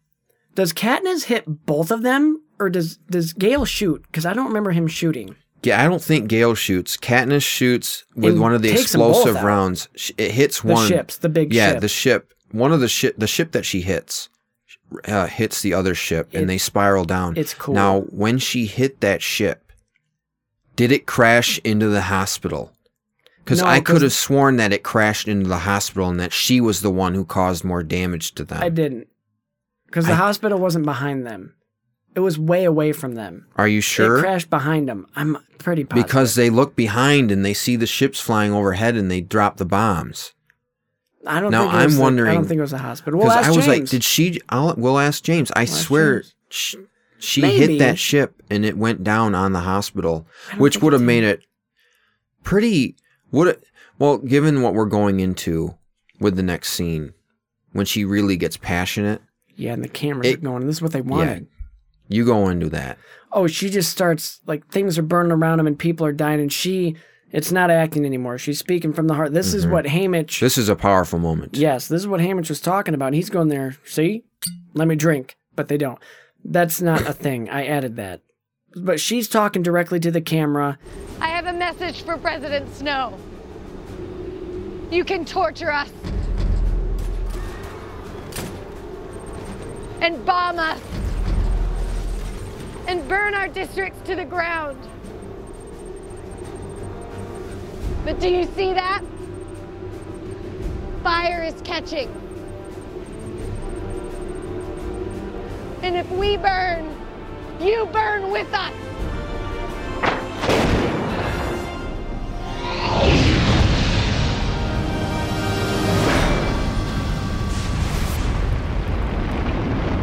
[SPEAKER 1] Does Katniss hit both of them, or does does Gale shoot? Because I don't remember him shooting.
[SPEAKER 2] Yeah, I don't think Gale shoots. Katniss shoots with
[SPEAKER 1] And
[SPEAKER 2] one of the
[SPEAKER 1] takes them both
[SPEAKER 2] explosive
[SPEAKER 1] out.
[SPEAKER 2] rounds. Sh- It hits
[SPEAKER 1] The
[SPEAKER 2] one.
[SPEAKER 1] ships, the big
[SPEAKER 2] yeah,
[SPEAKER 1] ship.
[SPEAKER 2] the ship. One of the ship, the ship that she hits, uh, hits the other ship,
[SPEAKER 1] It-
[SPEAKER 2] and they spiral down.
[SPEAKER 1] it's cool.
[SPEAKER 2] Now, when she hit that ship, did it crash into the hospital? Because
[SPEAKER 1] No,
[SPEAKER 2] I
[SPEAKER 1] 'cause-
[SPEAKER 2] could have sworn that it crashed into the hospital and that she was the one who caused more damage to them.
[SPEAKER 1] I didn't. Because the
[SPEAKER 2] I-
[SPEAKER 1] hospital wasn't behind them. It was way away from them.
[SPEAKER 2] Are you sure?
[SPEAKER 1] It crashed behind them. I'm pretty positive.
[SPEAKER 2] because they look behind and they see the ships flying overhead and they drop the bombs.
[SPEAKER 1] I don't
[SPEAKER 2] now
[SPEAKER 1] think it
[SPEAKER 2] I'm
[SPEAKER 1] was the- I
[SPEAKER 2] wondering-
[SPEAKER 1] don't think it was the hospital. Well,
[SPEAKER 2] Because
[SPEAKER 1] ask
[SPEAKER 2] I was
[SPEAKER 1] James.
[SPEAKER 2] like, did she? I'll, we'll ask James. I
[SPEAKER 1] ask
[SPEAKER 2] swear,
[SPEAKER 1] James.
[SPEAKER 2] she, she
[SPEAKER 1] Maybe.
[SPEAKER 2] hit that ship and it went down on the hospital,
[SPEAKER 1] I don't
[SPEAKER 2] which
[SPEAKER 1] think
[SPEAKER 2] would
[SPEAKER 1] it
[SPEAKER 2] have
[SPEAKER 1] did.
[SPEAKER 2] made it pretty. Would it? Well, given what we're going into with the next scene, when she really gets passionate,
[SPEAKER 1] Yeah, and the cameras
[SPEAKER 2] It-
[SPEAKER 1] are going. This is what they wanted.
[SPEAKER 2] you go into that.
[SPEAKER 1] Oh, she just starts like things are burning around them and people are dying, and she, it's not acting anymore. She's speaking from the heart. This
[SPEAKER 2] Mm-hmm.
[SPEAKER 1] is what Hamish.
[SPEAKER 2] This is a powerful moment.
[SPEAKER 1] Yes, this is what Hamish was talking about. And he's going there. See, let me drink, but they don't. That's not a thing. I added that. But she's talking directly to the camera.
[SPEAKER 15] I have a message for President Snow. You can torture us and bomb us and burn our districts to the ground. But do you see that? Fire is catching. And if we burn, you burn with us.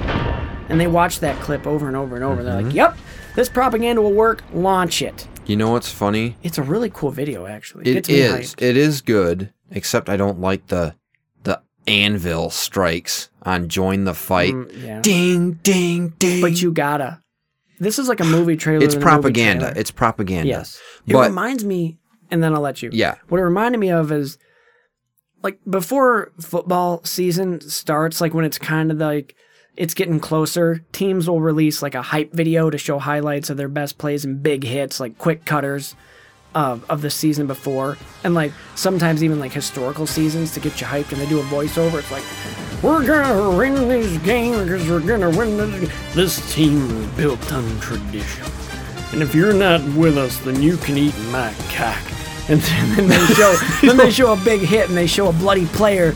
[SPEAKER 2] Mm-hmm.
[SPEAKER 1] And they watch that clip over and over and over. They're like, yep, this propaganda will work. Launch it.
[SPEAKER 2] You know what's funny?
[SPEAKER 1] It's a really cool video, actually.
[SPEAKER 2] It
[SPEAKER 1] me
[SPEAKER 2] is.
[SPEAKER 1] hyped.
[SPEAKER 2] It is good. Except I don't like the the anvil strikes on join the fight.
[SPEAKER 1] Mm, yeah.
[SPEAKER 2] Ding, ding, ding.
[SPEAKER 1] But you gotta. This is like a movie trailer.
[SPEAKER 2] It's
[SPEAKER 1] than a movie
[SPEAKER 2] propaganda.
[SPEAKER 1] trailer.
[SPEAKER 2] It's propaganda.
[SPEAKER 1] Yes. It
[SPEAKER 2] But
[SPEAKER 1] reminds me, and then I'll let you.
[SPEAKER 2] yeah,
[SPEAKER 1] What it reminded me of is like before football season starts, like when it's kind of like it's getting closer, teams will release like a hype video to show highlights of their best plays and big hits, like quick cutters uh, of, of the season before. And like sometimes even like historical seasons to get you hyped and they do a voiceover. It's like, we're gonna win this game because we're gonna win this game. This team is built on tradition. And if you're not with us, then you can eat my cock. And then they show then they show a big hit and they show a bloody player,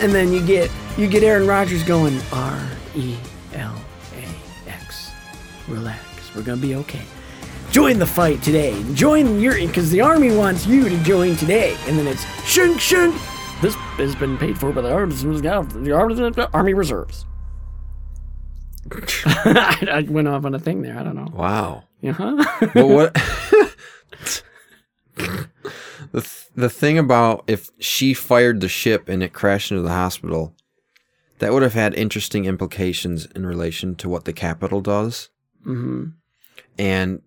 [SPEAKER 1] and then you get you get Aaron Rodgers going R E L A X. Relax, we're gonna be okay. Join the fight today. Join your because the army wants you to join today. And then it's shunk shunk. This has been paid for by the army, the army, army reserves. I, I went off on a thing there. I don't know.
[SPEAKER 2] Wow.
[SPEAKER 1] Uh-huh.
[SPEAKER 2] but what the th- the thing about if she fired the ship and it crashed into the hospital, that would have had interesting implications in relation to what the capital does,
[SPEAKER 1] hmm
[SPEAKER 2] and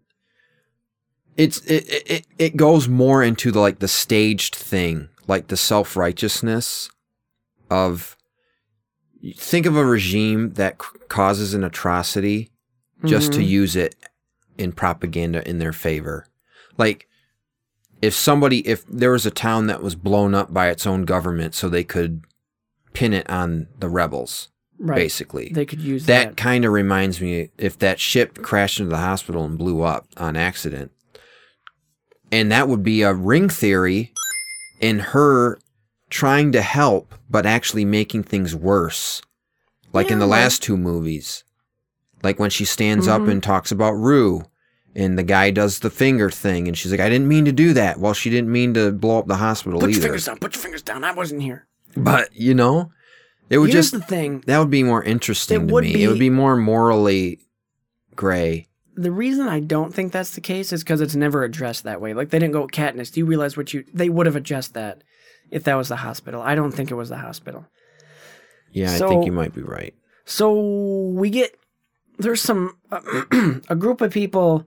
[SPEAKER 2] it's it it- it, it goes more into the, like the staged thing, like the self righteousness of think of a regime that c- causes an atrocity just to
[SPEAKER 1] Mhm.
[SPEAKER 2] use it in propaganda in their favor. Like if somebody if there was a town that was blown up by its own government so they could pin it on the rebels
[SPEAKER 1] Right.
[SPEAKER 2] basically.
[SPEAKER 1] They could use
[SPEAKER 2] that
[SPEAKER 1] that.
[SPEAKER 2] kind of reminds me if that ship crashed into the hospital and blew up on accident. And that would be a ring theory in her trying to help but actually making things worse. Like in the last two movies. Like when she stands up
[SPEAKER 1] Mhm.
[SPEAKER 2] and talks about Rue and the guy does the finger thing and she's like I didn't mean to do that. Well, she didn't mean to blow up the hospital
[SPEAKER 1] Put
[SPEAKER 2] either.
[SPEAKER 1] your fingers down. Put your fingers down. I wasn't here.
[SPEAKER 2] But, you know, it would
[SPEAKER 1] Here's
[SPEAKER 2] just
[SPEAKER 1] the thing.
[SPEAKER 2] that would be more interesting
[SPEAKER 1] It
[SPEAKER 2] to
[SPEAKER 1] would
[SPEAKER 2] me. It would
[SPEAKER 1] be-
[SPEAKER 2] be more morally gray.
[SPEAKER 1] The reason I don't think that's the case is because it's never addressed that way. Like they didn't go, Katniss. Do you realize what you? They would have addressed that if that was the hospital. I don't think it was the hospital.
[SPEAKER 2] Yeah, I
[SPEAKER 1] So-
[SPEAKER 2] think you might be right.
[SPEAKER 1] So we get there's some a group of people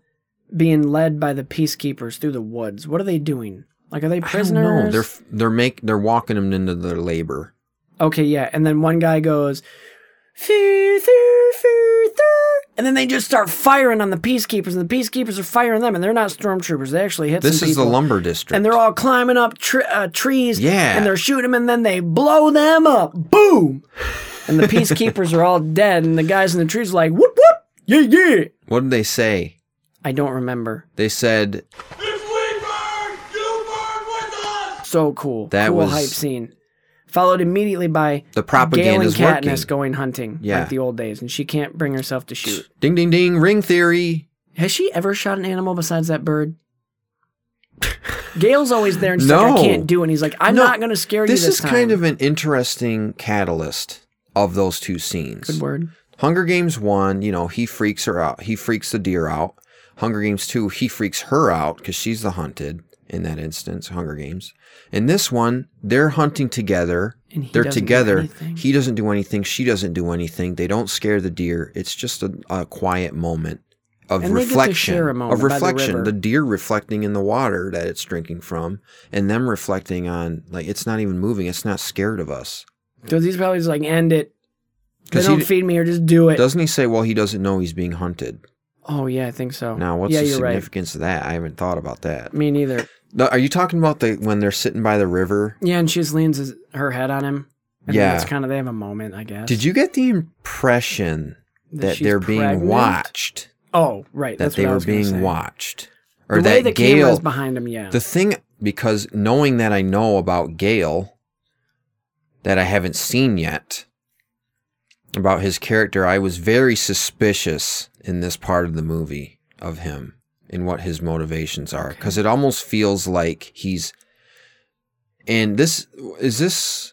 [SPEAKER 1] being led by the peacekeepers through the woods. What are they doing? Like are they prisoners?
[SPEAKER 2] No, they're f- they're make they're walking them into their labor.
[SPEAKER 1] Okay, yeah. And then one guy goes, "Fee, thee, fee, thee," and then they just start firing on the peacekeepers, and the peacekeepers are firing them, and they're not stormtroopers. They actually hit
[SPEAKER 2] This
[SPEAKER 1] some
[SPEAKER 2] is the
[SPEAKER 1] people.
[SPEAKER 2] lumber district.
[SPEAKER 1] And they're all climbing up tr- uh, trees.
[SPEAKER 2] Yeah.
[SPEAKER 1] And they're shooting them, and then they blow them up. Boom! And the peacekeepers are all dead, and the guys in the trees are like, whoop, whoop, yeah, yeah.
[SPEAKER 2] what did they say?
[SPEAKER 1] I don't remember.
[SPEAKER 2] They said
[SPEAKER 1] So cool.
[SPEAKER 2] That
[SPEAKER 1] cool
[SPEAKER 2] was-
[SPEAKER 1] hype scene. Followed immediately by
[SPEAKER 2] The propaganda's
[SPEAKER 1] Gale and Katniss
[SPEAKER 2] working.
[SPEAKER 1] going hunting
[SPEAKER 2] Yeah.
[SPEAKER 1] like the old days, and she can't bring herself to shoot.
[SPEAKER 2] ding ding ding ring theory.
[SPEAKER 1] Has she ever shot an animal besides that bird? Gail's always there and she's like,
[SPEAKER 2] No.
[SPEAKER 1] I can't do it. And he's like, I'm
[SPEAKER 2] No,
[SPEAKER 1] not going to scare
[SPEAKER 2] This,
[SPEAKER 1] you this
[SPEAKER 2] is
[SPEAKER 1] time.
[SPEAKER 2] kind of an interesting catalyst of those two scenes.
[SPEAKER 1] Good word.
[SPEAKER 2] Hunger Games 1, you know, he freaks her out. He freaks the deer out. Hunger Games 2, he freaks her out because she's the hunted in that instance, Hunger Games. In this one, they're hunting together.
[SPEAKER 1] And he
[SPEAKER 2] they're
[SPEAKER 1] doesn't do
[SPEAKER 2] together.
[SPEAKER 1] anything.
[SPEAKER 2] he doesn't do anything. She doesn't do anything. They don't scare the deer. It's just a, a quiet moment of
[SPEAKER 1] And they get to
[SPEAKER 2] reflection.
[SPEAKER 1] share a moment
[SPEAKER 2] of
[SPEAKER 1] by the
[SPEAKER 2] reflection.
[SPEAKER 1] river.
[SPEAKER 2] the deer reflecting in the water that it's drinking from and them reflecting on, like, it's not even moving. It's not scared of us.
[SPEAKER 1] So he's probably just like, end it. They
[SPEAKER 2] 'Cause he
[SPEAKER 1] don't
[SPEAKER 2] d-
[SPEAKER 1] feed me or just do it.
[SPEAKER 2] Doesn't he say, well, he doesn't know he's being hunted?
[SPEAKER 1] oh, yeah, I think so.
[SPEAKER 2] Now, what's
[SPEAKER 1] yeah,
[SPEAKER 2] the
[SPEAKER 1] you're
[SPEAKER 2] significance of that? I haven't thought about that.
[SPEAKER 1] right. Me neither.
[SPEAKER 2] No, Are you talking about the when they're sitting by the river?
[SPEAKER 1] Yeah, and she just leans his, her head on him. And
[SPEAKER 2] Yeah.
[SPEAKER 1] It's kind of, they have a moment, I guess.
[SPEAKER 2] Did you get the impression
[SPEAKER 1] That
[SPEAKER 2] that
[SPEAKER 1] she's
[SPEAKER 2] they're being
[SPEAKER 1] pregnant?
[SPEAKER 2] watched?
[SPEAKER 1] Oh, right.
[SPEAKER 2] That
[SPEAKER 1] That's
[SPEAKER 2] they
[SPEAKER 1] what I
[SPEAKER 2] were
[SPEAKER 1] was gonna
[SPEAKER 2] being
[SPEAKER 1] say.
[SPEAKER 2] watched,
[SPEAKER 1] The way
[SPEAKER 2] or that
[SPEAKER 1] the camera
[SPEAKER 2] Gail
[SPEAKER 1] is behind him, yeah.
[SPEAKER 2] The thing because knowing that I know about Gail, that I haven't seen yet, about his character, I was very suspicious in this part of the movie of him and what his motivations are because it almost feels like he's and this is this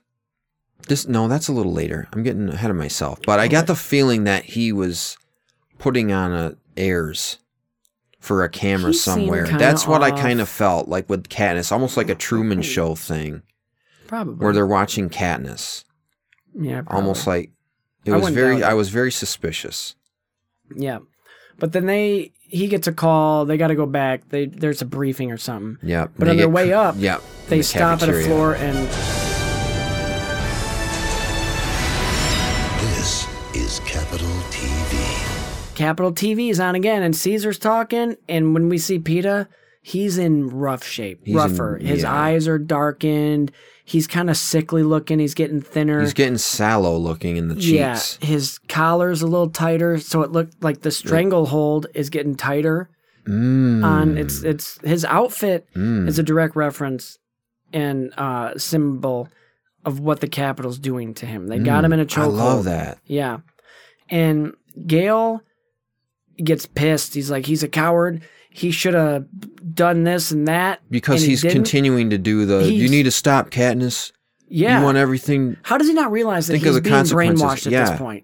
[SPEAKER 2] this no that's a little later i'm getting ahead of myself but i got the feeling that he was putting on a airs for a camera
[SPEAKER 1] He seemed
[SPEAKER 2] somewhere.
[SPEAKER 1] kinda
[SPEAKER 2] That's what I
[SPEAKER 1] off.
[SPEAKER 2] kind of felt like with Katniss, almost like a Truman Show thing
[SPEAKER 1] Probably.
[SPEAKER 2] where they're watching Katniss.
[SPEAKER 1] yeah, probably.
[SPEAKER 2] Almost like it
[SPEAKER 1] Oh. I
[SPEAKER 2] was
[SPEAKER 1] wouldn't
[SPEAKER 2] very.
[SPEAKER 1] doubt it.
[SPEAKER 2] I was very suspicious.
[SPEAKER 1] Yeah. But then they he gets a call, they gotta go back, they there's a briefing or something.
[SPEAKER 2] Yeah,
[SPEAKER 1] But
[SPEAKER 2] they
[SPEAKER 1] on their
[SPEAKER 2] get
[SPEAKER 1] way
[SPEAKER 2] cr-
[SPEAKER 1] up,
[SPEAKER 2] yeah,
[SPEAKER 1] they
[SPEAKER 2] in the
[SPEAKER 1] stop at
[SPEAKER 2] cafeteria.
[SPEAKER 1] a floor and
[SPEAKER 14] This is Capital TV.
[SPEAKER 1] Capital TV is on again and Caesar's talking and when we see PETA, he's in rough shape.
[SPEAKER 2] He's in-
[SPEAKER 1] rougher. His
[SPEAKER 2] yeah.
[SPEAKER 1] eyes are darkened, he's kinda sickly looking, he's getting thinner.
[SPEAKER 2] He's getting sallow looking in the cheeks.
[SPEAKER 1] yeah, his collar's a little tighter, so it looked like the stranglehold is getting tighter.
[SPEAKER 2] Mm.
[SPEAKER 1] on it's it's his outfit
[SPEAKER 2] Mm.
[SPEAKER 1] is a direct reference and uh symbol of what the capital's doing to him. They got
[SPEAKER 2] Mm.
[SPEAKER 1] him in a
[SPEAKER 2] I
[SPEAKER 1] chokehold.
[SPEAKER 2] love that.
[SPEAKER 1] Yeah. And Gail gets pissed. He's like he's a coward. He should have done this and that
[SPEAKER 2] because
[SPEAKER 1] and he
[SPEAKER 2] he's
[SPEAKER 1] didn't.
[SPEAKER 2] continuing to do the. you
[SPEAKER 1] He's-
[SPEAKER 2] need to stop, Katniss.
[SPEAKER 1] Yeah.
[SPEAKER 2] you want everything.
[SPEAKER 1] How does he not realize that
[SPEAKER 2] Think of
[SPEAKER 1] he's
[SPEAKER 2] the
[SPEAKER 1] being
[SPEAKER 2] consequences.
[SPEAKER 1] brainwashed at
[SPEAKER 2] Yeah.
[SPEAKER 1] this point?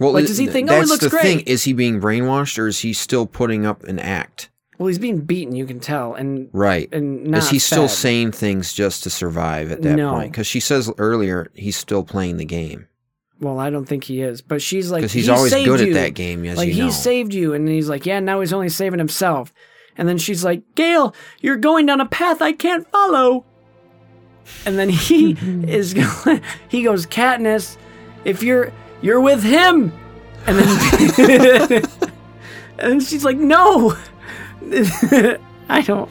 [SPEAKER 2] Well,
[SPEAKER 1] Like,
[SPEAKER 2] it-
[SPEAKER 1] does he think, "Oh, it
[SPEAKER 2] that's
[SPEAKER 1] looks
[SPEAKER 2] the
[SPEAKER 1] great"?
[SPEAKER 2] thing? Is he being brainwashed, or is he still putting up an act?
[SPEAKER 1] Well, he's being beaten. You can tell, and
[SPEAKER 2] Right.
[SPEAKER 1] and not
[SPEAKER 2] is he still
[SPEAKER 1] fed.
[SPEAKER 2] saying things just to survive at that
[SPEAKER 1] No.
[SPEAKER 2] point? Because she says earlier he's still playing the game.
[SPEAKER 1] Well, I don't think he is, but she's like,
[SPEAKER 2] 'Cause he's
[SPEAKER 1] "He
[SPEAKER 2] always
[SPEAKER 1] saved
[SPEAKER 2] good at
[SPEAKER 1] you."
[SPEAKER 2] that game, as
[SPEAKER 1] like
[SPEAKER 2] you
[SPEAKER 1] he
[SPEAKER 2] know.
[SPEAKER 1] saved you, and he's like, yeah, now he's only saving himself. And then she's like, Gail, you're going down a path I can't follow. And then he is, going, he goes, Katniss, if you're you're with him, and then and then she's like, no, I don't.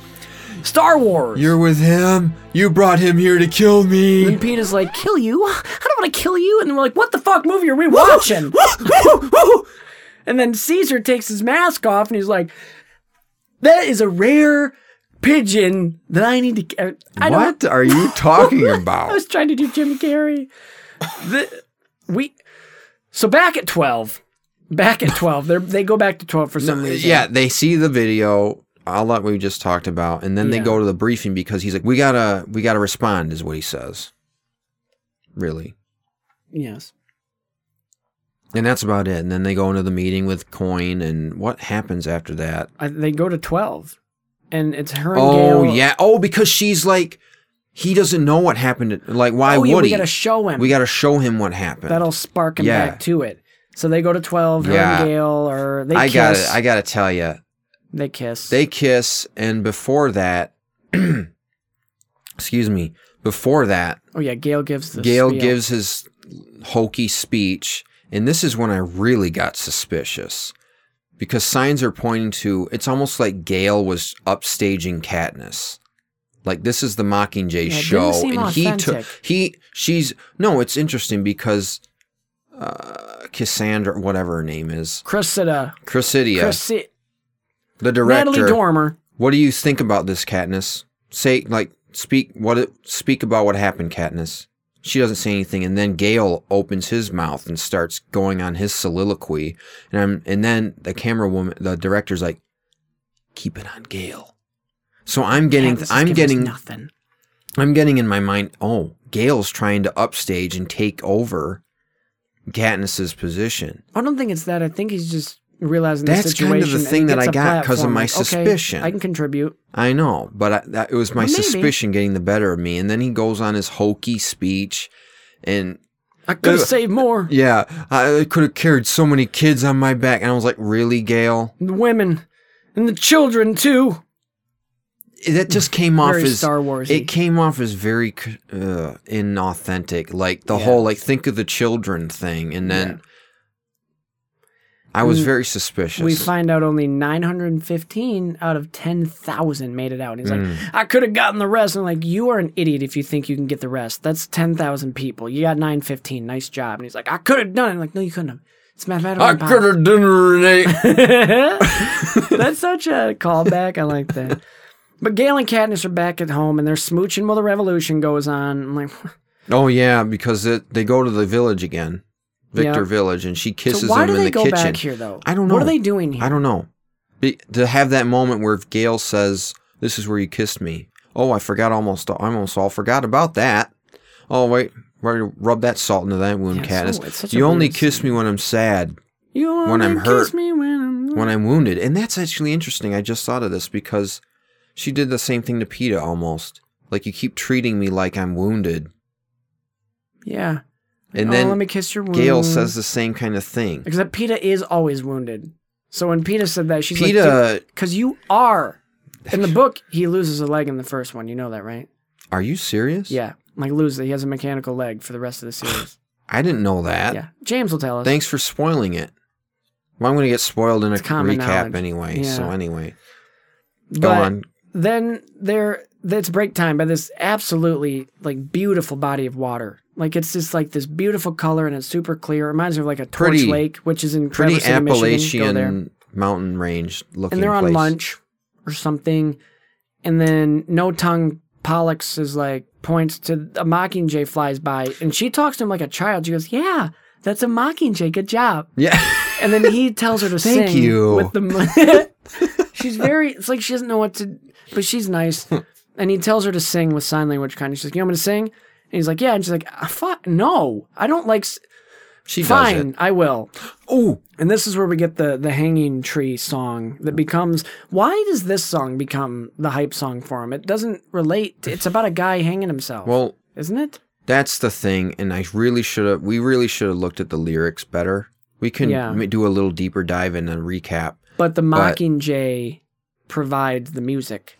[SPEAKER 1] Star Wars.
[SPEAKER 2] You're with him. You brought him here to kill me.
[SPEAKER 1] And Peter's like, kill you? I don't want to kill you. And then we're like, what the fuck movie are we watching? and then Caesar takes his mask off and he's like, that is a rare pigeon that I need to. uh, I don't-
[SPEAKER 2] what are you talking
[SPEAKER 1] I
[SPEAKER 2] about?
[SPEAKER 1] was trying to do Jim Carrey. The- we so back at twelve. Back at twelve, they they go back to twelve for some reason.
[SPEAKER 2] Yeah, they see the video, all that we just talked about, and then they
[SPEAKER 1] Yeah.
[SPEAKER 2] go to the briefing because he's like, "We gotta, we gotta respond," is what he says. Really,
[SPEAKER 1] Yes.
[SPEAKER 2] and that's about it. And then they go into the meeting with Coin, and what happens after that?
[SPEAKER 1] I, they go to twelve, and it's her. And
[SPEAKER 2] Oh
[SPEAKER 1] Gail.
[SPEAKER 2] yeah, oh because she's like, he doesn't know what happened. To, like, why
[SPEAKER 1] Oh,
[SPEAKER 2] would
[SPEAKER 1] yeah, we
[SPEAKER 2] he?
[SPEAKER 1] gotta show him.
[SPEAKER 2] We gotta show him what happened.
[SPEAKER 1] That'll spark him
[SPEAKER 2] Yeah.
[SPEAKER 1] back to it. So they go to twelve. Her
[SPEAKER 2] Yeah.
[SPEAKER 1] and Gail, or they
[SPEAKER 2] I
[SPEAKER 1] kiss.
[SPEAKER 2] got it. I gotta tell you,
[SPEAKER 1] They kiss.
[SPEAKER 2] They kiss, and before that, excuse me, before that,
[SPEAKER 1] oh yeah, Gail gives the
[SPEAKER 2] Gail
[SPEAKER 1] spiel.
[SPEAKER 2] gives his hokey speech, and this is when I really got suspicious because signs are pointing to it's almost like Gail was upstaging Katniss. Like this is the Mockingjay
[SPEAKER 1] Yeah, it
[SPEAKER 2] show,
[SPEAKER 1] didn't seem
[SPEAKER 2] and he took
[SPEAKER 1] authentic.
[SPEAKER 2] he she's no. It's interesting because uh, Cassandra, whatever her name is,
[SPEAKER 1] Cressida.
[SPEAKER 2] Chrysidia,
[SPEAKER 1] Chrissi-
[SPEAKER 2] the director,
[SPEAKER 1] Natalie Dormer.
[SPEAKER 2] what do you think about this, Katniss? Say like speak what it, speak about what happened, Katniss. She doesn't say anything, and then Gale opens his mouth and starts going on his soliloquy, and I'm, and then the camera woman, the director's like, keep it on Gale. So I'm getting,
[SPEAKER 1] Katniss is
[SPEAKER 2] I'm
[SPEAKER 1] giving us
[SPEAKER 2] getting,
[SPEAKER 1] nothing.
[SPEAKER 2] I'm getting in my mind, oh, Gale's trying to upstage and take over Katniss's position.
[SPEAKER 1] I don't think it's that. I think he's just realizing the
[SPEAKER 2] That's kind
[SPEAKER 1] situation.
[SPEAKER 2] of the
[SPEAKER 1] and
[SPEAKER 2] thing
[SPEAKER 1] he
[SPEAKER 2] that
[SPEAKER 1] gets
[SPEAKER 2] I
[SPEAKER 1] a
[SPEAKER 2] got 'cause of
[SPEAKER 1] platform,
[SPEAKER 2] my
[SPEAKER 1] like, okay,
[SPEAKER 2] suspicion.
[SPEAKER 1] I can contribute.
[SPEAKER 2] I know, but I, that, it was my
[SPEAKER 1] Maybe.
[SPEAKER 2] suspicion getting the better of me. And then he goes on his hokey speech, and
[SPEAKER 1] I could
[SPEAKER 2] Uh,
[SPEAKER 1] have saved more.
[SPEAKER 2] yeah, I could have carried so many kids on my back. And I was like, really, Gail?
[SPEAKER 1] The women and the children too.
[SPEAKER 2] That just came off
[SPEAKER 1] Mm, Very
[SPEAKER 2] as
[SPEAKER 1] Star Wars.
[SPEAKER 2] It came off as very uh, inauthentic, like the whole like think of the children thing. And then I was
[SPEAKER 1] And
[SPEAKER 2] very suspicious.
[SPEAKER 1] We find out only 915 out of 10,000 made it out. He's
[SPEAKER 2] Mm.
[SPEAKER 1] like, I could have gotten the rest. I'm like, you are an idiot if you think you can get the rest. That's 10,000 people. You got 915. Nice job. And he's like, I could have done it. I'm like, no, you couldn't have. It's mathematical.
[SPEAKER 2] I
[SPEAKER 1] impossible."
[SPEAKER 2] could have done Renee.
[SPEAKER 1] That's such a callback. I like that. But Gail and Katniss are back at home and they're smooching while the revolution goes on. I'm like,
[SPEAKER 2] oh yeah, because it, they go to the village again, Victor
[SPEAKER 1] Yeah.
[SPEAKER 2] Village, and she kisses
[SPEAKER 1] so why
[SPEAKER 2] him
[SPEAKER 1] do
[SPEAKER 2] in
[SPEAKER 1] they
[SPEAKER 2] the
[SPEAKER 1] go
[SPEAKER 2] kitchen.
[SPEAKER 1] back here though?
[SPEAKER 2] I don't know.
[SPEAKER 1] What are they doing here?
[SPEAKER 2] I don't know. Be, to have that moment where Gail says, "This is where you kissed me." Oh, I forgot almost. I almost all forgot about that. Oh wait, right, rub that salt into that wound,
[SPEAKER 1] Yeah,
[SPEAKER 2] Katniss.
[SPEAKER 1] so- it's such a
[SPEAKER 2] you only
[SPEAKER 1] weird
[SPEAKER 2] kiss me when I'm sad.
[SPEAKER 1] You wanna
[SPEAKER 2] when I'm
[SPEAKER 1] kiss
[SPEAKER 2] hurt,
[SPEAKER 1] me when I'm
[SPEAKER 2] when I'm wounded. And that's actually interesting. I just thought of this because she did the same thing to PETA almost. Like you keep treating me like I'm wounded.
[SPEAKER 1] yeah.
[SPEAKER 2] And
[SPEAKER 1] Oh,
[SPEAKER 2] then
[SPEAKER 1] let me kiss your
[SPEAKER 2] Gail
[SPEAKER 1] wound.
[SPEAKER 2] says the same kind of thing.
[SPEAKER 1] Except PETA is always wounded. So when PETA said that, she's
[SPEAKER 2] PETA-
[SPEAKER 1] like, because you are. In the book, he loses a leg in the first one. You know that, right?
[SPEAKER 2] Are you serious?
[SPEAKER 1] Yeah. Like, lose it. He has a mechanical leg for the rest of the series.
[SPEAKER 2] I didn't know that.
[SPEAKER 1] yeah. James will tell us.
[SPEAKER 2] Thanks for spoiling it. Well, I'm going to get spoiled in a
[SPEAKER 1] common
[SPEAKER 2] recap
[SPEAKER 1] knowledge.
[SPEAKER 2] anyway. So
[SPEAKER 1] Yeah.
[SPEAKER 2] anyway, go
[SPEAKER 1] But
[SPEAKER 2] on.
[SPEAKER 1] Then there, it's break time by this absolutely like beautiful body of water. Like it's just like this beautiful color and it's super clear. It reminds me of like a torch
[SPEAKER 2] Pretty-
[SPEAKER 1] lake, which is in
[SPEAKER 2] Pretty
[SPEAKER 1] Traverse City, Michigan. Go there.
[SPEAKER 2] Appalachian mountain range looking
[SPEAKER 1] and they're on
[SPEAKER 2] place.
[SPEAKER 1] lunch or something and then no tongue pollux is like points to a mockingjay flies by and she talks to him like a child she goes yeah that's a mockingjay good job
[SPEAKER 2] Yeah.
[SPEAKER 1] and then he tells her to
[SPEAKER 2] Thank
[SPEAKER 1] sing
[SPEAKER 2] you.
[SPEAKER 1] with the mo- she's very it's like she doesn't know what to but she's nice and he tells her to sing with sign language kind of she's like you want me to sing and he's like yeah and she's like "Ah, fuck no i don't like s-
[SPEAKER 2] She
[SPEAKER 1] Fine,
[SPEAKER 2] does it.
[SPEAKER 1] I will.
[SPEAKER 2] Oh,
[SPEAKER 1] and this is where we get the the hanging tree song that becomes. Why does this song become the hype song for him? It doesn't relate. to- it's about a guy hanging himself,
[SPEAKER 2] Well,
[SPEAKER 1] isn't it?
[SPEAKER 2] That's the thing, and I really should have. We really should have looked at the lyrics better. We can
[SPEAKER 1] Yeah.
[SPEAKER 2] m- do a little deeper dive and then recap.
[SPEAKER 1] But the Mockingjay provides the music.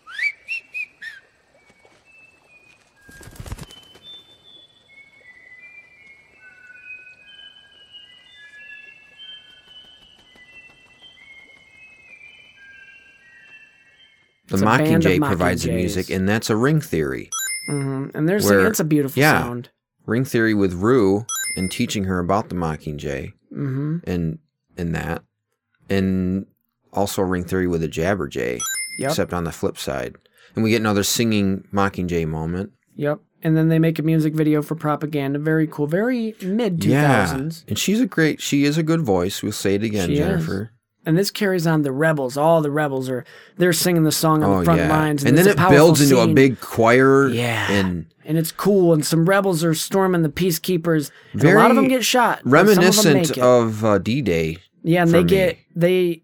[SPEAKER 2] The
[SPEAKER 1] It's a band of
[SPEAKER 2] Mockingjay provides the music,
[SPEAKER 1] Mockingjays.
[SPEAKER 2] and that's a ring theory.
[SPEAKER 1] hmm And there's
[SPEAKER 2] where-
[SPEAKER 1] it's a beautiful
[SPEAKER 2] yeah,
[SPEAKER 1] sound.
[SPEAKER 2] Ring theory with Rue and teaching her about the Mockingjay
[SPEAKER 1] hmm
[SPEAKER 2] and and that, and also ring theory with a Jabberjay,
[SPEAKER 1] Yep.
[SPEAKER 2] except on the flip side. And we get another singing Mockingjay moment.
[SPEAKER 1] Yep. And then they make a music video for propaganda. Very cool. Very mid two
[SPEAKER 2] Yeah,
[SPEAKER 1] thousands.
[SPEAKER 2] and she's a great. She is a good voice. We'll say it again,
[SPEAKER 1] She is.
[SPEAKER 2] Jennifer.
[SPEAKER 1] And this carries on the rebels. All the rebels are they're singing the song on the front lines,
[SPEAKER 2] Oh, And,
[SPEAKER 1] and,
[SPEAKER 2] then
[SPEAKER 1] it's
[SPEAKER 2] it
[SPEAKER 1] a
[SPEAKER 2] builds
[SPEAKER 1] powerful
[SPEAKER 2] into a
[SPEAKER 1] scene.
[SPEAKER 2] big choir.
[SPEAKER 1] Yeah.
[SPEAKER 2] And
[SPEAKER 1] and it's cool. And some rebels are storming the peacekeepers. And a lot of them
[SPEAKER 2] Very
[SPEAKER 1] get shot. but some of 'em
[SPEAKER 2] reminiscent
[SPEAKER 1] make it.
[SPEAKER 2] of uh, D Day.
[SPEAKER 1] yeah, and
[SPEAKER 2] for
[SPEAKER 1] they
[SPEAKER 2] me.
[SPEAKER 1] get they.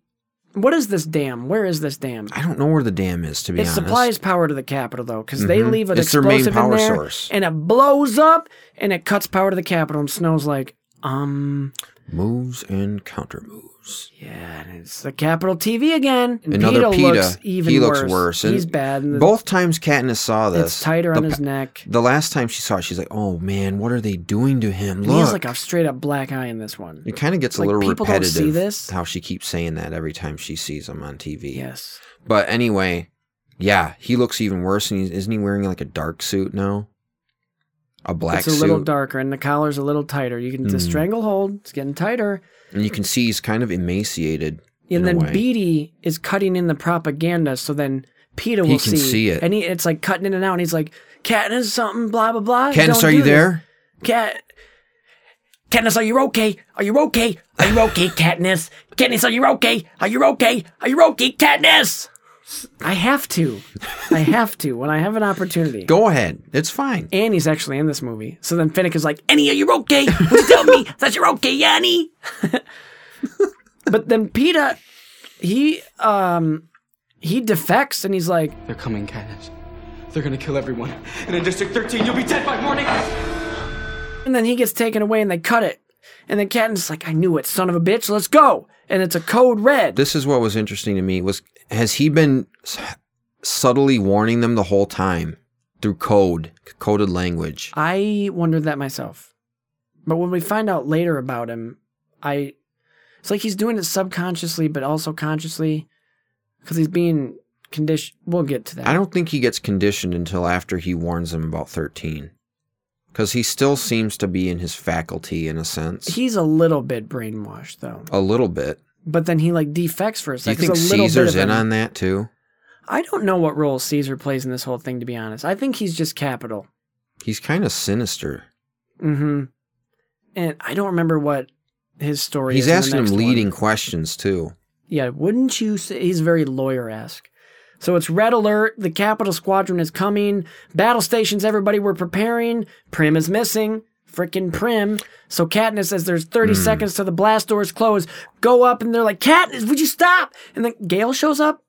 [SPEAKER 1] What is this dam? Where is this dam?
[SPEAKER 2] I don't know where the dam is, to be
[SPEAKER 1] It
[SPEAKER 2] honest.
[SPEAKER 1] supplies power to the capital though, because they
[SPEAKER 2] Mhm.
[SPEAKER 1] leave an
[SPEAKER 2] It's their main
[SPEAKER 1] explosive
[SPEAKER 2] power
[SPEAKER 1] in there,
[SPEAKER 2] source.
[SPEAKER 1] and it blows up, and it cuts power to the capital. And Snow's like, um,
[SPEAKER 2] moves and counter moves.
[SPEAKER 1] yeah, and it's the capital TV again. And
[SPEAKER 2] Another
[SPEAKER 1] PETA,
[SPEAKER 2] PETA.
[SPEAKER 1] looks even
[SPEAKER 2] he
[SPEAKER 1] worse.
[SPEAKER 2] looks worse. And
[SPEAKER 1] He's bad. And the-
[SPEAKER 2] both times Katniss saw this,
[SPEAKER 1] it's tighter
[SPEAKER 2] the
[SPEAKER 1] on his
[SPEAKER 2] pa-
[SPEAKER 1] neck.
[SPEAKER 2] The last time she saw it, she's like, "Oh man, what are they doing to him?"
[SPEAKER 1] And
[SPEAKER 2] Look,
[SPEAKER 1] he has like a straight up black eye in this one.
[SPEAKER 2] it kind of gets a
[SPEAKER 1] like,
[SPEAKER 2] little
[SPEAKER 1] people don't
[SPEAKER 2] repetitive.
[SPEAKER 1] see this.
[SPEAKER 2] How she keeps saying that every time she sees him on TV.
[SPEAKER 1] Yes.
[SPEAKER 2] But anyway, yeah, he looks even worse. And he's, isn't he wearing like a dark suit now? A black
[SPEAKER 1] it's a
[SPEAKER 2] suit.
[SPEAKER 1] little darker and the collar's a little tighter. You can the
[SPEAKER 2] Mhm.
[SPEAKER 1] stranglehold, it's getting tighter.
[SPEAKER 2] and you can see he's kind of emaciated. in
[SPEAKER 1] And
[SPEAKER 2] a
[SPEAKER 1] then
[SPEAKER 2] way.
[SPEAKER 1] Beatty is cutting in the propaganda, so then PETA will
[SPEAKER 2] He can see it.
[SPEAKER 1] And he, it's like cutting in and out, and he's like, Katniss, something, blah, blah, blah.
[SPEAKER 2] Katniss,
[SPEAKER 1] don't
[SPEAKER 2] are
[SPEAKER 1] do
[SPEAKER 2] you
[SPEAKER 1] this."
[SPEAKER 2] there?
[SPEAKER 1] Cat. Katniss, are you okay? Are you okay? Are you okay, Katniss? Katniss, are you okay? Are you okay? Are you okay, Katniss? I have to. I have to when I have an opportunity.
[SPEAKER 2] Go ahead. It's fine.
[SPEAKER 1] Annie's actually in this movie. So then Finnick is like, Annie, are you okay? Would you tell me that you're okay, Annie? but then PETA, he um he defects and he's like,
[SPEAKER 16] They're coming, Katniss. They're gonna kill everyone. And in District 13, you'll be dead by morning!
[SPEAKER 1] and then he gets taken away and they cut it. And then Katniss is like, I knew it, son of a bitch, let's go. And it's a code red.
[SPEAKER 2] This is what was interesting to me was has he been s- subtly warning them the whole time through code, coded language?
[SPEAKER 1] I wondered that myself. But when we find out later about him, I it's like he's doing it subconsciously but also consciously cuz he's being conditioned. We'll get to that.
[SPEAKER 2] I don't think he gets conditioned until after he warns them about 13. Because he still seems to be in his faculty in a sense.
[SPEAKER 1] He's a little bit brainwashed though.
[SPEAKER 2] a little bit.
[SPEAKER 1] But then he like defects for a
[SPEAKER 2] Do you
[SPEAKER 1] second.
[SPEAKER 2] think
[SPEAKER 1] It's a little
[SPEAKER 2] Caesar's
[SPEAKER 1] bit of
[SPEAKER 2] in
[SPEAKER 1] him.
[SPEAKER 2] on that too?
[SPEAKER 1] I don't know what role Caesar plays in this whole thing to be honest. I think he's just capital.
[SPEAKER 2] He's kind of sinister.
[SPEAKER 1] Mhm. And I don't remember what his story
[SPEAKER 2] He's
[SPEAKER 1] is. in the
[SPEAKER 2] asking him
[SPEAKER 1] next one.
[SPEAKER 2] leading questions too.
[SPEAKER 1] Yeah, wouldn't you say he's very lawyer esque? So it's red alert. The capital squadron is coming. Battle stations, everybody, we're preparing. Prim is missing. Freaking prim. So Katniss says there's 30
[SPEAKER 2] Hmm.
[SPEAKER 1] seconds till the blast doors close. Go up and they're like, Katniss, would you stop? And then Gale shows up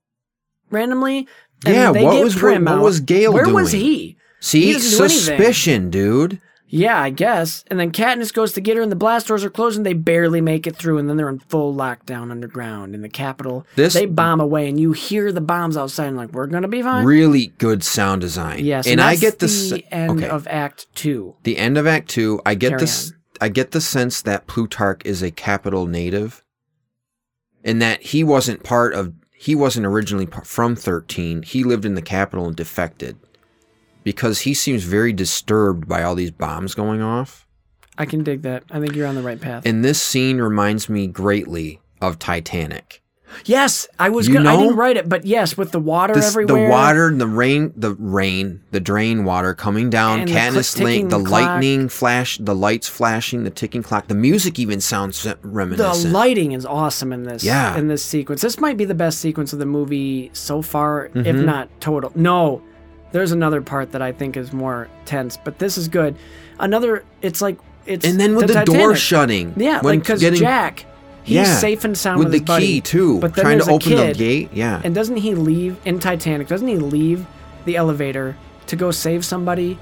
[SPEAKER 1] randomly. And
[SPEAKER 2] yeah,
[SPEAKER 1] they
[SPEAKER 2] what
[SPEAKER 1] get
[SPEAKER 2] was
[SPEAKER 1] Prim
[SPEAKER 2] what
[SPEAKER 1] out.
[SPEAKER 2] was Gale
[SPEAKER 1] Where
[SPEAKER 2] doing?
[SPEAKER 1] was he? He
[SPEAKER 2] See,
[SPEAKER 1] doesn't do anything.
[SPEAKER 2] suspicion, dude.
[SPEAKER 1] Yeah, I guess. And then Katniss goes to get her, and the blast doors are closed, and they barely make it through, and then they're in full lockdown underground in the Capitol.
[SPEAKER 2] This-
[SPEAKER 1] they bomb away, and you hear the bombs outside, and like, we're gonna be fine.
[SPEAKER 2] Really good sound design.
[SPEAKER 1] Yes,
[SPEAKER 2] and I
[SPEAKER 1] that's
[SPEAKER 2] get
[SPEAKER 1] the
[SPEAKER 2] the, se-
[SPEAKER 1] end
[SPEAKER 2] okay.
[SPEAKER 1] of Act Two.
[SPEAKER 2] the end of Act Two. I get
[SPEAKER 1] Carry
[SPEAKER 2] this.
[SPEAKER 1] on.
[SPEAKER 2] I get the sense that Plutarch is a capital native, and that he wasn't part of. He wasn't originally p- from thirteen. He lived in the capital and defected, because he seems very disturbed by all these bombs going off.
[SPEAKER 1] I can dig that. I think you're on the right path.
[SPEAKER 2] And this scene reminds me greatly of Titanic.
[SPEAKER 1] yes, I was.
[SPEAKER 2] You
[SPEAKER 1] Gonna, I
[SPEAKER 2] know-
[SPEAKER 1] didn't write it, but yes, with the water
[SPEAKER 2] This- the
[SPEAKER 1] everywhere.
[SPEAKER 2] water and the rain, the rain, the drain water coming down.
[SPEAKER 1] And the cl-
[SPEAKER 2] Katniss Lane,
[SPEAKER 1] ticking
[SPEAKER 2] the
[SPEAKER 1] clock.
[SPEAKER 2] lightning flash, the lights flashing, the ticking clock. The music even sounds
[SPEAKER 1] The
[SPEAKER 2] reminiscent.
[SPEAKER 1] lighting is awesome in this.
[SPEAKER 2] Yeah.
[SPEAKER 1] In this sequence, this might be the best sequence of the movie so far, if
[SPEAKER 2] Mhm.
[SPEAKER 1] not total. No, there's another part that I think is more tense, but this is good. Another, it's like it's
[SPEAKER 2] and then with the,
[SPEAKER 1] Titanic.
[SPEAKER 2] door shutting,
[SPEAKER 1] Yeah,
[SPEAKER 2] when
[SPEAKER 1] like because
[SPEAKER 2] getting-
[SPEAKER 1] Jack, he's
[SPEAKER 2] Yeah,
[SPEAKER 1] safe and sound
[SPEAKER 2] with,
[SPEAKER 1] with,
[SPEAKER 2] the
[SPEAKER 1] his buddy,
[SPEAKER 2] key too,
[SPEAKER 1] But then
[SPEAKER 2] trying to
[SPEAKER 1] there's a
[SPEAKER 2] open the
[SPEAKER 1] kid,
[SPEAKER 2] gate. Yeah,
[SPEAKER 1] And doesn't he leave in Titanic? Doesn't he leave the elevator to go save somebody?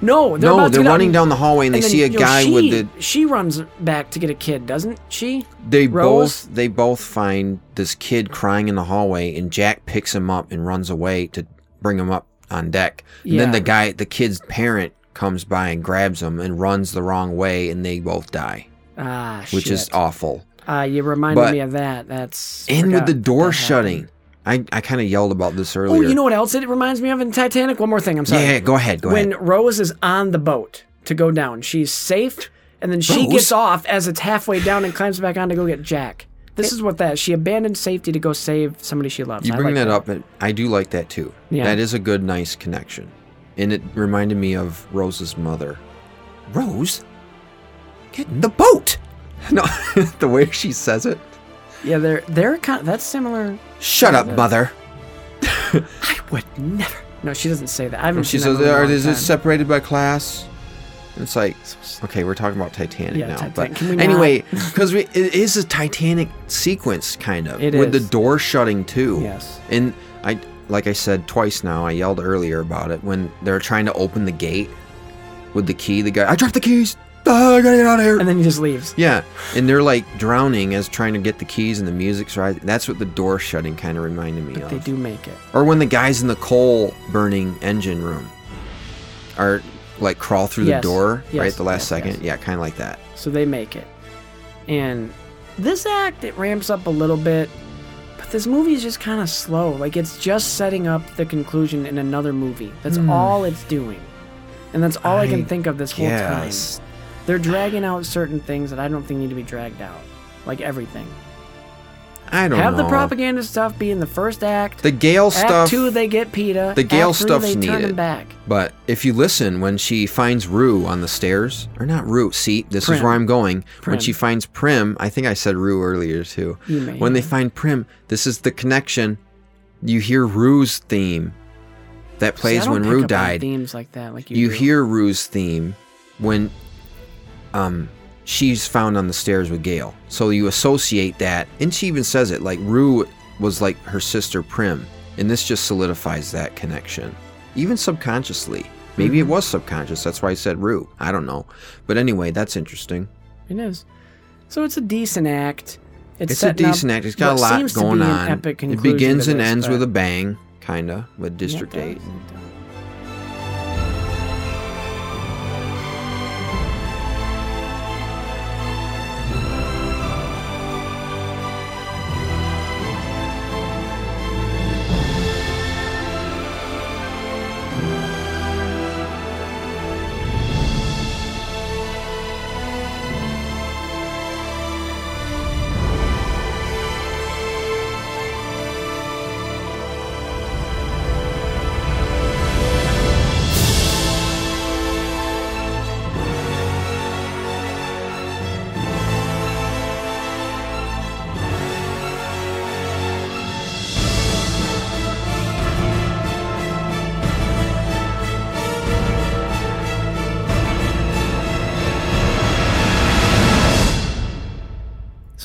[SPEAKER 1] No, they're
[SPEAKER 2] No,
[SPEAKER 1] about to
[SPEAKER 2] they're
[SPEAKER 1] get out
[SPEAKER 2] running down the hallway and they
[SPEAKER 1] then,
[SPEAKER 2] see a
[SPEAKER 1] you know,
[SPEAKER 2] guy with
[SPEAKER 1] she-
[SPEAKER 2] the-
[SPEAKER 1] She runs back to get a kid, doesn't she?
[SPEAKER 2] they
[SPEAKER 1] Rose?
[SPEAKER 2] both they both find this kid crying in the hallway, and Jack picks him up and runs away to bring him up on deck. And
[SPEAKER 1] Yeah.
[SPEAKER 2] then the guy, the kid's parent, comes by and grabs him and runs the wrong way, and they both die,
[SPEAKER 1] Ah,
[SPEAKER 2] which is
[SPEAKER 1] shit.
[SPEAKER 2] awful.
[SPEAKER 1] Ah, you reminded
[SPEAKER 2] But-
[SPEAKER 1] me of that. That's
[SPEAKER 2] And with
[SPEAKER 1] forgot
[SPEAKER 2] the door
[SPEAKER 1] that
[SPEAKER 2] shutting, I, I kind of yelled about this
[SPEAKER 1] happened.
[SPEAKER 2] earlier.
[SPEAKER 1] Oh, you know what else it reminds me of in Titanic? One more thing. I'm sorry.
[SPEAKER 2] Yeah, yeah, go ahead, go
[SPEAKER 1] when
[SPEAKER 2] ahead.
[SPEAKER 1] Rose is on the boat to go down, she's safe, and then she
[SPEAKER 2] Rose?
[SPEAKER 1] gets off as it's halfway down and climbs back on to go get Jack. This is what that is. she abandoned safety to go save somebody she loves.
[SPEAKER 2] You
[SPEAKER 1] I
[SPEAKER 2] bring
[SPEAKER 1] like
[SPEAKER 2] that up, and I do like that too.
[SPEAKER 1] Yeah.
[SPEAKER 2] That is a good, nice connection. And it reminded me of Rose's mother. Rose? Get in the boat! No, the way she says it.
[SPEAKER 1] Yeah, they're they're kind that's similar.
[SPEAKER 2] Shut up, mother.
[SPEAKER 1] Never. No, she doesn't say that. I haven't.
[SPEAKER 2] And she
[SPEAKER 1] seen
[SPEAKER 2] says,
[SPEAKER 1] that movie in a
[SPEAKER 2] Are
[SPEAKER 1] long
[SPEAKER 2] is
[SPEAKER 1] time.
[SPEAKER 2] it separated by class? And It's like, okay, we're talking about Titanic
[SPEAKER 1] Yeah,
[SPEAKER 2] now.
[SPEAKER 1] Titanic.
[SPEAKER 2] But
[SPEAKER 1] Can we not?
[SPEAKER 2] anyway, because it is a Titanic sequence, kind of.
[SPEAKER 1] It
[SPEAKER 2] with
[SPEAKER 1] is.
[SPEAKER 2] the door shutting, too.
[SPEAKER 1] Yes.
[SPEAKER 2] And I, like I said twice now, I yelled earlier about it when they're trying to open the gate with the key. The guy, I dropped the keys. Ah, I gotta get out of here.
[SPEAKER 1] And then he just leaves.
[SPEAKER 2] Yeah, and they're like drowning as trying to get the keys and the music's right. That's what the door shutting kind of reminded me of.
[SPEAKER 1] They do make it.
[SPEAKER 2] Or when the guys in the coal burning engine room are like crawl through
[SPEAKER 1] Yes,
[SPEAKER 2] the door,
[SPEAKER 1] yes,
[SPEAKER 2] right? The last
[SPEAKER 1] yes,
[SPEAKER 2] second.
[SPEAKER 1] yes.
[SPEAKER 2] Yeah, kind of like that.
[SPEAKER 1] So they make it. And this act, it ramps up a little bit, but this movie is just kind of slow. Like it's just setting up the conclusion in another movie. That's
[SPEAKER 17] Hmm.
[SPEAKER 1] all it's doing. And that's all I,
[SPEAKER 2] I
[SPEAKER 1] can think of this whole
[SPEAKER 2] guess.
[SPEAKER 1] time. They're dragging out certain things that I don't think need to be dragged out. Like everything.
[SPEAKER 2] I don't
[SPEAKER 1] Have
[SPEAKER 2] know.
[SPEAKER 1] the propaganda stuff be in the first act.
[SPEAKER 2] The Gale
[SPEAKER 1] act
[SPEAKER 2] stuff.
[SPEAKER 1] two, they get PETA.
[SPEAKER 2] the Gale
[SPEAKER 1] act three,
[SPEAKER 2] stuff's
[SPEAKER 1] they turn
[SPEAKER 2] needed.
[SPEAKER 1] them back.
[SPEAKER 2] But if you listen, when she finds Rue on the stairs, or not Rue, see, this
[SPEAKER 1] Prim.
[SPEAKER 2] is where I'm going.
[SPEAKER 1] Prim.
[SPEAKER 2] When she finds Prim, I think I said Rue earlier too.
[SPEAKER 1] You may
[SPEAKER 2] when they find Prim, this is the connection. You hear Rue's theme that
[SPEAKER 1] See, I
[SPEAKER 2] plays
[SPEAKER 1] don't
[SPEAKER 2] when
[SPEAKER 1] pick
[SPEAKER 2] Rue
[SPEAKER 1] up on
[SPEAKER 2] died.
[SPEAKER 1] Themes like that, like you,
[SPEAKER 2] you
[SPEAKER 1] do.
[SPEAKER 2] hear Rue's theme when um she's found on the stairs with Gail. So you associate that, and she even says it like Rue was like her sister Prim, and this just solidifies that connection, even subconsciously. Maybe
[SPEAKER 1] Mm-hmm.
[SPEAKER 2] it was subconscious. That's why I said Rue. I don't know, but anyway, that's interesting.
[SPEAKER 1] It is. So it's a decent act. It's,
[SPEAKER 2] It's a
[SPEAKER 1] setting up
[SPEAKER 2] decent act. It's got a
[SPEAKER 1] what
[SPEAKER 2] lot
[SPEAKER 1] seems to
[SPEAKER 2] going
[SPEAKER 1] be an
[SPEAKER 2] on.
[SPEAKER 1] epic
[SPEAKER 2] it
[SPEAKER 1] conclusion
[SPEAKER 2] begins
[SPEAKER 1] to
[SPEAKER 2] and
[SPEAKER 1] this,
[SPEAKER 2] ends
[SPEAKER 1] but-
[SPEAKER 2] with a bang, kinda, with District
[SPEAKER 1] does,
[SPEAKER 2] Eight.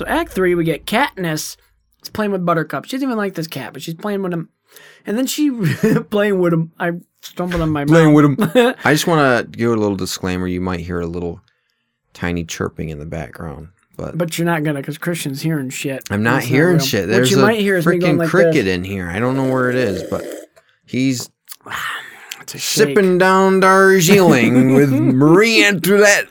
[SPEAKER 1] Act Three, we get Katniss. She's playing with Buttercup. She doesn't even like this cat, but she's playing with him. And then she playing with him. I stumbled on my
[SPEAKER 2] Playing with
[SPEAKER 1] mouth.
[SPEAKER 2] him. I just want to give a little disclaimer. You might hear a little tiny chirping in the background, but
[SPEAKER 1] But you're not gonna, because Christian's hearing shit.
[SPEAKER 2] I'm not
[SPEAKER 1] That's
[SPEAKER 2] hearing
[SPEAKER 1] real.
[SPEAKER 2] shit. There's
[SPEAKER 1] what you
[SPEAKER 2] a
[SPEAKER 1] might hear is me going
[SPEAKER 2] freaking
[SPEAKER 1] like
[SPEAKER 2] cricket
[SPEAKER 1] this.
[SPEAKER 2] in here. I don't know where it is, but he's
[SPEAKER 1] It's a shake.
[SPEAKER 2] sipping down Darjeeling with Marie Antoinette.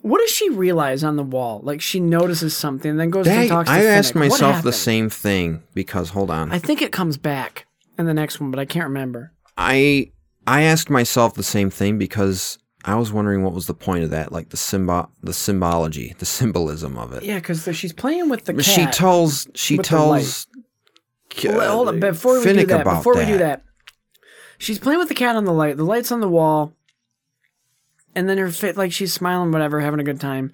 [SPEAKER 1] What does she realize on the wall? Like she notices something, and then goes and
[SPEAKER 2] Dang,
[SPEAKER 1] talks. To
[SPEAKER 2] I asked
[SPEAKER 1] Finnick. What
[SPEAKER 2] myself the
[SPEAKER 1] happened?
[SPEAKER 2] same thing because hold on.
[SPEAKER 1] I think it comes back in the next one, but I can't remember.
[SPEAKER 2] I I asked myself the same thing because I was wondering what was the point of that, like the symbol, the symbology, the symbolism of it.
[SPEAKER 1] Yeah, because she's playing with the cat.
[SPEAKER 2] she tells she
[SPEAKER 1] with the
[SPEAKER 2] tells K-
[SPEAKER 1] Well, hold on, before we do
[SPEAKER 2] Finnick
[SPEAKER 1] that,
[SPEAKER 2] about
[SPEAKER 1] before we do that, she's playing with the cat on the light. The light's on the wall, and then her fit like she's smiling, whatever, having a good time.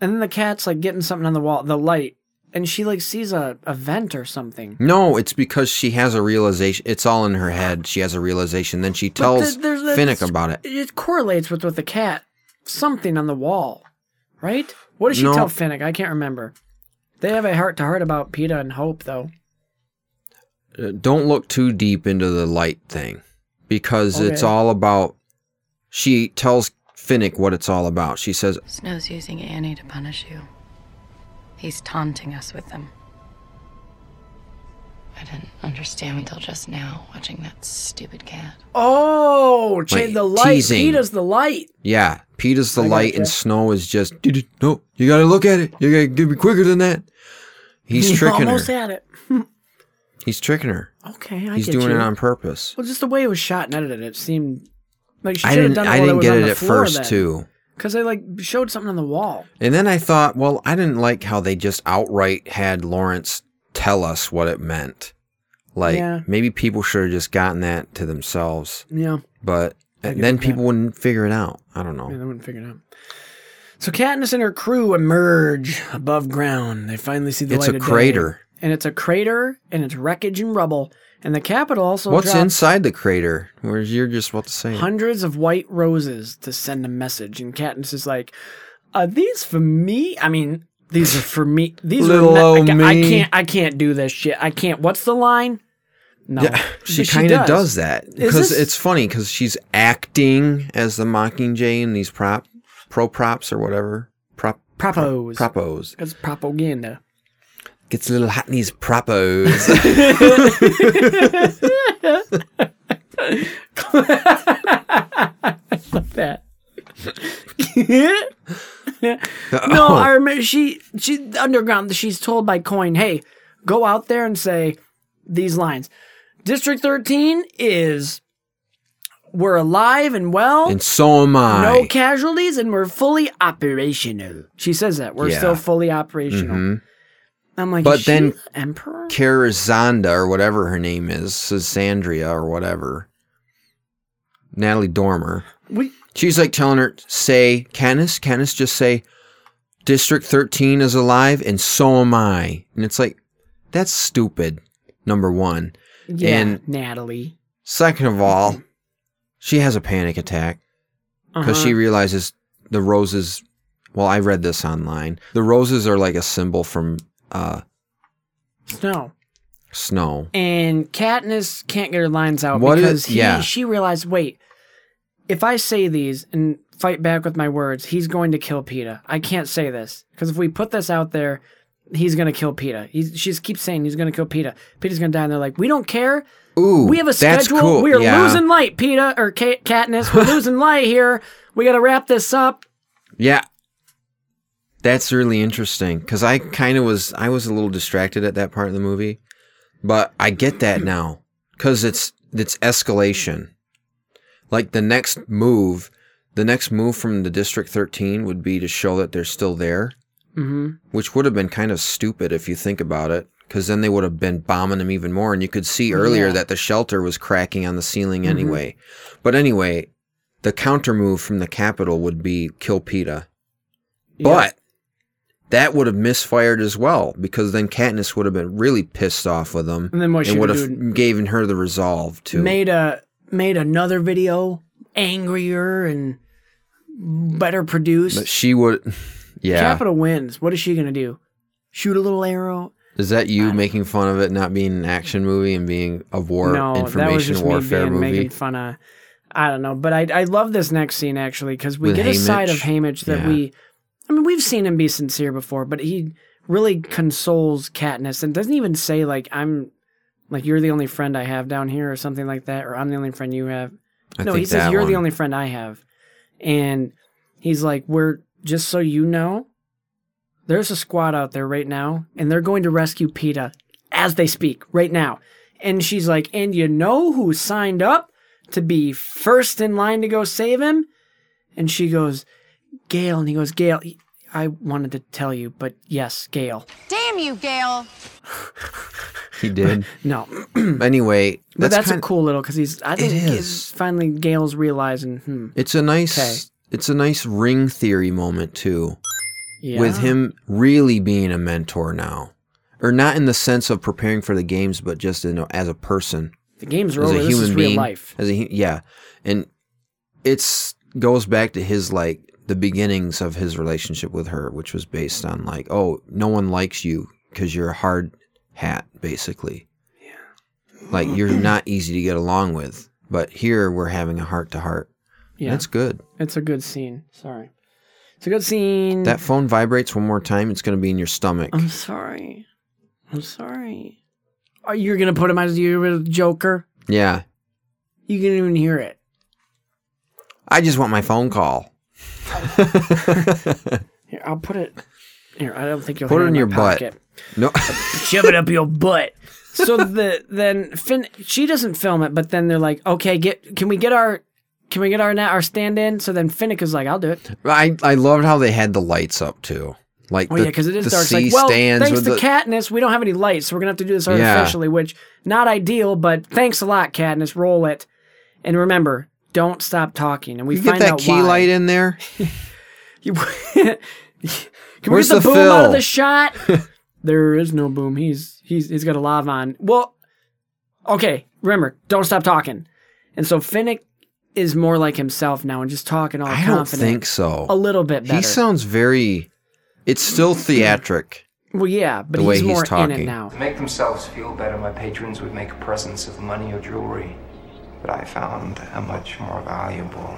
[SPEAKER 1] And then the cat's like getting something on the wall, the light, and she like sees a, a vent or something.
[SPEAKER 2] No, it's because she has a realization. It's all in her head. She has a realization. Then she tells
[SPEAKER 1] But there- there's-
[SPEAKER 2] Finnick about it.
[SPEAKER 1] It correlates with with the cat, something on the wall, right? What does she
[SPEAKER 2] No.
[SPEAKER 1] tell Finnick? I can't remember. They have a heart to heart about Peta and Hope, though.
[SPEAKER 2] Uh, Don't look too deep into the light thing because it's
[SPEAKER 17] Okay.
[SPEAKER 2] all about. She tells Finnick what it's all about. She says,
[SPEAKER 9] Snow's using Annie to punish you. He's taunting us with them. I didn't understand until just now, watching that stupid cat.
[SPEAKER 1] Oh, cha-
[SPEAKER 2] Like,
[SPEAKER 1] the light.
[SPEAKER 2] teasing.
[SPEAKER 1] Peta's the light.
[SPEAKER 2] "Yeah, Peter's the
[SPEAKER 1] I
[SPEAKER 2] light,
[SPEAKER 1] gotcha.
[SPEAKER 2] and Snow is just "Dude, no. You gotta look at it. You gotta give me quicker than that." He's
[SPEAKER 1] You
[SPEAKER 2] tricking her.
[SPEAKER 1] almost had it.
[SPEAKER 2] He's tricking her.
[SPEAKER 1] Okay, I
[SPEAKER 2] He's
[SPEAKER 1] get
[SPEAKER 2] doing
[SPEAKER 1] you.
[SPEAKER 2] it on purpose.
[SPEAKER 1] Well, just the way it was shot and edited, it seemed like she
[SPEAKER 2] I
[SPEAKER 1] should have
[SPEAKER 2] didn't.
[SPEAKER 1] done it.
[SPEAKER 2] I
[SPEAKER 1] while
[SPEAKER 2] didn't
[SPEAKER 1] was
[SPEAKER 2] get
[SPEAKER 1] on
[SPEAKER 2] it
[SPEAKER 1] the
[SPEAKER 2] at
[SPEAKER 1] floor
[SPEAKER 2] first
[SPEAKER 1] then.
[SPEAKER 2] too.
[SPEAKER 1] Because they like showed something on the wall.
[SPEAKER 2] And then I thought, well, I didn't like how they just outright had Lawrence tell us what it meant. Like
[SPEAKER 1] Yeah.
[SPEAKER 2] maybe people should have just gotten that to themselves.
[SPEAKER 1] Yeah.
[SPEAKER 2] But and then people wouldn't figure it out. I don't know.
[SPEAKER 1] Yeah, they wouldn't figure it out. So Katniss and her crew emerge above ground. They finally see the
[SPEAKER 2] It's
[SPEAKER 1] light
[SPEAKER 2] a
[SPEAKER 1] of day.
[SPEAKER 2] crater.
[SPEAKER 1] and it's a crater, and it's wreckage and rubble. And the capital also
[SPEAKER 2] What's
[SPEAKER 1] dropped
[SPEAKER 2] inside the crater? Where you're just about to say it.
[SPEAKER 1] hundreds of white roses to send a message. And Katniss is like, "Are these for me? I mean, these are for me. These
[SPEAKER 2] Little
[SPEAKER 1] are
[SPEAKER 2] old
[SPEAKER 1] not, I, ca- I
[SPEAKER 2] me.
[SPEAKER 1] can't. I can't do this shit. I can't. What's the line? No,
[SPEAKER 2] Yeah, she
[SPEAKER 1] But
[SPEAKER 2] kind of does. that
[SPEAKER 1] Is
[SPEAKER 2] because
[SPEAKER 1] this-
[SPEAKER 2] it's funny because she's acting as the Mockingjay in these prop, pro props or whatever prop
[SPEAKER 1] Propos.
[SPEAKER 2] propos.
[SPEAKER 1] It's propaganda.
[SPEAKER 2] Gets a little hot in these propos.
[SPEAKER 1] I love that.
[SPEAKER 2] Oh,
[SPEAKER 1] no, I remember she she underground. She's told by Coin, "Hey, go out there and say these lines." District thirteen is we're alive and well,
[SPEAKER 2] and so am I.
[SPEAKER 1] no casualties, and we're fully operational. She says that we're
[SPEAKER 2] Yeah.
[SPEAKER 1] still fully operational.
[SPEAKER 2] Mhm.
[SPEAKER 1] I'm like,
[SPEAKER 2] But
[SPEAKER 1] is she
[SPEAKER 2] then-
[SPEAKER 1] the emperor.
[SPEAKER 2] Carazonda or whatever her name is, Sandria or whatever. Natalie Dormer.
[SPEAKER 1] We-
[SPEAKER 2] She's like telling her, say, Canis, Canis, just say, District 13 is alive and so am I. And it's like, that's stupid, number one.
[SPEAKER 1] Yeah,
[SPEAKER 2] And
[SPEAKER 1] Natalie.
[SPEAKER 2] second of all, she has a panic attack because
[SPEAKER 1] Uh-huh.
[SPEAKER 2] she realizes the roses. Well, I read this online. The roses are like a symbol from uh,
[SPEAKER 1] Snow.
[SPEAKER 2] snow.
[SPEAKER 1] And Katniss can't get her lines out
[SPEAKER 2] What
[SPEAKER 1] because
[SPEAKER 2] is-
[SPEAKER 1] he,
[SPEAKER 2] yeah.
[SPEAKER 1] she realized, wait, if I say these and fight back with my words, he's going to kill PETA. I can't say this because if we put this out there, he's going to kill PETA. He's, she just keeps saying he's going to kill PETA. PETA's going to die. And they're like, we don't care.
[SPEAKER 2] Ooh,
[SPEAKER 1] we have a
[SPEAKER 2] that's
[SPEAKER 1] schedule.
[SPEAKER 2] cool.
[SPEAKER 1] We are
[SPEAKER 2] Yeah.
[SPEAKER 1] losing light, PETA or Ka- Katniss. We're losing light here. We got to wrap this up.
[SPEAKER 2] Yeah. That's really interesting cuz I kind of was I was a little distracted at that part of the movie, but I get that now cuz it's it's escalation. Like the next move, the next move from the District 13 would be to show that they're still there,
[SPEAKER 1] Mm-hmm.
[SPEAKER 2] which would have been kind of stupid if you think about it cuz then they would have been bombing them even more and you could see earlier
[SPEAKER 1] Yeah.
[SPEAKER 2] that the shelter was cracking on the ceiling
[SPEAKER 1] Mhm.
[SPEAKER 2] anyway. But anyway, the counter move from the Capitol would be kill PETA. But that would have misfired as well because then Katniss would have been really pissed off with him.
[SPEAKER 1] And then what she
[SPEAKER 2] would
[SPEAKER 1] would
[SPEAKER 2] have given her the resolve to.
[SPEAKER 1] made a made another video angrier and better produced.
[SPEAKER 2] But she would. Yeah.
[SPEAKER 1] Capitol wins. What is she gonna do? Shoot a little arrow?
[SPEAKER 2] Is that you making fun of it not being an action movie and being a war
[SPEAKER 1] no, that was
[SPEAKER 2] information
[SPEAKER 1] just me
[SPEAKER 2] warfare
[SPEAKER 1] being
[SPEAKER 2] movie?
[SPEAKER 1] making fun of. I don't know, but I I love this next scene actually because we
[SPEAKER 2] With
[SPEAKER 1] get a side of
[SPEAKER 2] Haymitch?
[SPEAKER 1] Hamish that
[SPEAKER 2] Yeah.
[SPEAKER 1] we, I mean, we've seen him be sincere before, but he really consoles Katniss and doesn't even say like I'm, like you're the only friend I have down here or something like that, or I'm the only friend you have.
[SPEAKER 2] I
[SPEAKER 1] no,
[SPEAKER 2] think
[SPEAKER 1] he says
[SPEAKER 2] that
[SPEAKER 1] you're the
[SPEAKER 2] one-
[SPEAKER 1] only friend I have, and he's like, we're just so you know, there's a squad out there right now, and they're going to rescue PETA as they speak right now. And she's like, and you know who signed up to be first in line to go save him? And she goes, Gail. And he goes, Gail, I wanted to tell you, but yes, Gail.
[SPEAKER 15] Damn you, Gail.
[SPEAKER 2] He did.
[SPEAKER 1] no.
[SPEAKER 2] anyway,
[SPEAKER 1] But
[SPEAKER 2] that's,
[SPEAKER 1] that's,
[SPEAKER 2] kind
[SPEAKER 1] a cool little because he's. I think it's finally Gail's realizing. Hmm.
[SPEAKER 2] It's a nice.
[SPEAKER 1] Okay.
[SPEAKER 2] It's a nice ring theory moment too, with
[SPEAKER 1] Yeah.
[SPEAKER 2] him really being a mentor now, or not in the sense of preparing for the games, but just in a, as a person.
[SPEAKER 1] The games are
[SPEAKER 2] as
[SPEAKER 1] over. This is real life.
[SPEAKER 2] As a hu- yeah, and it's goes back to his like the beginnings of his relationship with her, which was based on like, oh, no one likes you because you're a hard hat, basically. Yeah. Like you're not easy to get along with, but here we're having a heart to heart.
[SPEAKER 1] Yeah.
[SPEAKER 2] That's good.
[SPEAKER 1] It's a good scene. Sorry. It's a good scene.
[SPEAKER 2] That phone vibrates one more time, it's gonna be in your stomach.
[SPEAKER 1] I'm sorry. I'm sorry. Are you gonna put him as your little Joker?
[SPEAKER 2] Yeah.
[SPEAKER 1] You can even hear it.
[SPEAKER 2] I just want my phone call.
[SPEAKER 1] Here, I'll put it. Here, I don't think you'll
[SPEAKER 2] Put
[SPEAKER 1] hear
[SPEAKER 2] it in your
[SPEAKER 1] my
[SPEAKER 2] butt.
[SPEAKER 1] pocket.
[SPEAKER 2] No.
[SPEAKER 1] Shove it up your butt. So the then Finn she doesn't film it, but then they're like, okay, get can we get our can we get our na- our stand in? So then Finnick is like, I'll do it.
[SPEAKER 2] I I loved how they had the lights up too. Like
[SPEAKER 1] Oh
[SPEAKER 2] the,
[SPEAKER 1] yeah, because it is
[SPEAKER 2] the
[SPEAKER 1] dark. It's like,
[SPEAKER 2] sea
[SPEAKER 1] well,
[SPEAKER 2] stands
[SPEAKER 1] thanks
[SPEAKER 2] with
[SPEAKER 1] to
[SPEAKER 2] the,
[SPEAKER 1] Katniss, we don't have any lights, so we're gonna have to do this
[SPEAKER 2] Yeah.
[SPEAKER 1] artificially, which not ideal, but thanks a lot, Katniss. Roll it, and remember, don't stop talking. And we
[SPEAKER 2] you
[SPEAKER 1] find
[SPEAKER 2] get that
[SPEAKER 1] out
[SPEAKER 2] key
[SPEAKER 1] why.
[SPEAKER 2] light in there.
[SPEAKER 1] You- Can we
[SPEAKER 2] Where's
[SPEAKER 1] get the,
[SPEAKER 2] the
[SPEAKER 1] boom out
[SPEAKER 2] fill?
[SPEAKER 1] of the shot? there is no boom. He's he's he's got a lav on. Well, okay. Remember, don't stop talking. And so Finnick is more like himself now and just talking all
[SPEAKER 2] I don't
[SPEAKER 1] confident.
[SPEAKER 2] think so.
[SPEAKER 1] A little bit better.
[SPEAKER 2] He sounds very. It's still theatric.
[SPEAKER 1] well, yeah, but
[SPEAKER 2] the way
[SPEAKER 1] he's
[SPEAKER 2] he's
[SPEAKER 1] more in
[SPEAKER 2] talking.
[SPEAKER 1] it now.
[SPEAKER 17] To make themselves feel better, my patrons would make presents of money or jewelry. But I found a much more valuable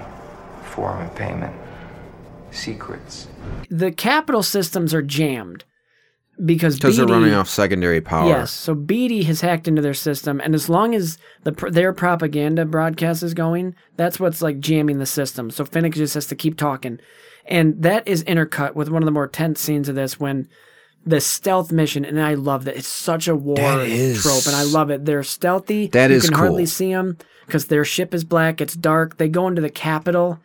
[SPEAKER 17] form of payment secrets.
[SPEAKER 1] The capital systems are jammed because
[SPEAKER 2] Because they're
[SPEAKER 1] BD
[SPEAKER 2] running off secondary power.
[SPEAKER 1] Yes. So Beatty has hacked into their system, and as long as the pr- their propaganda broadcast is going, that's what's like jamming the system. So Finnick just has to keep talking, and that is intercut with one of the more tense scenes of this when the stealth mission. And I love that it's such a war
[SPEAKER 2] That is-
[SPEAKER 1] trope, and I love it. They're stealthy.
[SPEAKER 2] That
[SPEAKER 1] you
[SPEAKER 2] is
[SPEAKER 1] can hardly
[SPEAKER 2] cool.
[SPEAKER 1] see them because their ship is black. It's dark. They go into the capital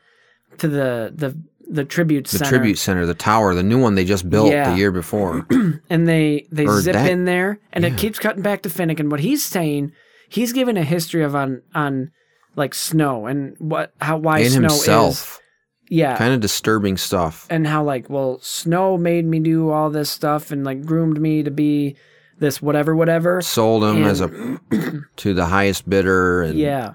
[SPEAKER 1] to the the the tribute
[SPEAKER 2] The
[SPEAKER 1] center.
[SPEAKER 2] tribute center, the tower, the new one they just built
[SPEAKER 1] Yeah.
[SPEAKER 2] the year before.
[SPEAKER 1] and they they
[SPEAKER 2] Or
[SPEAKER 1] zip
[SPEAKER 2] that-
[SPEAKER 1] in there, and it keeps cutting back to Finnick. And what he's saying, he's giving a history of on on like snow and what how why
[SPEAKER 2] and
[SPEAKER 1] snow
[SPEAKER 2] himself.
[SPEAKER 1] is yeah,
[SPEAKER 2] Kind of disturbing stuff.
[SPEAKER 1] and how like well snow made me do all this stuff and like groomed me to be this whatever whatever.
[SPEAKER 2] Sold him
[SPEAKER 1] And-
[SPEAKER 2] as a to the highest bidder. And
[SPEAKER 1] yeah.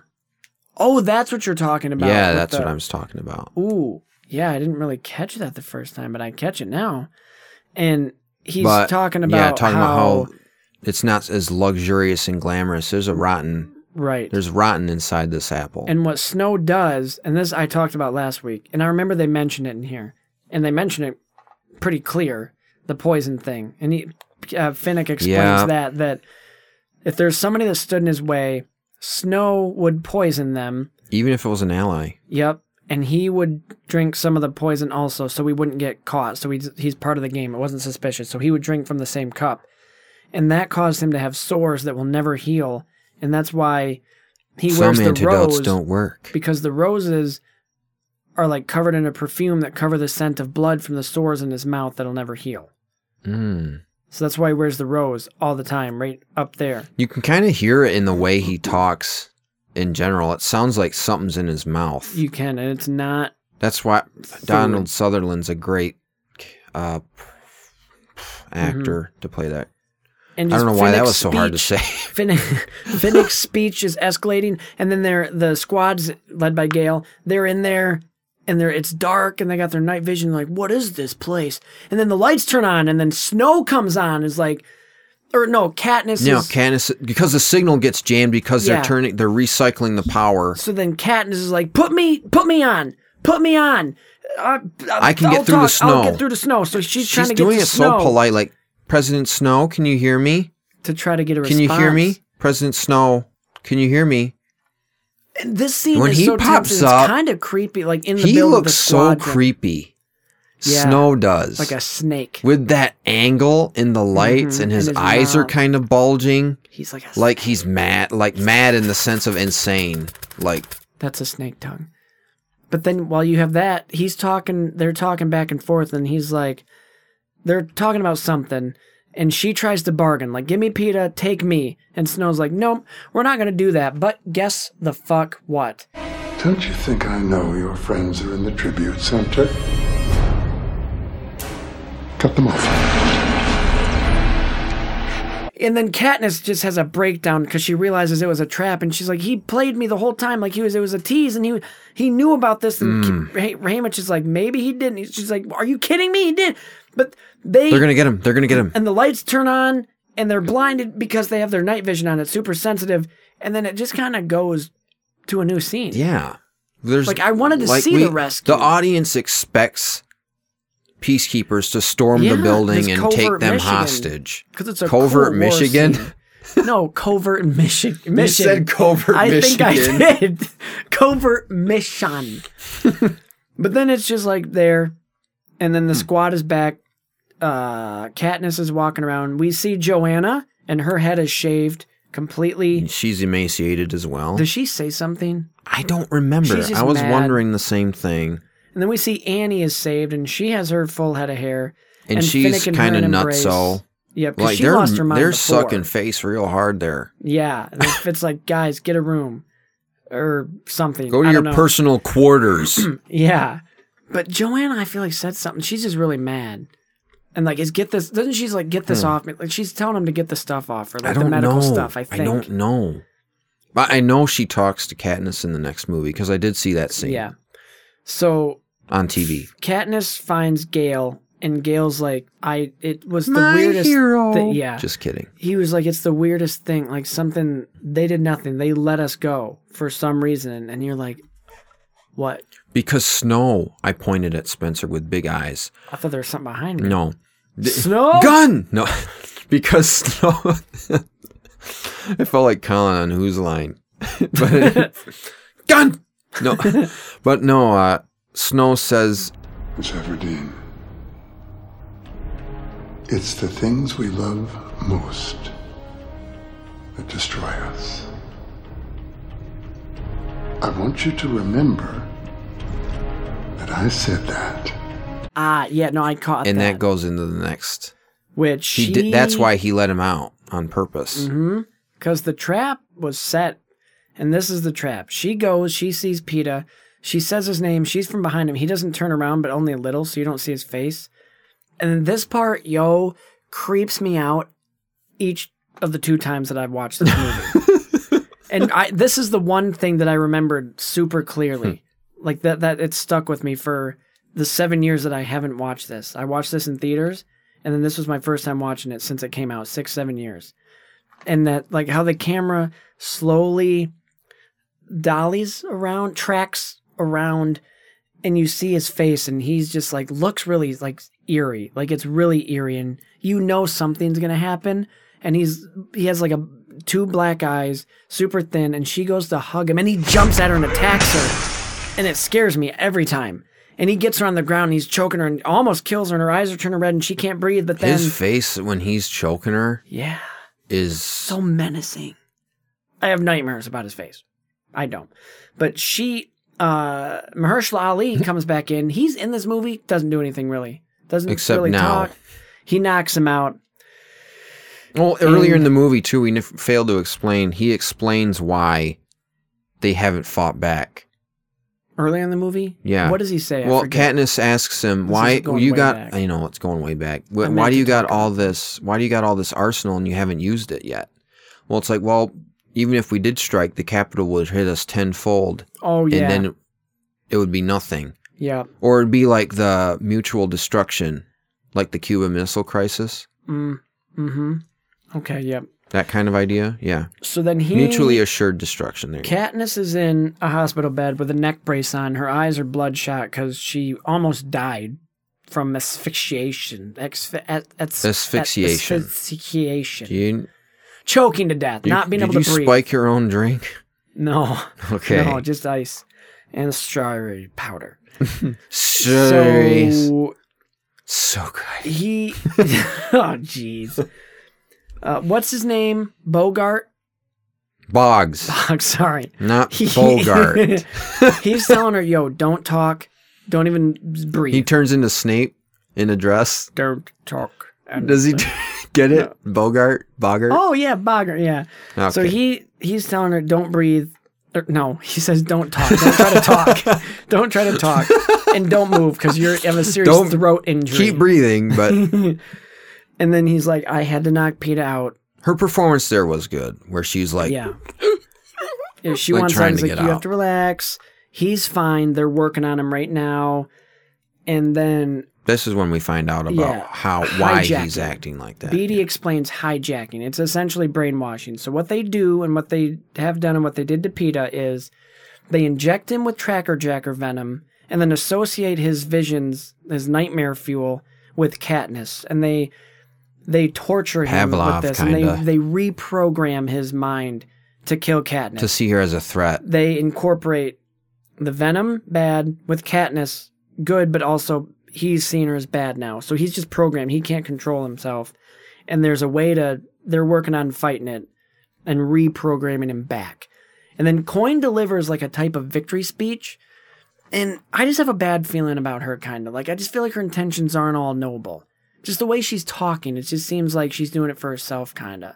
[SPEAKER 1] Oh, that's what you're talking about.
[SPEAKER 2] Yeah,
[SPEAKER 1] with
[SPEAKER 2] that's
[SPEAKER 1] the-
[SPEAKER 2] what I was talking about.
[SPEAKER 1] Ooh, yeah, I didn't really catch that the first time, but I catch it now. And he's
[SPEAKER 2] But,
[SPEAKER 1] talking about
[SPEAKER 2] yeah, talking
[SPEAKER 1] how,
[SPEAKER 2] about how it's not as luxurious and glamorous. There's a rotten.
[SPEAKER 1] right.
[SPEAKER 2] There's rotten inside this apple.
[SPEAKER 1] And what snow does, and this I talked about last week, and I remember they mentioned it in here, and they mentioned it pretty clear the poison thing. And he, uh, Finnick explains
[SPEAKER 2] Yeah.
[SPEAKER 1] that that if there's somebody that stood in his way, snow would poison them.
[SPEAKER 2] Even if it was an ally.
[SPEAKER 1] Yep, and he would drink some of the poison also, so we wouldn't get caught. So he's he's part of the game. It wasn't suspicious. So he would drink from the same cup, and that caused him to have sores that will never heal, and that's why. He
[SPEAKER 2] Some
[SPEAKER 1] wears the
[SPEAKER 2] antidotes
[SPEAKER 1] rose
[SPEAKER 2] don't work.
[SPEAKER 1] because the roses are like covered in a perfume that cover the scent of blood from the sores in his mouth that'll never heal.
[SPEAKER 2] Mm.
[SPEAKER 1] So that's why he wears the rose all the time, right up there.
[SPEAKER 2] You can kind of hear it in the way he talks in general. It sounds like something's in his mouth.
[SPEAKER 1] You can, and it's not
[SPEAKER 2] That's why Donald Sutherland's a great uh,
[SPEAKER 1] Mm-hmm.
[SPEAKER 2] actor to play that.
[SPEAKER 1] And
[SPEAKER 2] I don't know
[SPEAKER 1] just
[SPEAKER 2] why that
[SPEAKER 1] Finnick's
[SPEAKER 2] was so hard to say.
[SPEAKER 1] speech- Finn- Finnick's speech is escalating, and then they're the squads led by Gale. They're in there, and they're it's dark and they got their night vision like what is this place and then the lights turn on and then snow comes on is like or no Katniss
[SPEAKER 2] No,
[SPEAKER 1] is,
[SPEAKER 2] Katniss because the signal gets jammed because
[SPEAKER 1] Yeah.
[SPEAKER 2] they're turning they're recycling the power.
[SPEAKER 1] so then Katniss is like put me put me on put me on I,
[SPEAKER 2] I can get
[SPEAKER 1] I'll
[SPEAKER 2] through the
[SPEAKER 1] talk, I'll
[SPEAKER 2] snow.
[SPEAKER 1] get through the snow so she's, trying
[SPEAKER 2] She's
[SPEAKER 1] to
[SPEAKER 2] doing
[SPEAKER 1] get
[SPEAKER 2] it
[SPEAKER 1] to snow
[SPEAKER 2] so polite, like President Snow, can you hear me?
[SPEAKER 1] to try to get a
[SPEAKER 2] Can you hear
[SPEAKER 1] response.
[SPEAKER 2] me, President Snow? Can you hear me?
[SPEAKER 1] And this scene
[SPEAKER 2] When
[SPEAKER 1] is
[SPEAKER 2] he
[SPEAKER 1] so
[SPEAKER 2] pops
[SPEAKER 1] tense,
[SPEAKER 2] up,
[SPEAKER 1] it's kind of creepy like in the
[SPEAKER 2] He
[SPEAKER 1] middle of the
[SPEAKER 2] looks so
[SPEAKER 1] squadron.
[SPEAKER 2] creepy.
[SPEAKER 1] Yeah.
[SPEAKER 2] Snow does
[SPEAKER 1] like a snake
[SPEAKER 2] with that angle in the lights,
[SPEAKER 1] Mhm,
[SPEAKER 2] and his
[SPEAKER 1] and his
[SPEAKER 2] eyes are
[SPEAKER 1] mouth.
[SPEAKER 2] kind of bulging.
[SPEAKER 1] He's like a
[SPEAKER 2] like he's mad, like mad in the sense of insane. Like
[SPEAKER 1] That's a snake tongue. But then while you have that, he's talking, they're talking back and forth, and he's like, they're talking about something, and she tries to bargain, like, give me PETA, take me. And Snow's like, nope, we're not going to do that. But guess the fuck what?
[SPEAKER 6] Don't you think I know your friends are in the tribute center? Cut them off.
[SPEAKER 1] And then Katniss just has a breakdown because she realizes it was a trap, and she's like, "He played me the whole time, like he was it was a tease, and he he knew about this." And
[SPEAKER 2] Mm.
[SPEAKER 1] K- Ra- Haymitch is like, "Maybe he didn't." She's like, "Are you kidding me? He did." But they
[SPEAKER 2] they're gonna get him. They're gonna get him.
[SPEAKER 1] and the lights turn on and they're blinded because they have their night vision on it's super sensitive and then it just kind of goes to a new scene
[SPEAKER 2] Yeah. There's
[SPEAKER 1] Like, I wanted to see the rescue.
[SPEAKER 2] The audience expects peacekeepers to storm
[SPEAKER 1] Yeah,
[SPEAKER 2] the building
[SPEAKER 1] this
[SPEAKER 2] and
[SPEAKER 1] covert
[SPEAKER 2] take them
[SPEAKER 1] Michigan.
[SPEAKER 2] hostage.
[SPEAKER 1] 'Cause it's a
[SPEAKER 2] covert
[SPEAKER 1] Cold War
[SPEAKER 2] Michigan.
[SPEAKER 1] scene. no covert mission mission
[SPEAKER 2] said covert
[SPEAKER 1] i think i
[SPEAKER 2] Michigan.
[SPEAKER 1] did covert mission but then it's just like there and then the
[SPEAKER 2] Hmm.
[SPEAKER 1] squad is back uh katniss is walking around we see joanna and her head is shaved completely
[SPEAKER 2] She's emaciated as well.
[SPEAKER 1] does she say something
[SPEAKER 2] I don't remember.
[SPEAKER 1] She's just
[SPEAKER 2] I was
[SPEAKER 1] mad.
[SPEAKER 2] wondering the same thing.
[SPEAKER 1] And then we see Annie is saved, and she has her full head of hair.
[SPEAKER 2] And, she's
[SPEAKER 1] Finnegan her
[SPEAKER 2] kind of
[SPEAKER 1] an
[SPEAKER 2] nuts.
[SPEAKER 1] embrace.
[SPEAKER 2] So
[SPEAKER 1] Yep, 'cause
[SPEAKER 2] like
[SPEAKER 1] she
[SPEAKER 2] they're
[SPEAKER 1] lost her mind
[SPEAKER 2] they're
[SPEAKER 1] before.
[SPEAKER 2] sucking face real hard there.
[SPEAKER 1] Yeah, and if it's like, guys, get a room or something.
[SPEAKER 2] Go to
[SPEAKER 1] I
[SPEAKER 2] your
[SPEAKER 1] don't know.
[SPEAKER 2] personal quarters.
[SPEAKER 1] Yeah, but Joanna, I feel like said something. She's just really mad, and like, is get this? Doesn't she's like get this
[SPEAKER 2] Hmm.
[SPEAKER 1] off me? Like she's telling him to get the stuff off her, like
[SPEAKER 2] I don't
[SPEAKER 1] the medical
[SPEAKER 2] know.
[SPEAKER 1] stuff. I think.
[SPEAKER 2] don't know. But I know she talks to Katniss in the next movie because I did see that scene
[SPEAKER 1] Yeah. So
[SPEAKER 2] on TV.
[SPEAKER 1] Katniss finds Gale, and Gale's like, I. It was the
[SPEAKER 14] My
[SPEAKER 1] weirdest.
[SPEAKER 14] hero.
[SPEAKER 1] thi- yeah.
[SPEAKER 2] Just kidding.
[SPEAKER 1] he was like, it's the weirdest thing. Like something they did nothing. They let us go for some reason, and you're like, what?
[SPEAKER 2] Because snow, I pointed at Spencer with big eyes.
[SPEAKER 1] I thought there was something behind me.
[SPEAKER 2] No. Th-
[SPEAKER 1] Snow?
[SPEAKER 2] Gun! No. because snow. I felt like Colin on Who's Line. but gun! No. but no, uh, Snow says.
[SPEAKER 6] It's Everdeen. It's the things we love most that destroy us. I want you to remember that I said that.
[SPEAKER 1] Ah, yeah, no, I caught
[SPEAKER 2] And that.
[SPEAKER 1] that.
[SPEAKER 2] goes into the next.
[SPEAKER 1] Which
[SPEAKER 2] He
[SPEAKER 1] she,
[SPEAKER 2] did, that's why he let him out on purpose.
[SPEAKER 1] Mm-hmm. Because the trap was set, and this is the trap. She goes. She sees Peta. She says his name. She's from behind him. He doesn't turn around, but only a little, so you don't see his face. And then this part, yo, creeps me out each of the two times that I've watched this movie. and I, this is the one thing that I remembered super clearly. Like that, that it stuck with me for the seven years that I haven't watched this. I watched this in theaters, and then this was my first time watching it since it came out six, seven years. And that, like, how the camera slowly dollies around, tracks around, and you see his face, and he's just like looks really like eerie, like it's really eerie, and you know something's gonna happen. And he's he has like a two black eyes, super thin, and she goes to hug him, and he jumps at her and attacks her, and it scares me every time. And he gets her on the ground, and he's choking her, and almost kills her, and her eyes are turning red, and she can't breathe. But then,
[SPEAKER 2] His face when he's choking her
[SPEAKER 1] yeah,
[SPEAKER 2] is
[SPEAKER 1] so menacing. I have nightmares about his face. I don't. But she, uh, Mahershala Ali comes back in. He's in this movie, doesn't do anything really. Doesn't
[SPEAKER 2] Except
[SPEAKER 1] really
[SPEAKER 2] now.
[SPEAKER 1] talk. He knocks him out.
[SPEAKER 2] Well, earlier in the movie too, we n- failed to explain. He explains why they haven't fought back.
[SPEAKER 1] Earlier in the movie?
[SPEAKER 2] Yeah.
[SPEAKER 1] What does he say? I
[SPEAKER 2] Well,
[SPEAKER 1] forget.
[SPEAKER 2] Katniss asks him,
[SPEAKER 1] This
[SPEAKER 2] "Why
[SPEAKER 1] is going
[SPEAKER 2] you
[SPEAKER 1] way
[SPEAKER 2] got?
[SPEAKER 1] back.
[SPEAKER 2] I know it's going way back. Wh-
[SPEAKER 1] I meant
[SPEAKER 2] Why do
[SPEAKER 1] to
[SPEAKER 2] you got
[SPEAKER 1] talk
[SPEAKER 2] all this? Why do you got all this arsenal and you haven't used it yet?" Well, it's like, well, even if we did strike, the capital would hit us tenfold,
[SPEAKER 1] Oh, yeah.
[SPEAKER 2] and then it would be nothing.
[SPEAKER 1] Yeah.
[SPEAKER 2] Or it'd be like the mutual destruction, like the Cuban Missile Crisis.
[SPEAKER 1] Mm. Hmm. Okay. Yep.
[SPEAKER 2] That kind of idea. Yeah.
[SPEAKER 1] So then he
[SPEAKER 2] Mutually assured destruction. There. you go.
[SPEAKER 1] Katniss is in a hospital bed with a neck brace on. Her eyes are bloodshot because she almost died from asphyxiation. Ex- a- as-
[SPEAKER 2] Asphyxiation.
[SPEAKER 1] Asphyxiation.
[SPEAKER 2] Do you,
[SPEAKER 1] Choking to death,
[SPEAKER 2] you-
[SPEAKER 1] not being
[SPEAKER 2] did
[SPEAKER 1] able to
[SPEAKER 2] you
[SPEAKER 1] breathe.
[SPEAKER 2] spike your own drink?
[SPEAKER 1] No.
[SPEAKER 2] Okay.
[SPEAKER 1] No, just ice and strawberry powder.
[SPEAKER 2] Jeez.
[SPEAKER 1] So
[SPEAKER 2] so good.
[SPEAKER 1] He. oh, jeez. Uh, what's his name? Bogart.
[SPEAKER 2] Boggs,
[SPEAKER 1] Bog, sorry.
[SPEAKER 2] not Bogart.
[SPEAKER 1] He's telling her, "Yo, don't talk, don't even breathe,
[SPEAKER 2] he turns into Snape in a dress.
[SPEAKER 1] don't talk." And-
[SPEAKER 2] Does he get it? Bogart? Bogart?
[SPEAKER 1] Oh yeah, Bogart. Yeah. So
[SPEAKER 2] Okay.
[SPEAKER 1] he he's telling her, "Don't breathe." Or, no, he says, "Don't talk. Don't try to talk. don't try to talk, and don't move because you're you have a serious
[SPEAKER 2] Don't-
[SPEAKER 1] throat injury."
[SPEAKER 2] Keep breathing, but
[SPEAKER 1] and then he's like, "I had to knock Peter out."
[SPEAKER 2] her performance there was good, where she's like,
[SPEAKER 1] yeah. Yeah, she
[SPEAKER 2] Like
[SPEAKER 1] wants out.
[SPEAKER 2] trying
[SPEAKER 1] He's
[SPEAKER 2] to
[SPEAKER 1] like,
[SPEAKER 2] get
[SPEAKER 1] you have
[SPEAKER 2] out.
[SPEAKER 1] to relax. He's fine. They're working on him right now. And then
[SPEAKER 2] this is when we find out about
[SPEAKER 1] Yeah.
[SPEAKER 2] how why
[SPEAKER 1] Hijacking.
[SPEAKER 2] he's acting like that.
[SPEAKER 1] Beatty explains hijacking. It's essentially brainwashing. So what they do and what they have done and what they did to PETA is they inject him with tracker jacker venom and then associate his visions, his nightmare fuel, with Katniss. And they they torture him
[SPEAKER 2] Pavlov,
[SPEAKER 1] with this
[SPEAKER 2] kinda.
[SPEAKER 1] and they, they reprogram his mind to kill Katniss.
[SPEAKER 2] to see her as a threat.
[SPEAKER 1] they incorporate the Venom bad with Katniss good, but also he's seen her as bad now. So he's just programmed. He can't control himself. And there's a way to, they're working on fighting it and reprogramming him back. And then Coin delivers like a type of victory speech. And I just have a bad feeling about her, kind of. Like, I just feel like her intentions aren't all noble. Just the way she's talking, it just seems like she's doing it for herself, kind of.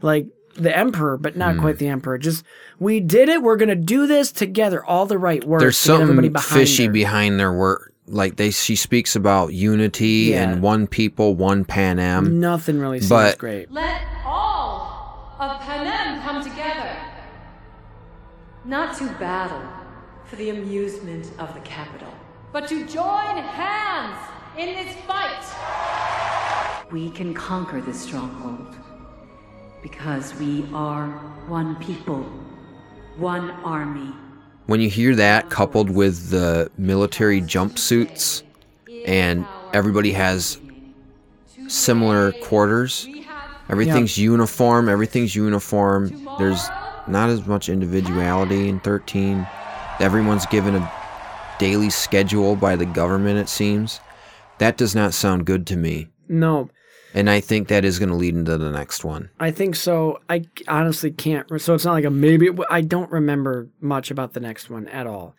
[SPEAKER 1] Like the emperor, but not
[SPEAKER 2] Hmm.
[SPEAKER 1] quite the emperor. Just, we did it. We're going to do this together. All the right words.
[SPEAKER 2] There's
[SPEAKER 1] to get everybody
[SPEAKER 2] something
[SPEAKER 1] behind
[SPEAKER 2] fishy
[SPEAKER 1] her.
[SPEAKER 2] behind their work. Like they, she speaks about unity
[SPEAKER 1] Yeah.
[SPEAKER 2] and one people, one Pan Am.
[SPEAKER 1] Nothing really seems
[SPEAKER 2] but-
[SPEAKER 1] great.
[SPEAKER 9] Let all of Panem come together,
[SPEAKER 18] Not to battle for the amusement of the capital.
[SPEAKER 9] but to join hands in this fight.
[SPEAKER 18] We can conquer this stronghold because we are one people, one army.
[SPEAKER 2] When you hear that coupled with the military jumpsuits and everybody has similar quarters, everything's uniform, everything's uniform. There's not as much individuality in 13. Everyone's given a daily schedule by the government, it seems. That does not sound good to me.
[SPEAKER 1] No,
[SPEAKER 2] And I think that is going to lead into the next one.
[SPEAKER 1] I think so. I honestly can't. Re- so it's not like a maybe. It w- I don't remember much about the next one at all.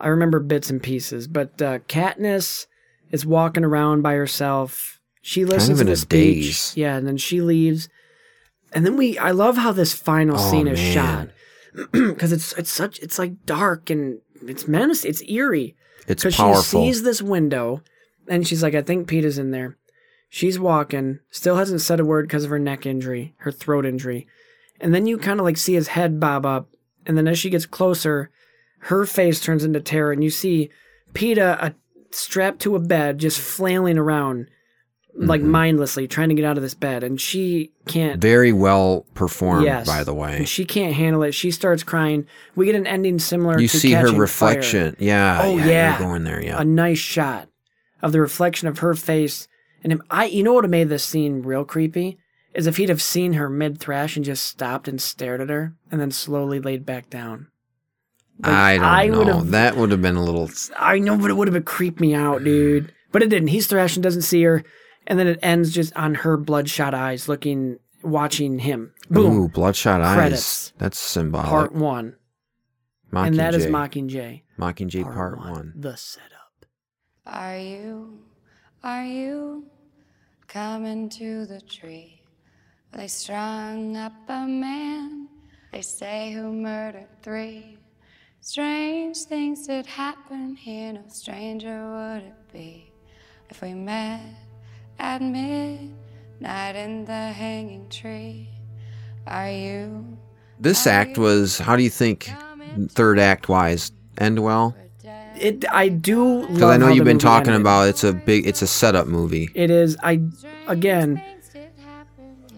[SPEAKER 1] I remember bits and pieces, but uh, Katniss is walking around by herself. She listens
[SPEAKER 2] of in
[SPEAKER 1] to
[SPEAKER 2] a
[SPEAKER 1] the speech.
[SPEAKER 2] daze.
[SPEAKER 1] Yeah, and then she leaves. And then we. I love how this final
[SPEAKER 2] Oh,
[SPEAKER 1] scene is
[SPEAKER 2] man.
[SPEAKER 1] shot because it's it's such it's like dark and it's menacing. It's eerie.
[SPEAKER 2] It's
[SPEAKER 1] 'Cause
[SPEAKER 2] powerful.
[SPEAKER 1] She sees this window, and she's like, "I think Peter's in there." She's walking, still hasn't said a word because of her neck injury, her throat injury, and then you kind of like see his head bob up, and then as she gets closer, her face turns into terror, and you see Peter uh, strapped to a bed, just flailing around, like
[SPEAKER 2] Mm-hmm.
[SPEAKER 1] mindlessly trying to get out of this bed, and she can't
[SPEAKER 2] Very well performed,
[SPEAKER 1] Yes.
[SPEAKER 2] by the way.
[SPEAKER 1] and she can't handle it. She starts crying. We get an ending similar
[SPEAKER 2] You
[SPEAKER 1] to
[SPEAKER 2] see her
[SPEAKER 1] Catching Fire.
[SPEAKER 2] reflection. Yeah.
[SPEAKER 1] Oh,
[SPEAKER 2] yeah.
[SPEAKER 1] yeah.
[SPEAKER 2] You're going there. Yeah.
[SPEAKER 1] A nice shot of the reflection of her face and him. I you know what would have made this scene real creepy is if he'd have seen her mid thrash and just stopped and stared at her and then slowly laid back down. Like,
[SPEAKER 2] I don't
[SPEAKER 1] I
[SPEAKER 2] know.
[SPEAKER 1] would've-
[SPEAKER 2] That would have been a little.
[SPEAKER 1] I know, but it would have creeped me out, dude. But it didn't. He's thrashing, doesn't see her, and then it ends just on her bloodshot eyes looking, watching him. Boom.
[SPEAKER 2] Ooh, bloodshot
[SPEAKER 1] Credits.
[SPEAKER 2] eyes. That's symbolic.
[SPEAKER 1] Part one,
[SPEAKER 2] Mockingjay.
[SPEAKER 1] and that is Mockingjay.
[SPEAKER 2] Mockingjay Part, one.
[SPEAKER 1] The setup.
[SPEAKER 19] Are you, are you coming to the tree? They strung up a man, they say who murdered three. Strange things did happen here, no stranger would it be if we met at midnight in the hanging tree. Are you?
[SPEAKER 2] This act was. How do you think, third act wise, end well?
[SPEAKER 1] it I do
[SPEAKER 2] Because I
[SPEAKER 1] love
[SPEAKER 2] know
[SPEAKER 1] how the
[SPEAKER 2] you've been
[SPEAKER 1] movie
[SPEAKER 2] talking
[SPEAKER 1] ended.
[SPEAKER 2] about it's a big, it's a setup movie.
[SPEAKER 1] It is I again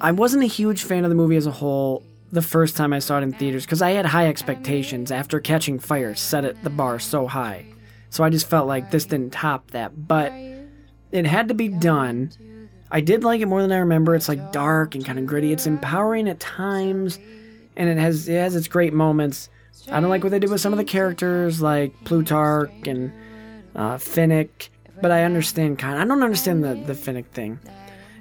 [SPEAKER 1] I wasn't a huge fan of the movie as a whole the first time I saw it in theaters cuz I had high expectations after Catching Fire set it the bar so high. So I just felt like this didn't top that, but it had to be done. I did like it more than I remember. It's like dark and kind of gritty. It's empowering at times and it has it has its great moments. I don't like what they did with some of the characters like Plutarch and uh, Finnick, but I understand kind. I don't understand the the Finnick thing.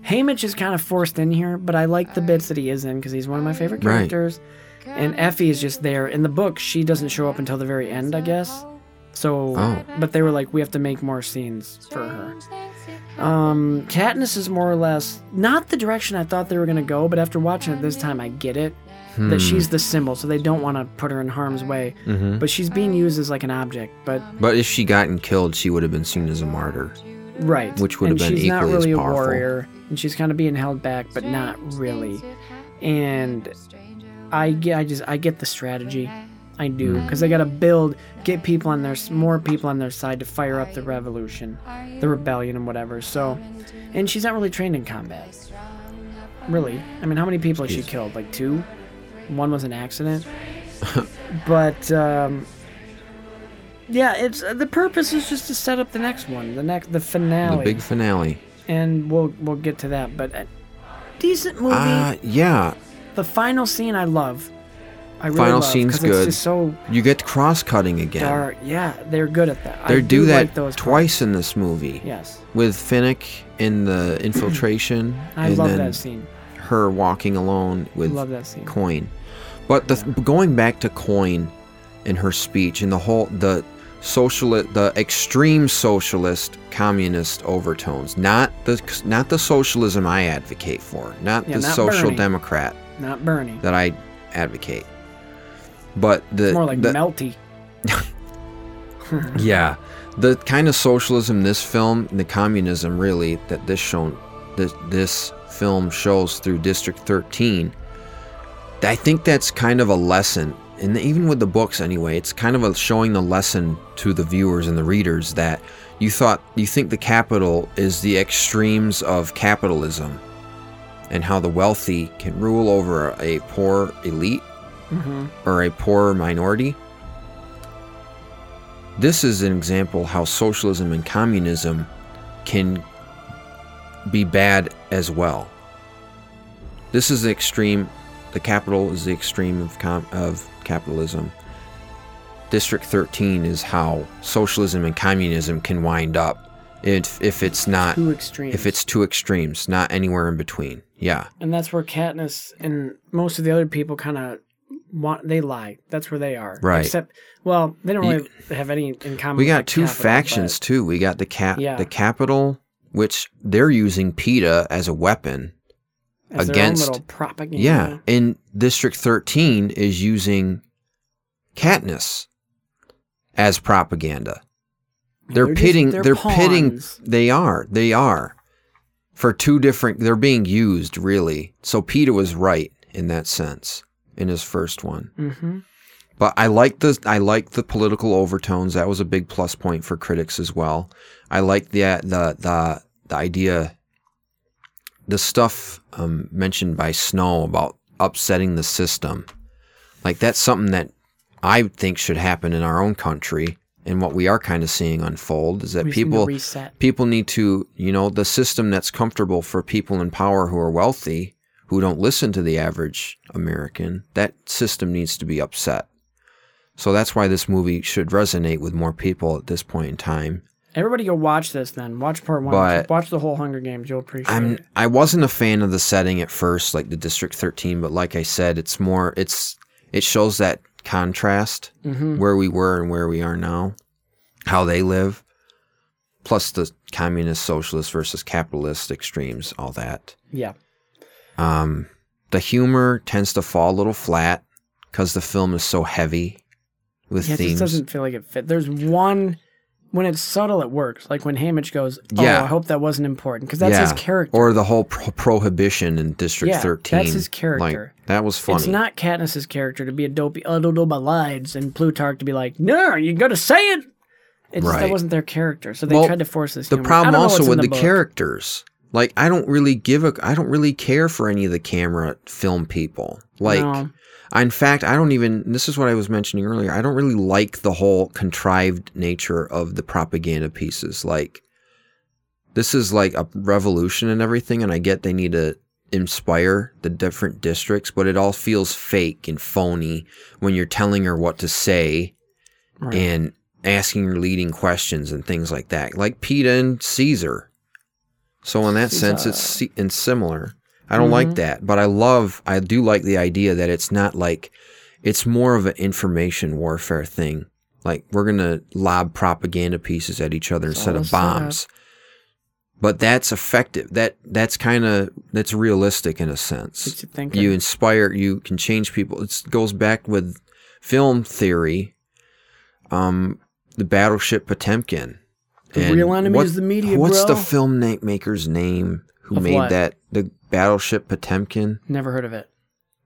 [SPEAKER 1] Haymitch is kind of forced in here, but I like the bits that he is in because he's one of my favorite
[SPEAKER 2] Right.
[SPEAKER 1] characters. And Effie is just there. In the book, she doesn't show up until the very end, I guess. So,
[SPEAKER 2] Oh.
[SPEAKER 1] but they were like, we have to make more scenes for her. Um, Katniss is more or less not the direction I thought they were gonna go, but after watching it this time, I get it
[SPEAKER 2] Hmm.
[SPEAKER 1] that she's the symbol, so they don't want to put her in harm's way.
[SPEAKER 2] Mhm.
[SPEAKER 1] But she's being used as like an object. But
[SPEAKER 2] But if she gotten killed, she would have been seen as a martyr.
[SPEAKER 1] right,
[SPEAKER 2] Which would
[SPEAKER 1] and
[SPEAKER 2] have been
[SPEAKER 1] she's not
[SPEAKER 2] equally as
[SPEAKER 1] really a
[SPEAKER 2] powerful.
[SPEAKER 1] warrior, and she's kind of being held back, but not really. And I get, I just, I get the strategy. I do,
[SPEAKER 2] Hmm.
[SPEAKER 1] because they gotta build, get people on their, s- more people on their side to fire up the revolution, the rebellion and whatever. So, and she's not really trained in combat. Really, I mean, how many people has she killed? Like two. One was an accident. but um, yeah, it's the purpose is just to set up the next one, the next, the finale,
[SPEAKER 2] The big finale.
[SPEAKER 1] and we'll we'll get to that. But a decent movie.
[SPEAKER 2] Uh, yeah.
[SPEAKER 1] the final scene I love. I really
[SPEAKER 2] Final
[SPEAKER 1] love,
[SPEAKER 2] scene's
[SPEAKER 1] 'cause it's
[SPEAKER 2] good.
[SPEAKER 1] just so
[SPEAKER 2] you get cross cutting again.
[SPEAKER 1] dark. Yeah, they're good at that.
[SPEAKER 2] They
[SPEAKER 1] I
[SPEAKER 2] do,
[SPEAKER 1] do,
[SPEAKER 2] that
[SPEAKER 1] Like those
[SPEAKER 2] twice in this movie.
[SPEAKER 1] Yes.
[SPEAKER 2] With Finnick in the infiltration.
[SPEAKER 1] I
[SPEAKER 2] and
[SPEAKER 1] love
[SPEAKER 2] then
[SPEAKER 1] that scene.
[SPEAKER 2] Her walking alone with
[SPEAKER 1] Love that scene.
[SPEAKER 2] Coin. But the going back to Coin and her speech and the whole the socialist the extreme socialist communist overtones not the not the socialism I advocate for not
[SPEAKER 1] Yeah,
[SPEAKER 2] the
[SPEAKER 1] not
[SPEAKER 2] social
[SPEAKER 1] Bernie.
[SPEAKER 2] democrat
[SPEAKER 1] Not Bernie.
[SPEAKER 2] that I advocate but the
[SPEAKER 1] More like
[SPEAKER 2] the,
[SPEAKER 1] melty.
[SPEAKER 2] yeah, the kind of socialism this film, the communism really that this shown, this this film shows through District 13. I think that's kind of a lesson, and even with the books anyway, it's kind of a showing the lesson to the viewers and the readers that you thought you think the capital is the extremes of capitalism, and how the wealthy can rule over a poor elite
[SPEAKER 1] Mhm.
[SPEAKER 2] or a poor minority. This is an example how socialism and communism can be bad as well. This is the extreme. The capital is the extreme of com- of capitalism. District 13 is how socialism and communism can wind up if if it's not
[SPEAKER 1] Two extremes.
[SPEAKER 2] if it's two extremes, not anywhere in between. Yeah.
[SPEAKER 1] And that's where Katniss and most of the other people kind of want they lie. That's where they are.
[SPEAKER 2] Right.
[SPEAKER 1] Except, well, they don't
[SPEAKER 2] You-
[SPEAKER 1] really have any in common.
[SPEAKER 2] We
[SPEAKER 1] with
[SPEAKER 2] got
[SPEAKER 1] the
[SPEAKER 2] two
[SPEAKER 1] Capitol,
[SPEAKER 2] factions too. We got the cap
[SPEAKER 1] Yeah.
[SPEAKER 2] the capital, which they're using PETA as a weapon
[SPEAKER 1] but as
[SPEAKER 2] against
[SPEAKER 1] their own little propaganda.
[SPEAKER 2] Yeah, and District 13 is using Katniss as propaganda. They're,
[SPEAKER 1] They're just-
[SPEAKER 2] pitting.
[SPEAKER 1] they're
[SPEAKER 2] they're pitting.
[SPEAKER 1] pawns.
[SPEAKER 2] They are. They are. For two different. They're being used really. So Peter was right in that sense in his first one.
[SPEAKER 1] Mm-hmm.
[SPEAKER 2] But I like the I like the political overtones. That was a big plus point for critics as well. I like the the the, the idea, the stuff um, mentioned by Snow about upsetting the system. Like that's something that I think should happen in our own country, and what we are kind of seeing unfold is that
[SPEAKER 1] We seem to
[SPEAKER 2] people
[SPEAKER 1] reset.
[SPEAKER 2] people need to you know the system that's comfortable for people in power who are wealthy who don't listen to the average American. That system needs to be upset. So that's why this movie should resonate with more people at this point in time.
[SPEAKER 1] Everybody go watch this then. Watch part one.
[SPEAKER 2] But-
[SPEAKER 1] watch the whole Hunger Games. You'll appreciate
[SPEAKER 2] I'm
[SPEAKER 1] it.
[SPEAKER 2] I wasn't a fan of the setting at first, like the District 13, but like I said, it's more it's it shows that contrast
[SPEAKER 1] Mhm.
[SPEAKER 2] where we were and where we are now, how they live, plus the communist, socialist versus capitalist extremes, all that.
[SPEAKER 1] Yeah.
[SPEAKER 2] Um, the humor tends to fall a little flat because the film is so heavy with
[SPEAKER 1] yeah, it just
[SPEAKER 2] themes.
[SPEAKER 1] doesn't feel like it fit. There's one when it's subtle, it works. Like when Hamish goes, "Oh,
[SPEAKER 2] Yeah.
[SPEAKER 1] I hope that wasn't important," because that's his
[SPEAKER 2] Yeah.
[SPEAKER 1] character.
[SPEAKER 2] Or the whole pro- prohibition in District
[SPEAKER 1] Yeah,
[SPEAKER 2] 13.
[SPEAKER 1] that's his
[SPEAKER 2] Like,
[SPEAKER 1] character.
[SPEAKER 2] that was funny.
[SPEAKER 1] It's not Katniss's character to be a dopey, oh, don't know my lies, and Plutarch to be like, no, you gotta say it. It's just, that
[SPEAKER 2] Right.
[SPEAKER 1] wasn't their character, so they
[SPEAKER 2] Well,
[SPEAKER 1] tried to force this.
[SPEAKER 2] The
[SPEAKER 1] humor. I
[SPEAKER 2] problem
[SPEAKER 1] don't know
[SPEAKER 2] also
[SPEAKER 1] what's in
[SPEAKER 2] with the,
[SPEAKER 1] book.
[SPEAKER 2] characters, like I don't really give a, I don't really care for any of the camera film people. Like,
[SPEAKER 1] No.
[SPEAKER 2] I- in fact, I don't even. This is what I was mentioning earlier. I don't really like the whole contrived nature of the propaganda pieces. Like, this is like a revolution and everything, and I get they need to inspire the different districts, but it all feels fake and phony when you're telling her what to say
[SPEAKER 1] Right.
[SPEAKER 2] and asking her leading questions and things like that, like PETA and Caesar. So in that sense, it's si- and similar. I don't like
[SPEAKER 1] Mhm.
[SPEAKER 2] that, but I love, I do like the idea that it's not like, it's more of an information warfare thing. Like we're gonna lob propaganda pieces at each other
[SPEAKER 1] It's
[SPEAKER 2] instead
[SPEAKER 1] all
[SPEAKER 2] of
[SPEAKER 1] set up.
[SPEAKER 2] bombs. But that's effective. That that's kind of that's realistic in a sense.
[SPEAKER 1] Gets you thinking.
[SPEAKER 2] you inspire. You can change people. It goes back with film theory. Um, the battleship Potemkin.
[SPEAKER 1] The
[SPEAKER 2] And
[SPEAKER 1] real enemy is the media,
[SPEAKER 2] What's
[SPEAKER 1] bro.
[SPEAKER 2] the film na- maker's name who
[SPEAKER 1] Of
[SPEAKER 2] made
[SPEAKER 1] what?
[SPEAKER 2] that? The battleship Potemkin
[SPEAKER 1] Never heard of it.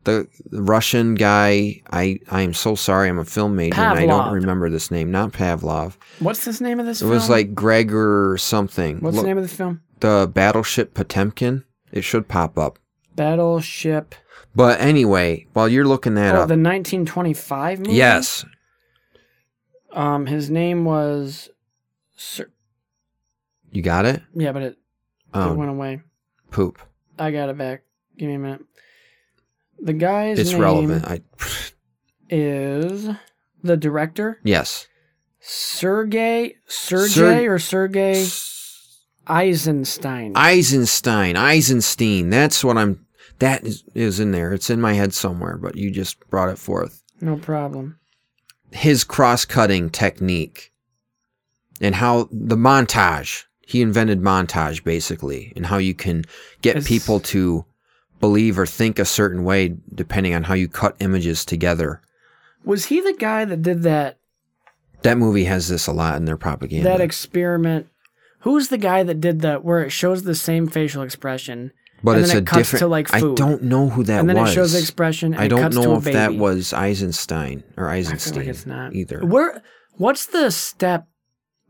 [SPEAKER 2] the the Russian guy. I I am so sorry. I'm a film major and I
[SPEAKER 1] Pavlov.
[SPEAKER 2] don't remember this name. Not Pavlov.
[SPEAKER 1] What's this name of this?
[SPEAKER 2] it was
[SPEAKER 1] film?
[SPEAKER 2] like Gregor or something.
[SPEAKER 1] What's the name of this film?
[SPEAKER 2] the battleship Potemkin? It should pop up.
[SPEAKER 1] Battleship.
[SPEAKER 2] But anyway, while you're looking
[SPEAKER 1] Oh,
[SPEAKER 2] that
[SPEAKER 1] the
[SPEAKER 2] up,
[SPEAKER 1] 1925 movie.
[SPEAKER 2] yes,
[SPEAKER 1] Um, his name was. Sir-
[SPEAKER 2] you got it.
[SPEAKER 1] yeah, but it,
[SPEAKER 2] Oh,
[SPEAKER 1] it went away.
[SPEAKER 2] poop.
[SPEAKER 1] I got it back. Give me a minute. The guy's
[SPEAKER 2] it's
[SPEAKER 1] name
[SPEAKER 2] relevant. I
[SPEAKER 1] is the director
[SPEAKER 2] yes.
[SPEAKER 1] Sergei Sergei
[SPEAKER 2] Ser-
[SPEAKER 1] or Sergei Eisenstein.
[SPEAKER 2] Eisenstein, Eisenstein. That's what I'm. That is, is in there. It's in my head somewhere, but you just brought it forth.
[SPEAKER 1] no problem.
[SPEAKER 2] his cross-cutting technique and how the montage he invented montage basically and how you can get
[SPEAKER 1] It's-
[SPEAKER 2] people to believe or think a certain way depending on how you cut images together
[SPEAKER 1] Was he the guy that did that
[SPEAKER 2] that movie has this a lot in their propaganda
[SPEAKER 1] that experiment? Who's the guy that did that where it shows the same facial expression?
[SPEAKER 2] but
[SPEAKER 1] and
[SPEAKER 2] it's
[SPEAKER 1] then
[SPEAKER 2] a
[SPEAKER 1] it cuts
[SPEAKER 2] different
[SPEAKER 1] to like food.
[SPEAKER 2] i don't know who that
[SPEAKER 1] And then it
[SPEAKER 2] was
[SPEAKER 1] shows the expression and
[SPEAKER 2] i
[SPEAKER 1] it
[SPEAKER 2] don't
[SPEAKER 1] cuts
[SPEAKER 2] know
[SPEAKER 1] to a
[SPEAKER 2] if that
[SPEAKER 1] baby.
[SPEAKER 2] was eisenstein or eisenstein
[SPEAKER 1] it's not.
[SPEAKER 2] either
[SPEAKER 1] Where? What's the step?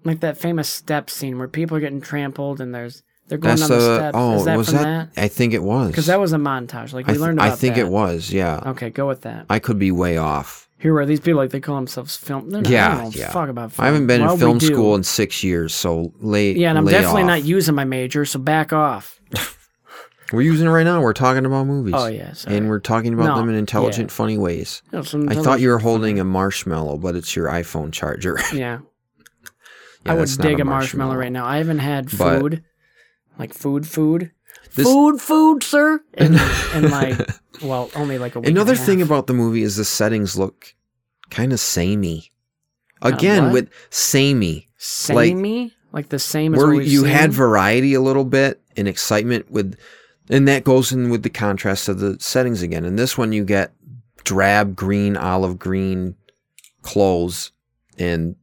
[SPEAKER 1] Like that famous step scene where people are getting trampled and there's they're going
[SPEAKER 2] that's
[SPEAKER 1] down the
[SPEAKER 2] the
[SPEAKER 1] steps.
[SPEAKER 2] oh
[SPEAKER 1] Is that
[SPEAKER 2] was
[SPEAKER 1] from
[SPEAKER 2] that,
[SPEAKER 1] that?
[SPEAKER 2] i think it was
[SPEAKER 1] Because that was a montage. Like we
[SPEAKER 2] I, th-
[SPEAKER 1] learned
[SPEAKER 2] I
[SPEAKER 1] about.
[SPEAKER 2] think
[SPEAKER 1] that.
[SPEAKER 2] it was yeah
[SPEAKER 1] Okay, go with that.
[SPEAKER 2] i could be way off
[SPEAKER 1] Here are these people like they call themselves film. They're not, yeah,
[SPEAKER 2] yeah,
[SPEAKER 1] I don't
[SPEAKER 2] yeah.
[SPEAKER 1] Fuck about. Film.
[SPEAKER 2] I haven't been
[SPEAKER 1] Well,
[SPEAKER 2] in
[SPEAKER 1] we
[SPEAKER 2] film
[SPEAKER 1] do.
[SPEAKER 2] school in six years, so lay.
[SPEAKER 1] Yeah, and I'm
[SPEAKER 2] lay
[SPEAKER 1] definitely
[SPEAKER 2] off.
[SPEAKER 1] not using my major, so back off.
[SPEAKER 2] We're using it right now. We're talking about movies.
[SPEAKER 1] Oh, yeah, sorry.
[SPEAKER 2] and we're talking about
[SPEAKER 1] No, Mm,
[SPEAKER 2] them in intelligent, funny ways.
[SPEAKER 1] No, some
[SPEAKER 2] I thought
[SPEAKER 1] intelligent-
[SPEAKER 2] you were holding a marshmallow, but it's your iPhone charger.
[SPEAKER 1] Yeah,
[SPEAKER 2] Yeah,
[SPEAKER 1] I would
[SPEAKER 2] that's not
[SPEAKER 1] dig a marshmallow. right now. I haven't had
[SPEAKER 2] But-
[SPEAKER 1] food, like food, food,
[SPEAKER 2] This-
[SPEAKER 1] food, food, sir. And, and like, well, only like a week. and a
[SPEAKER 2] Another
[SPEAKER 1] half.
[SPEAKER 2] thing about the movie is the settings look kind of samey. Again,
[SPEAKER 1] what?
[SPEAKER 2] with samey, like
[SPEAKER 1] samey, like, the same as
[SPEAKER 2] where
[SPEAKER 1] what we've
[SPEAKER 2] you
[SPEAKER 1] seen?
[SPEAKER 2] had variety a little bit and excitement with and that goes in with the contrast of the settings again in this one you get drab green olive green clothes and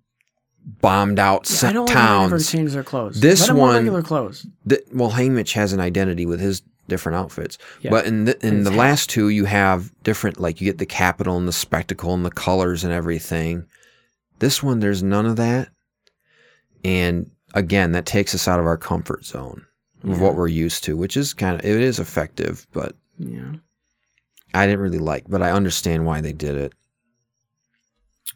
[SPEAKER 2] bombed out
[SPEAKER 1] Yeah,
[SPEAKER 2] se-
[SPEAKER 1] I don't like how they never
[SPEAKER 2] towns
[SPEAKER 1] change their clothes.
[SPEAKER 2] This
[SPEAKER 1] Let 'em wear
[SPEAKER 2] one-
[SPEAKER 1] regular clothes.
[SPEAKER 2] the, well Haymitch has an identity with his different outfits
[SPEAKER 1] Yeah.
[SPEAKER 2] but in the, in
[SPEAKER 1] And
[SPEAKER 2] the
[SPEAKER 1] his
[SPEAKER 2] last two you have different like you get the capital and the spectacle and the colors and everything this one there's none of that and again that takes us out of our comfort zone of what we're used to which is kind of it is effective but
[SPEAKER 1] Yeah.
[SPEAKER 2] I didn't really like, but I understand why they did it.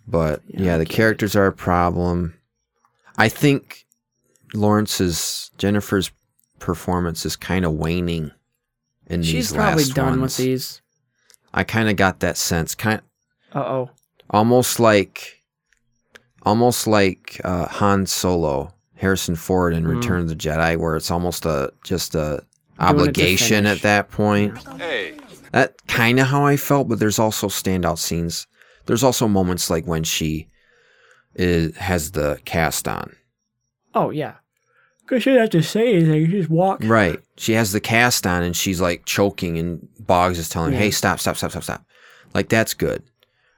[SPEAKER 2] But yeah, the characters are a problem. I think Lawrence's Jennifer's performance is kind of waning in
[SPEAKER 1] She's
[SPEAKER 2] these
[SPEAKER 1] probably
[SPEAKER 2] last
[SPEAKER 1] done
[SPEAKER 2] ones.
[SPEAKER 1] with these.
[SPEAKER 2] I kind of got that sense, kind
[SPEAKER 1] Uh oh.
[SPEAKER 2] almost like, almost like uh, Han Solo, Harrison Ford in
[SPEAKER 1] Mm.
[SPEAKER 2] Return of the Jedi, where it's almost a just a
[SPEAKER 1] to
[SPEAKER 2] obligation
[SPEAKER 1] finish.
[SPEAKER 2] at that point.
[SPEAKER 10] Hey.
[SPEAKER 2] That kind of how I felt, but there's also standout scenes. There's also moments like when she is, has the cast on.
[SPEAKER 1] Oh yeah. Cause she didn't have to say anything. She just walked.
[SPEAKER 2] Right. She has the cast on and she's like choking, and Boggs is telling her,
[SPEAKER 1] Yeah.
[SPEAKER 2] hey, stop, stop, stop, stop, stop. Like, that's good.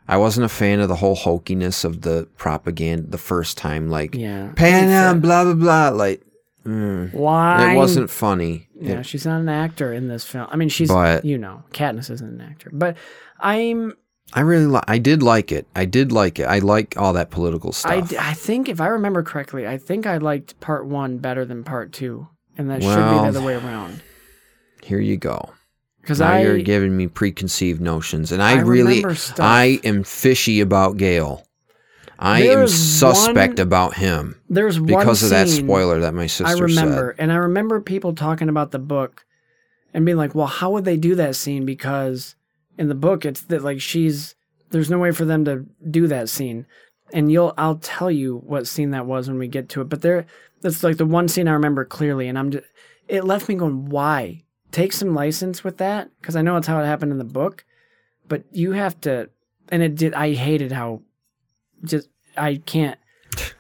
[SPEAKER 2] I wasn't a fan of the whole hokiness of the propaganda the first time. Like,
[SPEAKER 1] Yeah. uh,
[SPEAKER 2] pan out, blah, blah, blah. Like, mm.
[SPEAKER 1] Why?
[SPEAKER 2] It wasn't funny.
[SPEAKER 1] Yeah,
[SPEAKER 2] It-
[SPEAKER 1] she's not an actor in this film. I mean, she's
[SPEAKER 2] But-
[SPEAKER 1] you know, Katniss isn't an actor, but I'm
[SPEAKER 2] I really li- I did like it. I did like it. I like all that political stuff.
[SPEAKER 1] I, d- I think if I remember correctly, I think I liked part one better than part two, and that should
[SPEAKER 2] Well,
[SPEAKER 1] be the other way around.
[SPEAKER 2] Here you go.
[SPEAKER 1] 'Cause
[SPEAKER 2] Now
[SPEAKER 1] I-
[SPEAKER 2] you're giving me preconceived notions, and I,
[SPEAKER 1] I
[SPEAKER 2] really,
[SPEAKER 1] remember stuff.
[SPEAKER 2] I am fishy about Gail. I
[SPEAKER 1] There
[SPEAKER 2] am
[SPEAKER 1] is
[SPEAKER 2] suspect
[SPEAKER 1] one-
[SPEAKER 2] about him.
[SPEAKER 1] There's one
[SPEAKER 2] because of that
[SPEAKER 1] scene
[SPEAKER 2] spoiler that my sister
[SPEAKER 1] I remember,
[SPEAKER 2] said.
[SPEAKER 1] and I remember people talking about the book and being like, "Well, how would they do that scene?" Because in the book, it's that like she's there's no way for them to do that scene, and you'll I'll tell you what scene that was when we get to it. But there, that's like the one scene I remember clearly, and I'm just it left me going, "Why take some license with that?" Because I know it's how it happened in the book, but you have to, and it did. I hated how just I can't.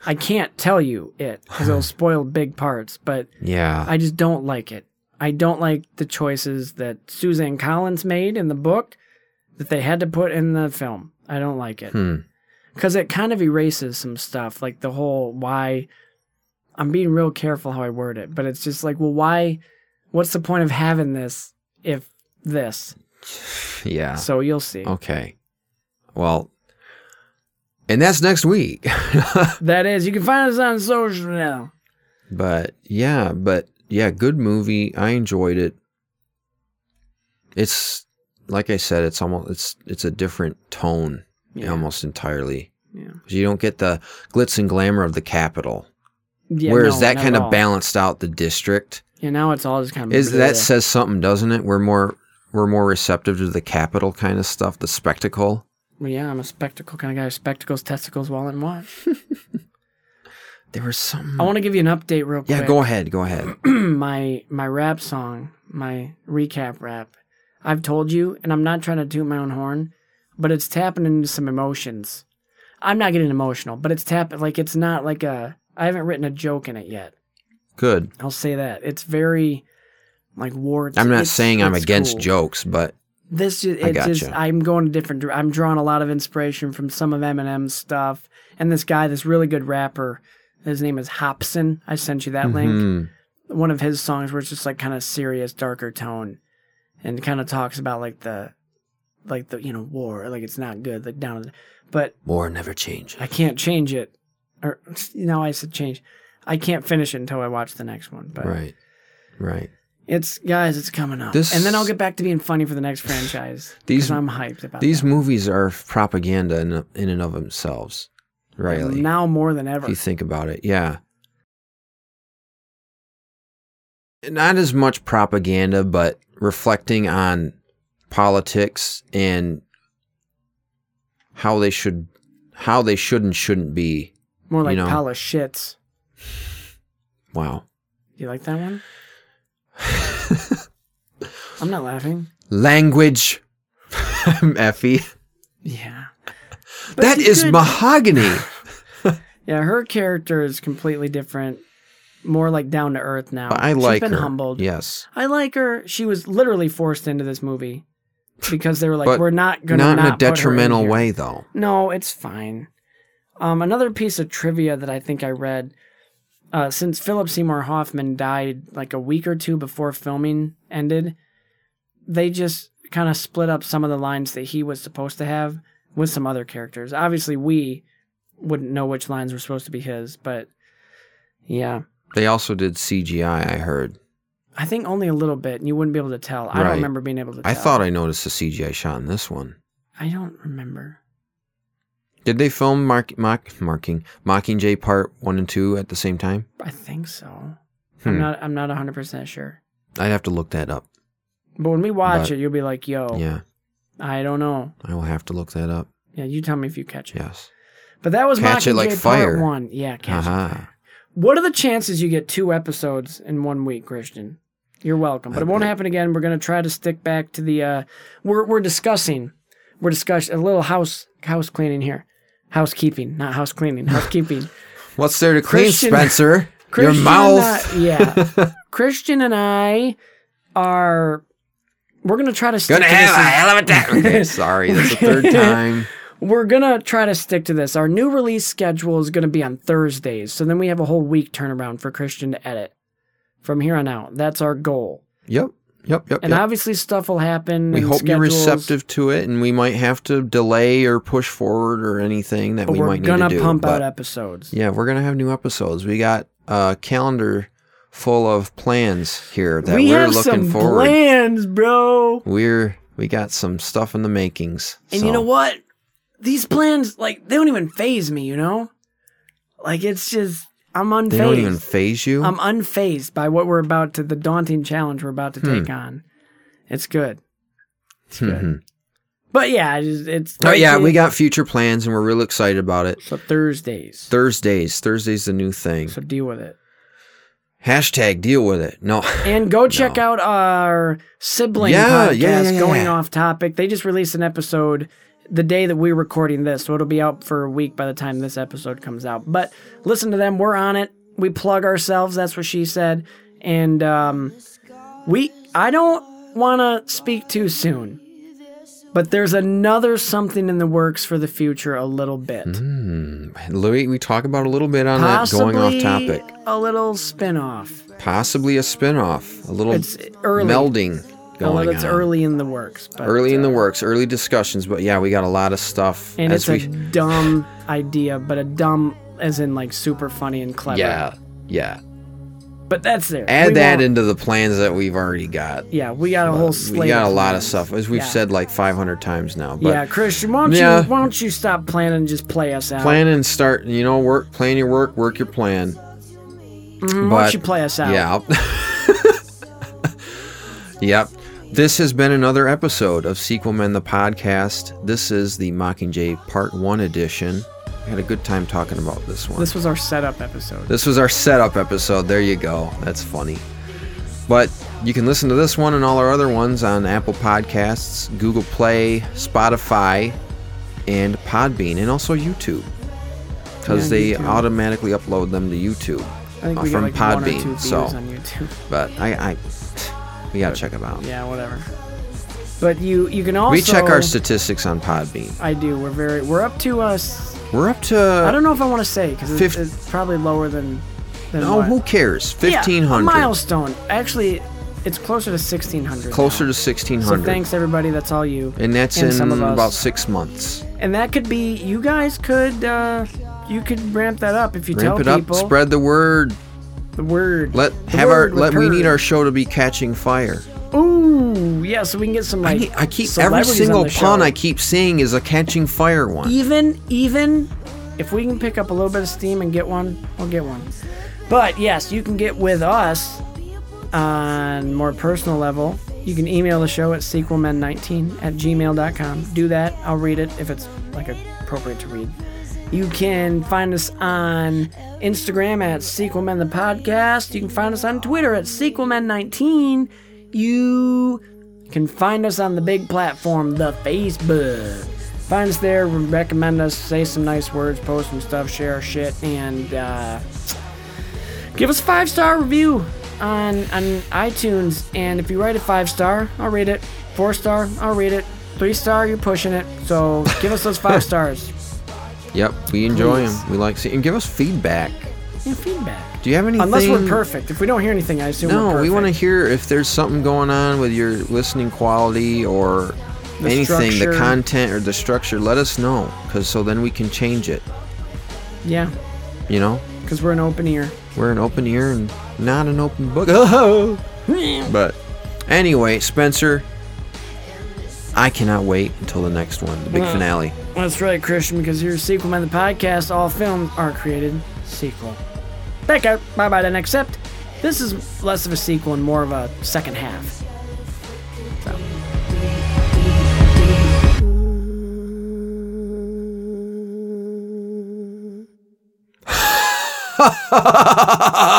[SPEAKER 1] I can't tell you it because it'll spoil big parts, but
[SPEAKER 2] Yeah.
[SPEAKER 1] I just don't like it. I don't like the choices that Suzanne Collins made in the book that they had to put in the film. I don't like it
[SPEAKER 2] Hmm.
[SPEAKER 1] because it kind of erases some stuff, like the whole why. I'm being real careful how I word it, but it's just like, well, why? What's the point of having this if this?
[SPEAKER 2] Yeah.
[SPEAKER 1] So you'll see.
[SPEAKER 2] Okay. Well, and that's next week.
[SPEAKER 1] That is, you can find us on social now.
[SPEAKER 2] But yeah, but yeah, good movie. I enjoyed it. It's like I said, it's almost it's it's a different tone
[SPEAKER 1] Yeah.
[SPEAKER 2] almost entirely.
[SPEAKER 1] Yeah.
[SPEAKER 2] You don't get the glitz and glamour of the capital.
[SPEAKER 1] Yeah,
[SPEAKER 2] Whereas
[SPEAKER 1] no,
[SPEAKER 2] that
[SPEAKER 1] not at
[SPEAKER 2] kind
[SPEAKER 1] all.
[SPEAKER 2] of balanced out the district.
[SPEAKER 1] Yeah, now it's all just kind of
[SPEAKER 2] Is that says something, doesn't it? We're more we're more receptive to the capital kind of stuff, the spectacle.
[SPEAKER 1] Well, yeah, I'm a spectacle kind of guy. Spectacles, testicles, wallet, and watch.
[SPEAKER 2] Mm-hmm. There was some
[SPEAKER 1] I want to give you an update real quick.
[SPEAKER 2] Yeah, go ahead, go ahead.
[SPEAKER 1] my my rap song, my recap rap. I've told you, and I'm not trying to toot my own horn, but it's tapping into some emotions. I'm not getting emotional, but it's tapping like it's not like a. I haven't written a joke in it yet.
[SPEAKER 2] Good.
[SPEAKER 1] I'll say that it's very like war.
[SPEAKER 2] I'm not
[SPEAKER 1] it's-
[SPEAKER 2] saying I'm
[SPEAKER 1] it's
[SPEAKER 2] against
[SPEAKER 1] cool.
[SPEAKER 2] jokes, but
[SPEAKER 1] This just,
[SPEAKER 2] I
[SPEAKER 1] it just
[SPEAKER 2] gotcha.
[SPEAKER 1] I'm going a different. dir- I'm drawing a lot of inspiration from some of Eminem's stuff, and this guy, this really good rapper, his name is Hobson. I sent you that link.
[SPEAKER 2] Mhm.
[SPEAKER 1] One of his songs where it's just like kind of serious, darker tone, and kind of talks about like the, like the you know war, like it's not good, like down, but
[SPEAKER 2] War never changes.
[SPEAKER 1] I can't change it, or now I said change. I can't finish it until I watch the next one, but
[SPEAKER 2] Right. Right.
[SPEAKER 1] it's guys, it's coming up,
[SPEAKER 2] This-
[SPEAKER 1] and then I'll get back to being funny for the next franchise. These I'm hyped about
[SPEAKER 2] These
[SPEAKER 1] that.
[SPEAKER 2] movies are propaganda in, in and of themselves, really.
[SPEAKER 1] now more than ever.
[SPEAKER 2] If you think about it, yeah. Not as much propaganda, but reflecting on politics and how they should, how they should and shouldn't be.
[SPEAKER 1] More like
[SPEAKER 2] you know?
[SPEAKER 1] Pala shits.
[SPEAKER 2] Wow.
[SPEAKER 1] You like that one? I'm not laughing.
[SPEAKER 2] Language, Effie.
[SPEAKER 1] Yeah. But
[SPEAKER 2] That
[SPEAKER 1] she's
[SPEAKER 2] is
[SPEAKER 1] good.
[SPEAKER 2] mahogany.
[SPEAKER 1] Yeah, her character is completely different. More like down to earth now.
[SPEAKER 2] But I like
[SPEAKER 1] She's been
[SPEAKER 2] her.
[SPEAKER 1] humbled.
[SPEAKER 2] Yes.
[SPEAKER 1] I like her. She was literally forced into this movie because they were like,
[SPEAKER 2] But
[SPEAKER 1] "We're not going to
[SPEAKER 2] not
[SPEAKER 1] not
[SPEAKER 2] in a
[SPEAKER 1] put her in
[SPEAKER 2] detrimental
[SPEAKER 1] here."
[SPEAKER 2] way, though.
[SPEAKER 1] No, it's fine. Um, another piece of trivia that I think I read uh, since Philip Seymour Hoffman died like a week or two before filming ended, they just kind of split up some of the lines that he was supposed to have with some other characters. Obviously, we wouldn't know which lines were supposed to be his, but yeah,
[SPEAKER 2] They also did CGI, I heard.
[SPEAKER 1] I think only a little bit, and you wouldn't be able to tell. I
[SPEAKER 2] Right.
[SPEAKER 1] don't remember being able to. Tell.
[SPEAKER 2] I thought I noticed a CGI shot in this one.
[SPEAKER 1] I don't remember.
[SPEAKER 2] Did they film Mark, mock, Marking Mockingjay Part One and Two at the same time?
[SPEAKER 1] I think so. I'm
[SPEAKER 2] Hmm.
[SPEAKER 1] not. I'm not 100 percent sure.
[SPEAKER 2] I'd have to look that up.
[SPEAKER 1] But when we watch
[SPEAKER 2] But-
[SPEAKER 1] it, you'll be like, "Yo,
[SPEAKER 2] Yeah,
[SPEAKER 1] I don't know."
[SPEAKER 2] I will have to look that up.
[SPEAKER 1] Yeah, you tell me if you catch it.
[SPEAKER 2] Yes.
[SPEAKER 1] But that was
[SPEAKER 2] Catch
[SPEAKER 1] Mockingjay
[SPEAKER 2] it like
[SPEAKER 1] Part
[SPEAKER 2] fire. Uh-huh.
[SPEAKER 1] One. Yeah, catch it.
[SPEAKER 2] Aha.
[SPEAKER 1] What are the chances you get two episodes in one week, Christian? You're welcome, but it won't happen again. We're gonna try to stick back to the. Uh, we're we're discussing. We're discussing a little house house cleaning here, housekeeping, not house cleaning, housekeeping.
[SPEAKER 2] What's there to clean,
[SPEAKER 1] Christian-
[SPEAKER 2] Spencer? Your
[SPEAKER 1] Christian
[SPEAKER 2] mouth.
[SPEAKER 1] and I- yeah. Christian and I are. We're gonna try to stick
[SPEAKER 2] Gonna
[SPEAKER 1] to
[SPEAKER 2] have
[SPEAKER 1] this
[SPEAKER 2] a
[SPEAKER 1] as-
[SPEAKER 2] hell of a time. Okay, sorry, that's the third time.
[SPEAKER 1] We're gonna try to stick to this. Our new release schedule is gonna be on Thursdays, so then we have a whole week turnaround for Christian to edit from here on out. That's our goal.
[SPEAKER 2] Yep. Yep, yep.
[SPEAKER 1] and
[SPEAKER 2] yep.
[SPEAKER 1] obviously stuff will happen.
[SPEAKER 2] we
[SPEAKER 1] and
[SPEAKER 2] hope you're
[SPEAKER 1] schedules.
[SPEAKER 2] receptive to it, and we might have to delay or push forward or anything that
[SPEAKER 1] But
[SPEAKER 2] we
[SPEAKER 1] we're
[SPEAKER 2] might need
[SPEAKER 1] gonna
[SPEAKER 2] to do.
[SPEAKER 1] pump out
[SPEAKER 2] but-
[SPEAKER 1] episodes.
[SPEAKER 2] Yeah, we're gonna have new episodes. We got a calendar full of plans here that
[SPEAKER 1] we
[SPEAKER 2] are
[SPEAKER 1] have
[SPEAKER 2] looking
[SPEAKER 1] some
[SPEAKER 2] forward.
[SPEAKER 1] plans, bro.
[SPEAKER 2] We're we got some stuff in the makings.
[SPEAKER 1] And
[SPEAKER 2] so.
[SPEAKER 1] you know what? These plans, like, they don't even phase me, you know? Like, it's just, I'm unfazed.
[SPEAKER 2] They don't even phase you.
[SPEAKER 1] I'm unfazed by what we're about to, the daunting challenge we're about to
[SPEAKER 2] Hmm.
[SPEAKER 1] take on. It's good.
[SPEAKER 2] Mhm.
[SPEAKER 1] But yeah, it is- it's.
[SPEAKER 2] Oh yeah,
[SPEAKER 1] Thursday-
[SPEAKER 2] we got future plans, and we're real excited about it.
[SPEAKER 1] So Thursdays.
[SPEAKER 2] Thursdays, Thursdays, the new thing. So
[SPEAKER 1] deal with it.
[SPEAKER 2] Hashtag deal with it. No,
[SPEAKER 1] And go check out our sibling
[SPEAKER 2] Yeah,
[SPEAKER 1] podcast,
[SPEAKER 2] yeah, yeah, yeah,
[SPEAKER 1] Going
[SPEAKER 2] yeah.
[SPEAKER 1] Off Topic. They just released an episode the day that we're recording this, so it'll be out for a week by the time this episode comes out. But listen to them. We're on it. We plug ourselves. That's what she said. And um, we, I don't want to speak too soon, but there's another something in the works for the future a little bit.
[SPEAKER 2] Hmm. Louis, we talk about a little bit on
[SPEAKER 1] Possibly
[SPEAKER 2] that going off topic.
[SPEAKER 1] a little spin off.
[SPEAKER 2] Possibly a spin-off, a little
[SPEAKER 1] It's early.
[SPEAKER 2] melding going
[SPEAKER 1] It's
[SPEAKER 2] on.
[SPEAKER 1] early in the works. But uh,
[SPEAKER 2] Early in the works, early discussions, but yeah, we got a lot of stuff.
[SPEAKER 1] And
[SPEAKER 2] as
[SPEAKER 1] it's a
[SPEAKER 2] we,
[SPEAKER 1] dumb idea, but a dumb as in like super funny and clever.
[SPEAKER 2] yeah, yeah.
[SPEAKER 1] But that's there.
[SPEAKER 2] Add
[SPEAKER 1] We uh,
[SPEAKER 2] that
[SPEAKER 1] won't-
[SPEAKER 2] into the plans that we've already got.
[SPEAKER 1] Yeah, we got a whole slate.
[SPEAKER 2] We got a
[SPEAKER 1] of
[SPEAKER 2] lot of
[SPEAKER 1] plans.
[SPEAKER 2] stuff, as we've
[SPEAKER 1] Yeah.
[SPEAKER 2] said like 500 times now. But
[SPEAKER 1] Yeah, Christian, why don't
[SPEAKER 2] Yeah.
[SPEAKER 1] you why don't you stop planning and just play us out?
[SPEAKER 2] plan and start. You know, work, plan your work, work your plan.
[SPEAKER 1] Mhm, why don't you play us out?
[SPEAKER 2] Yeah. I'll- yep. This has been another episode of Sequel Men the podcast. This is the Mockingjay Part One edition. I had a good time talking about this one.
[SPEAKER 1] This was our setup episode.
[SPEAKER 2] This was our setup episode. There you go. That's funny. But you can listen to this one and all our other ones on Apple Podcasts, Google Play, Spotify, and Podbean, and also YouTube. Because
[SPEAKER 1] Yeah,
[SPEAKER 2] they
[SPEAKER 1] YouTube.
[SPEAKER 2] automatically upload them to YouTube
[SPEAKER 1] I think
[SPEAKER 2] uh,
[SPEAKER 1] we got
[SPEAKER 2] from
[SPEAKER 1] like one
[SPEAKER 2] Podbean.
[SPEAKER 1] or two views
[SPEAKER 2] so,
[SPEAKER 1] on YouTube.
[SPEAKER 2] but I, I we gotta check them out.
[SPEAKER 1] Yeah, whatever. But you you can also
[SPEAKER 2] we check our statistics on Podbean.
[SPEAKER 1] I do. We're very we're up to us.
[SPEAKER 2] We're up to
[SPEAKER 1] I don't know if I want to say because it's,
[SPEAKER 2] fif-
[SPEAKER 1] it's probably lower than. than
[SPEAKER 2] No,
[SPEAKER 1] what.
[SPEAKER 2] oh, who cares?
[SPEAKER 1] Yeah,
[SPEAKER 2] Fifteen
[SPEAKER 1] a
[SPEAKER 2] hundred.
[SPEAKER 1] milestone. Actually, it's closer to 1600.
[SPEAKER 2] Closer to sixteen
[SPEAKER 1] So
[SPEAKER 2] hundred.
[SPEAKER 1] thanks everybody. That's all you.
[SPEAKER 2] and that's in
[SPEAKER 1] some of us.
[SPEAKER 2] about six months.
[SPEAKER 1] And that could be. You guys could. uh You could ramp that up if you
[SPEAKER 2] Ramp it
[SPEAKER 1] tell
[SPEAKER 2] up.
[SPEAKER 1] people
[SPEAKER 2] Spread the word.
[SPEAKER 1] the word.
[SPEAKER 2] Let
[SPEAKER 1] The
[SPEAKER 2] have our
[SPEAKER 1] word
[SPEAKER 2] let. We need
[SPEAKER 1] recurred.
[SPEAKER 2] our show to be catching fire.
[SPEAKER 1] Ooh, yeah. So we can get some like.
[SPEAKER 2] I, need, I keep every
[SPEAKER 1] celebrities on
[SPEAKER 2] single
[SPEAKER 1] the
[SPEAKER 2] pun
[SPEAKER 1] show.
[SPEAKER 2] I keep seeing is a catching fire one.
[SPEAKER 1] Even even if we can pick up a little bit of steam and get one, we'll get one. But yes, you can get with us on more personal level. You can email the show at sequelmen19 at gmail.com. Do that. I'll read it if it's like appropriate to read. You can find us on Instagram at Sequelmen the Podcast. You can find us on Twitter at Sequelmen19. You can find us on the big platform, the Facebook. Find us there, recommend us, say some nice words, post some stuff, share our shit, and uh, give us a five star review on on iTunes. And if you write a five star, I'll read it. Four star, I'll read it. Three star, you're pushing it. So give us those five stars.
[SPEAKER 2] Yep, we enjoy
[SPEAKER 1] Please.
[SPEAKER 2] them. We like see and give us feedback.
[SPEAKER 1] And feedback.
[SPEAKER 2] Do you have anything?
[SPEAKER 1] Unless we're perfect. If we don't hear anything, I assume we're
[SPEAKER 2] No,
[SPEAKER 1] perfect.
[SPEAKER 2] we want to hear if there's something going on with your listening quality or
[SPEAKER 1] The
[SPEAKER 2] anything,
[SPEAKER 1] structure.
[SPEAKER 2] the content or the structure. Let us know, cause so then we can change it.
[SPEAKER 1] Yeah,
[SPEAKER 2] You know,
[SPEAKER 1] because we're an open ear.
[SPEAKER 2] we're an open ear and not an open book. Oh, but anyway, Spencer, I cannot wait until the next one, the big
[SPEAKER 1] Well,
[SPEAKER 2] finale.
[SPEAKER 1] That's right, Christian, because here's Sequel Man the Podcast. All films are created sequel. Back out. Bye bye to next except this is less of a sequel and more of a second half.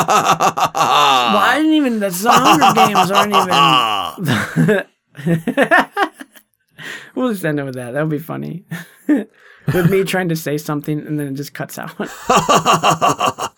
[SPEAKER 1] Well, I didn't even. That's the Hunger Games aren't even. we'll just end it with that. That would be funny. with me trying to say something and then it just cuts out.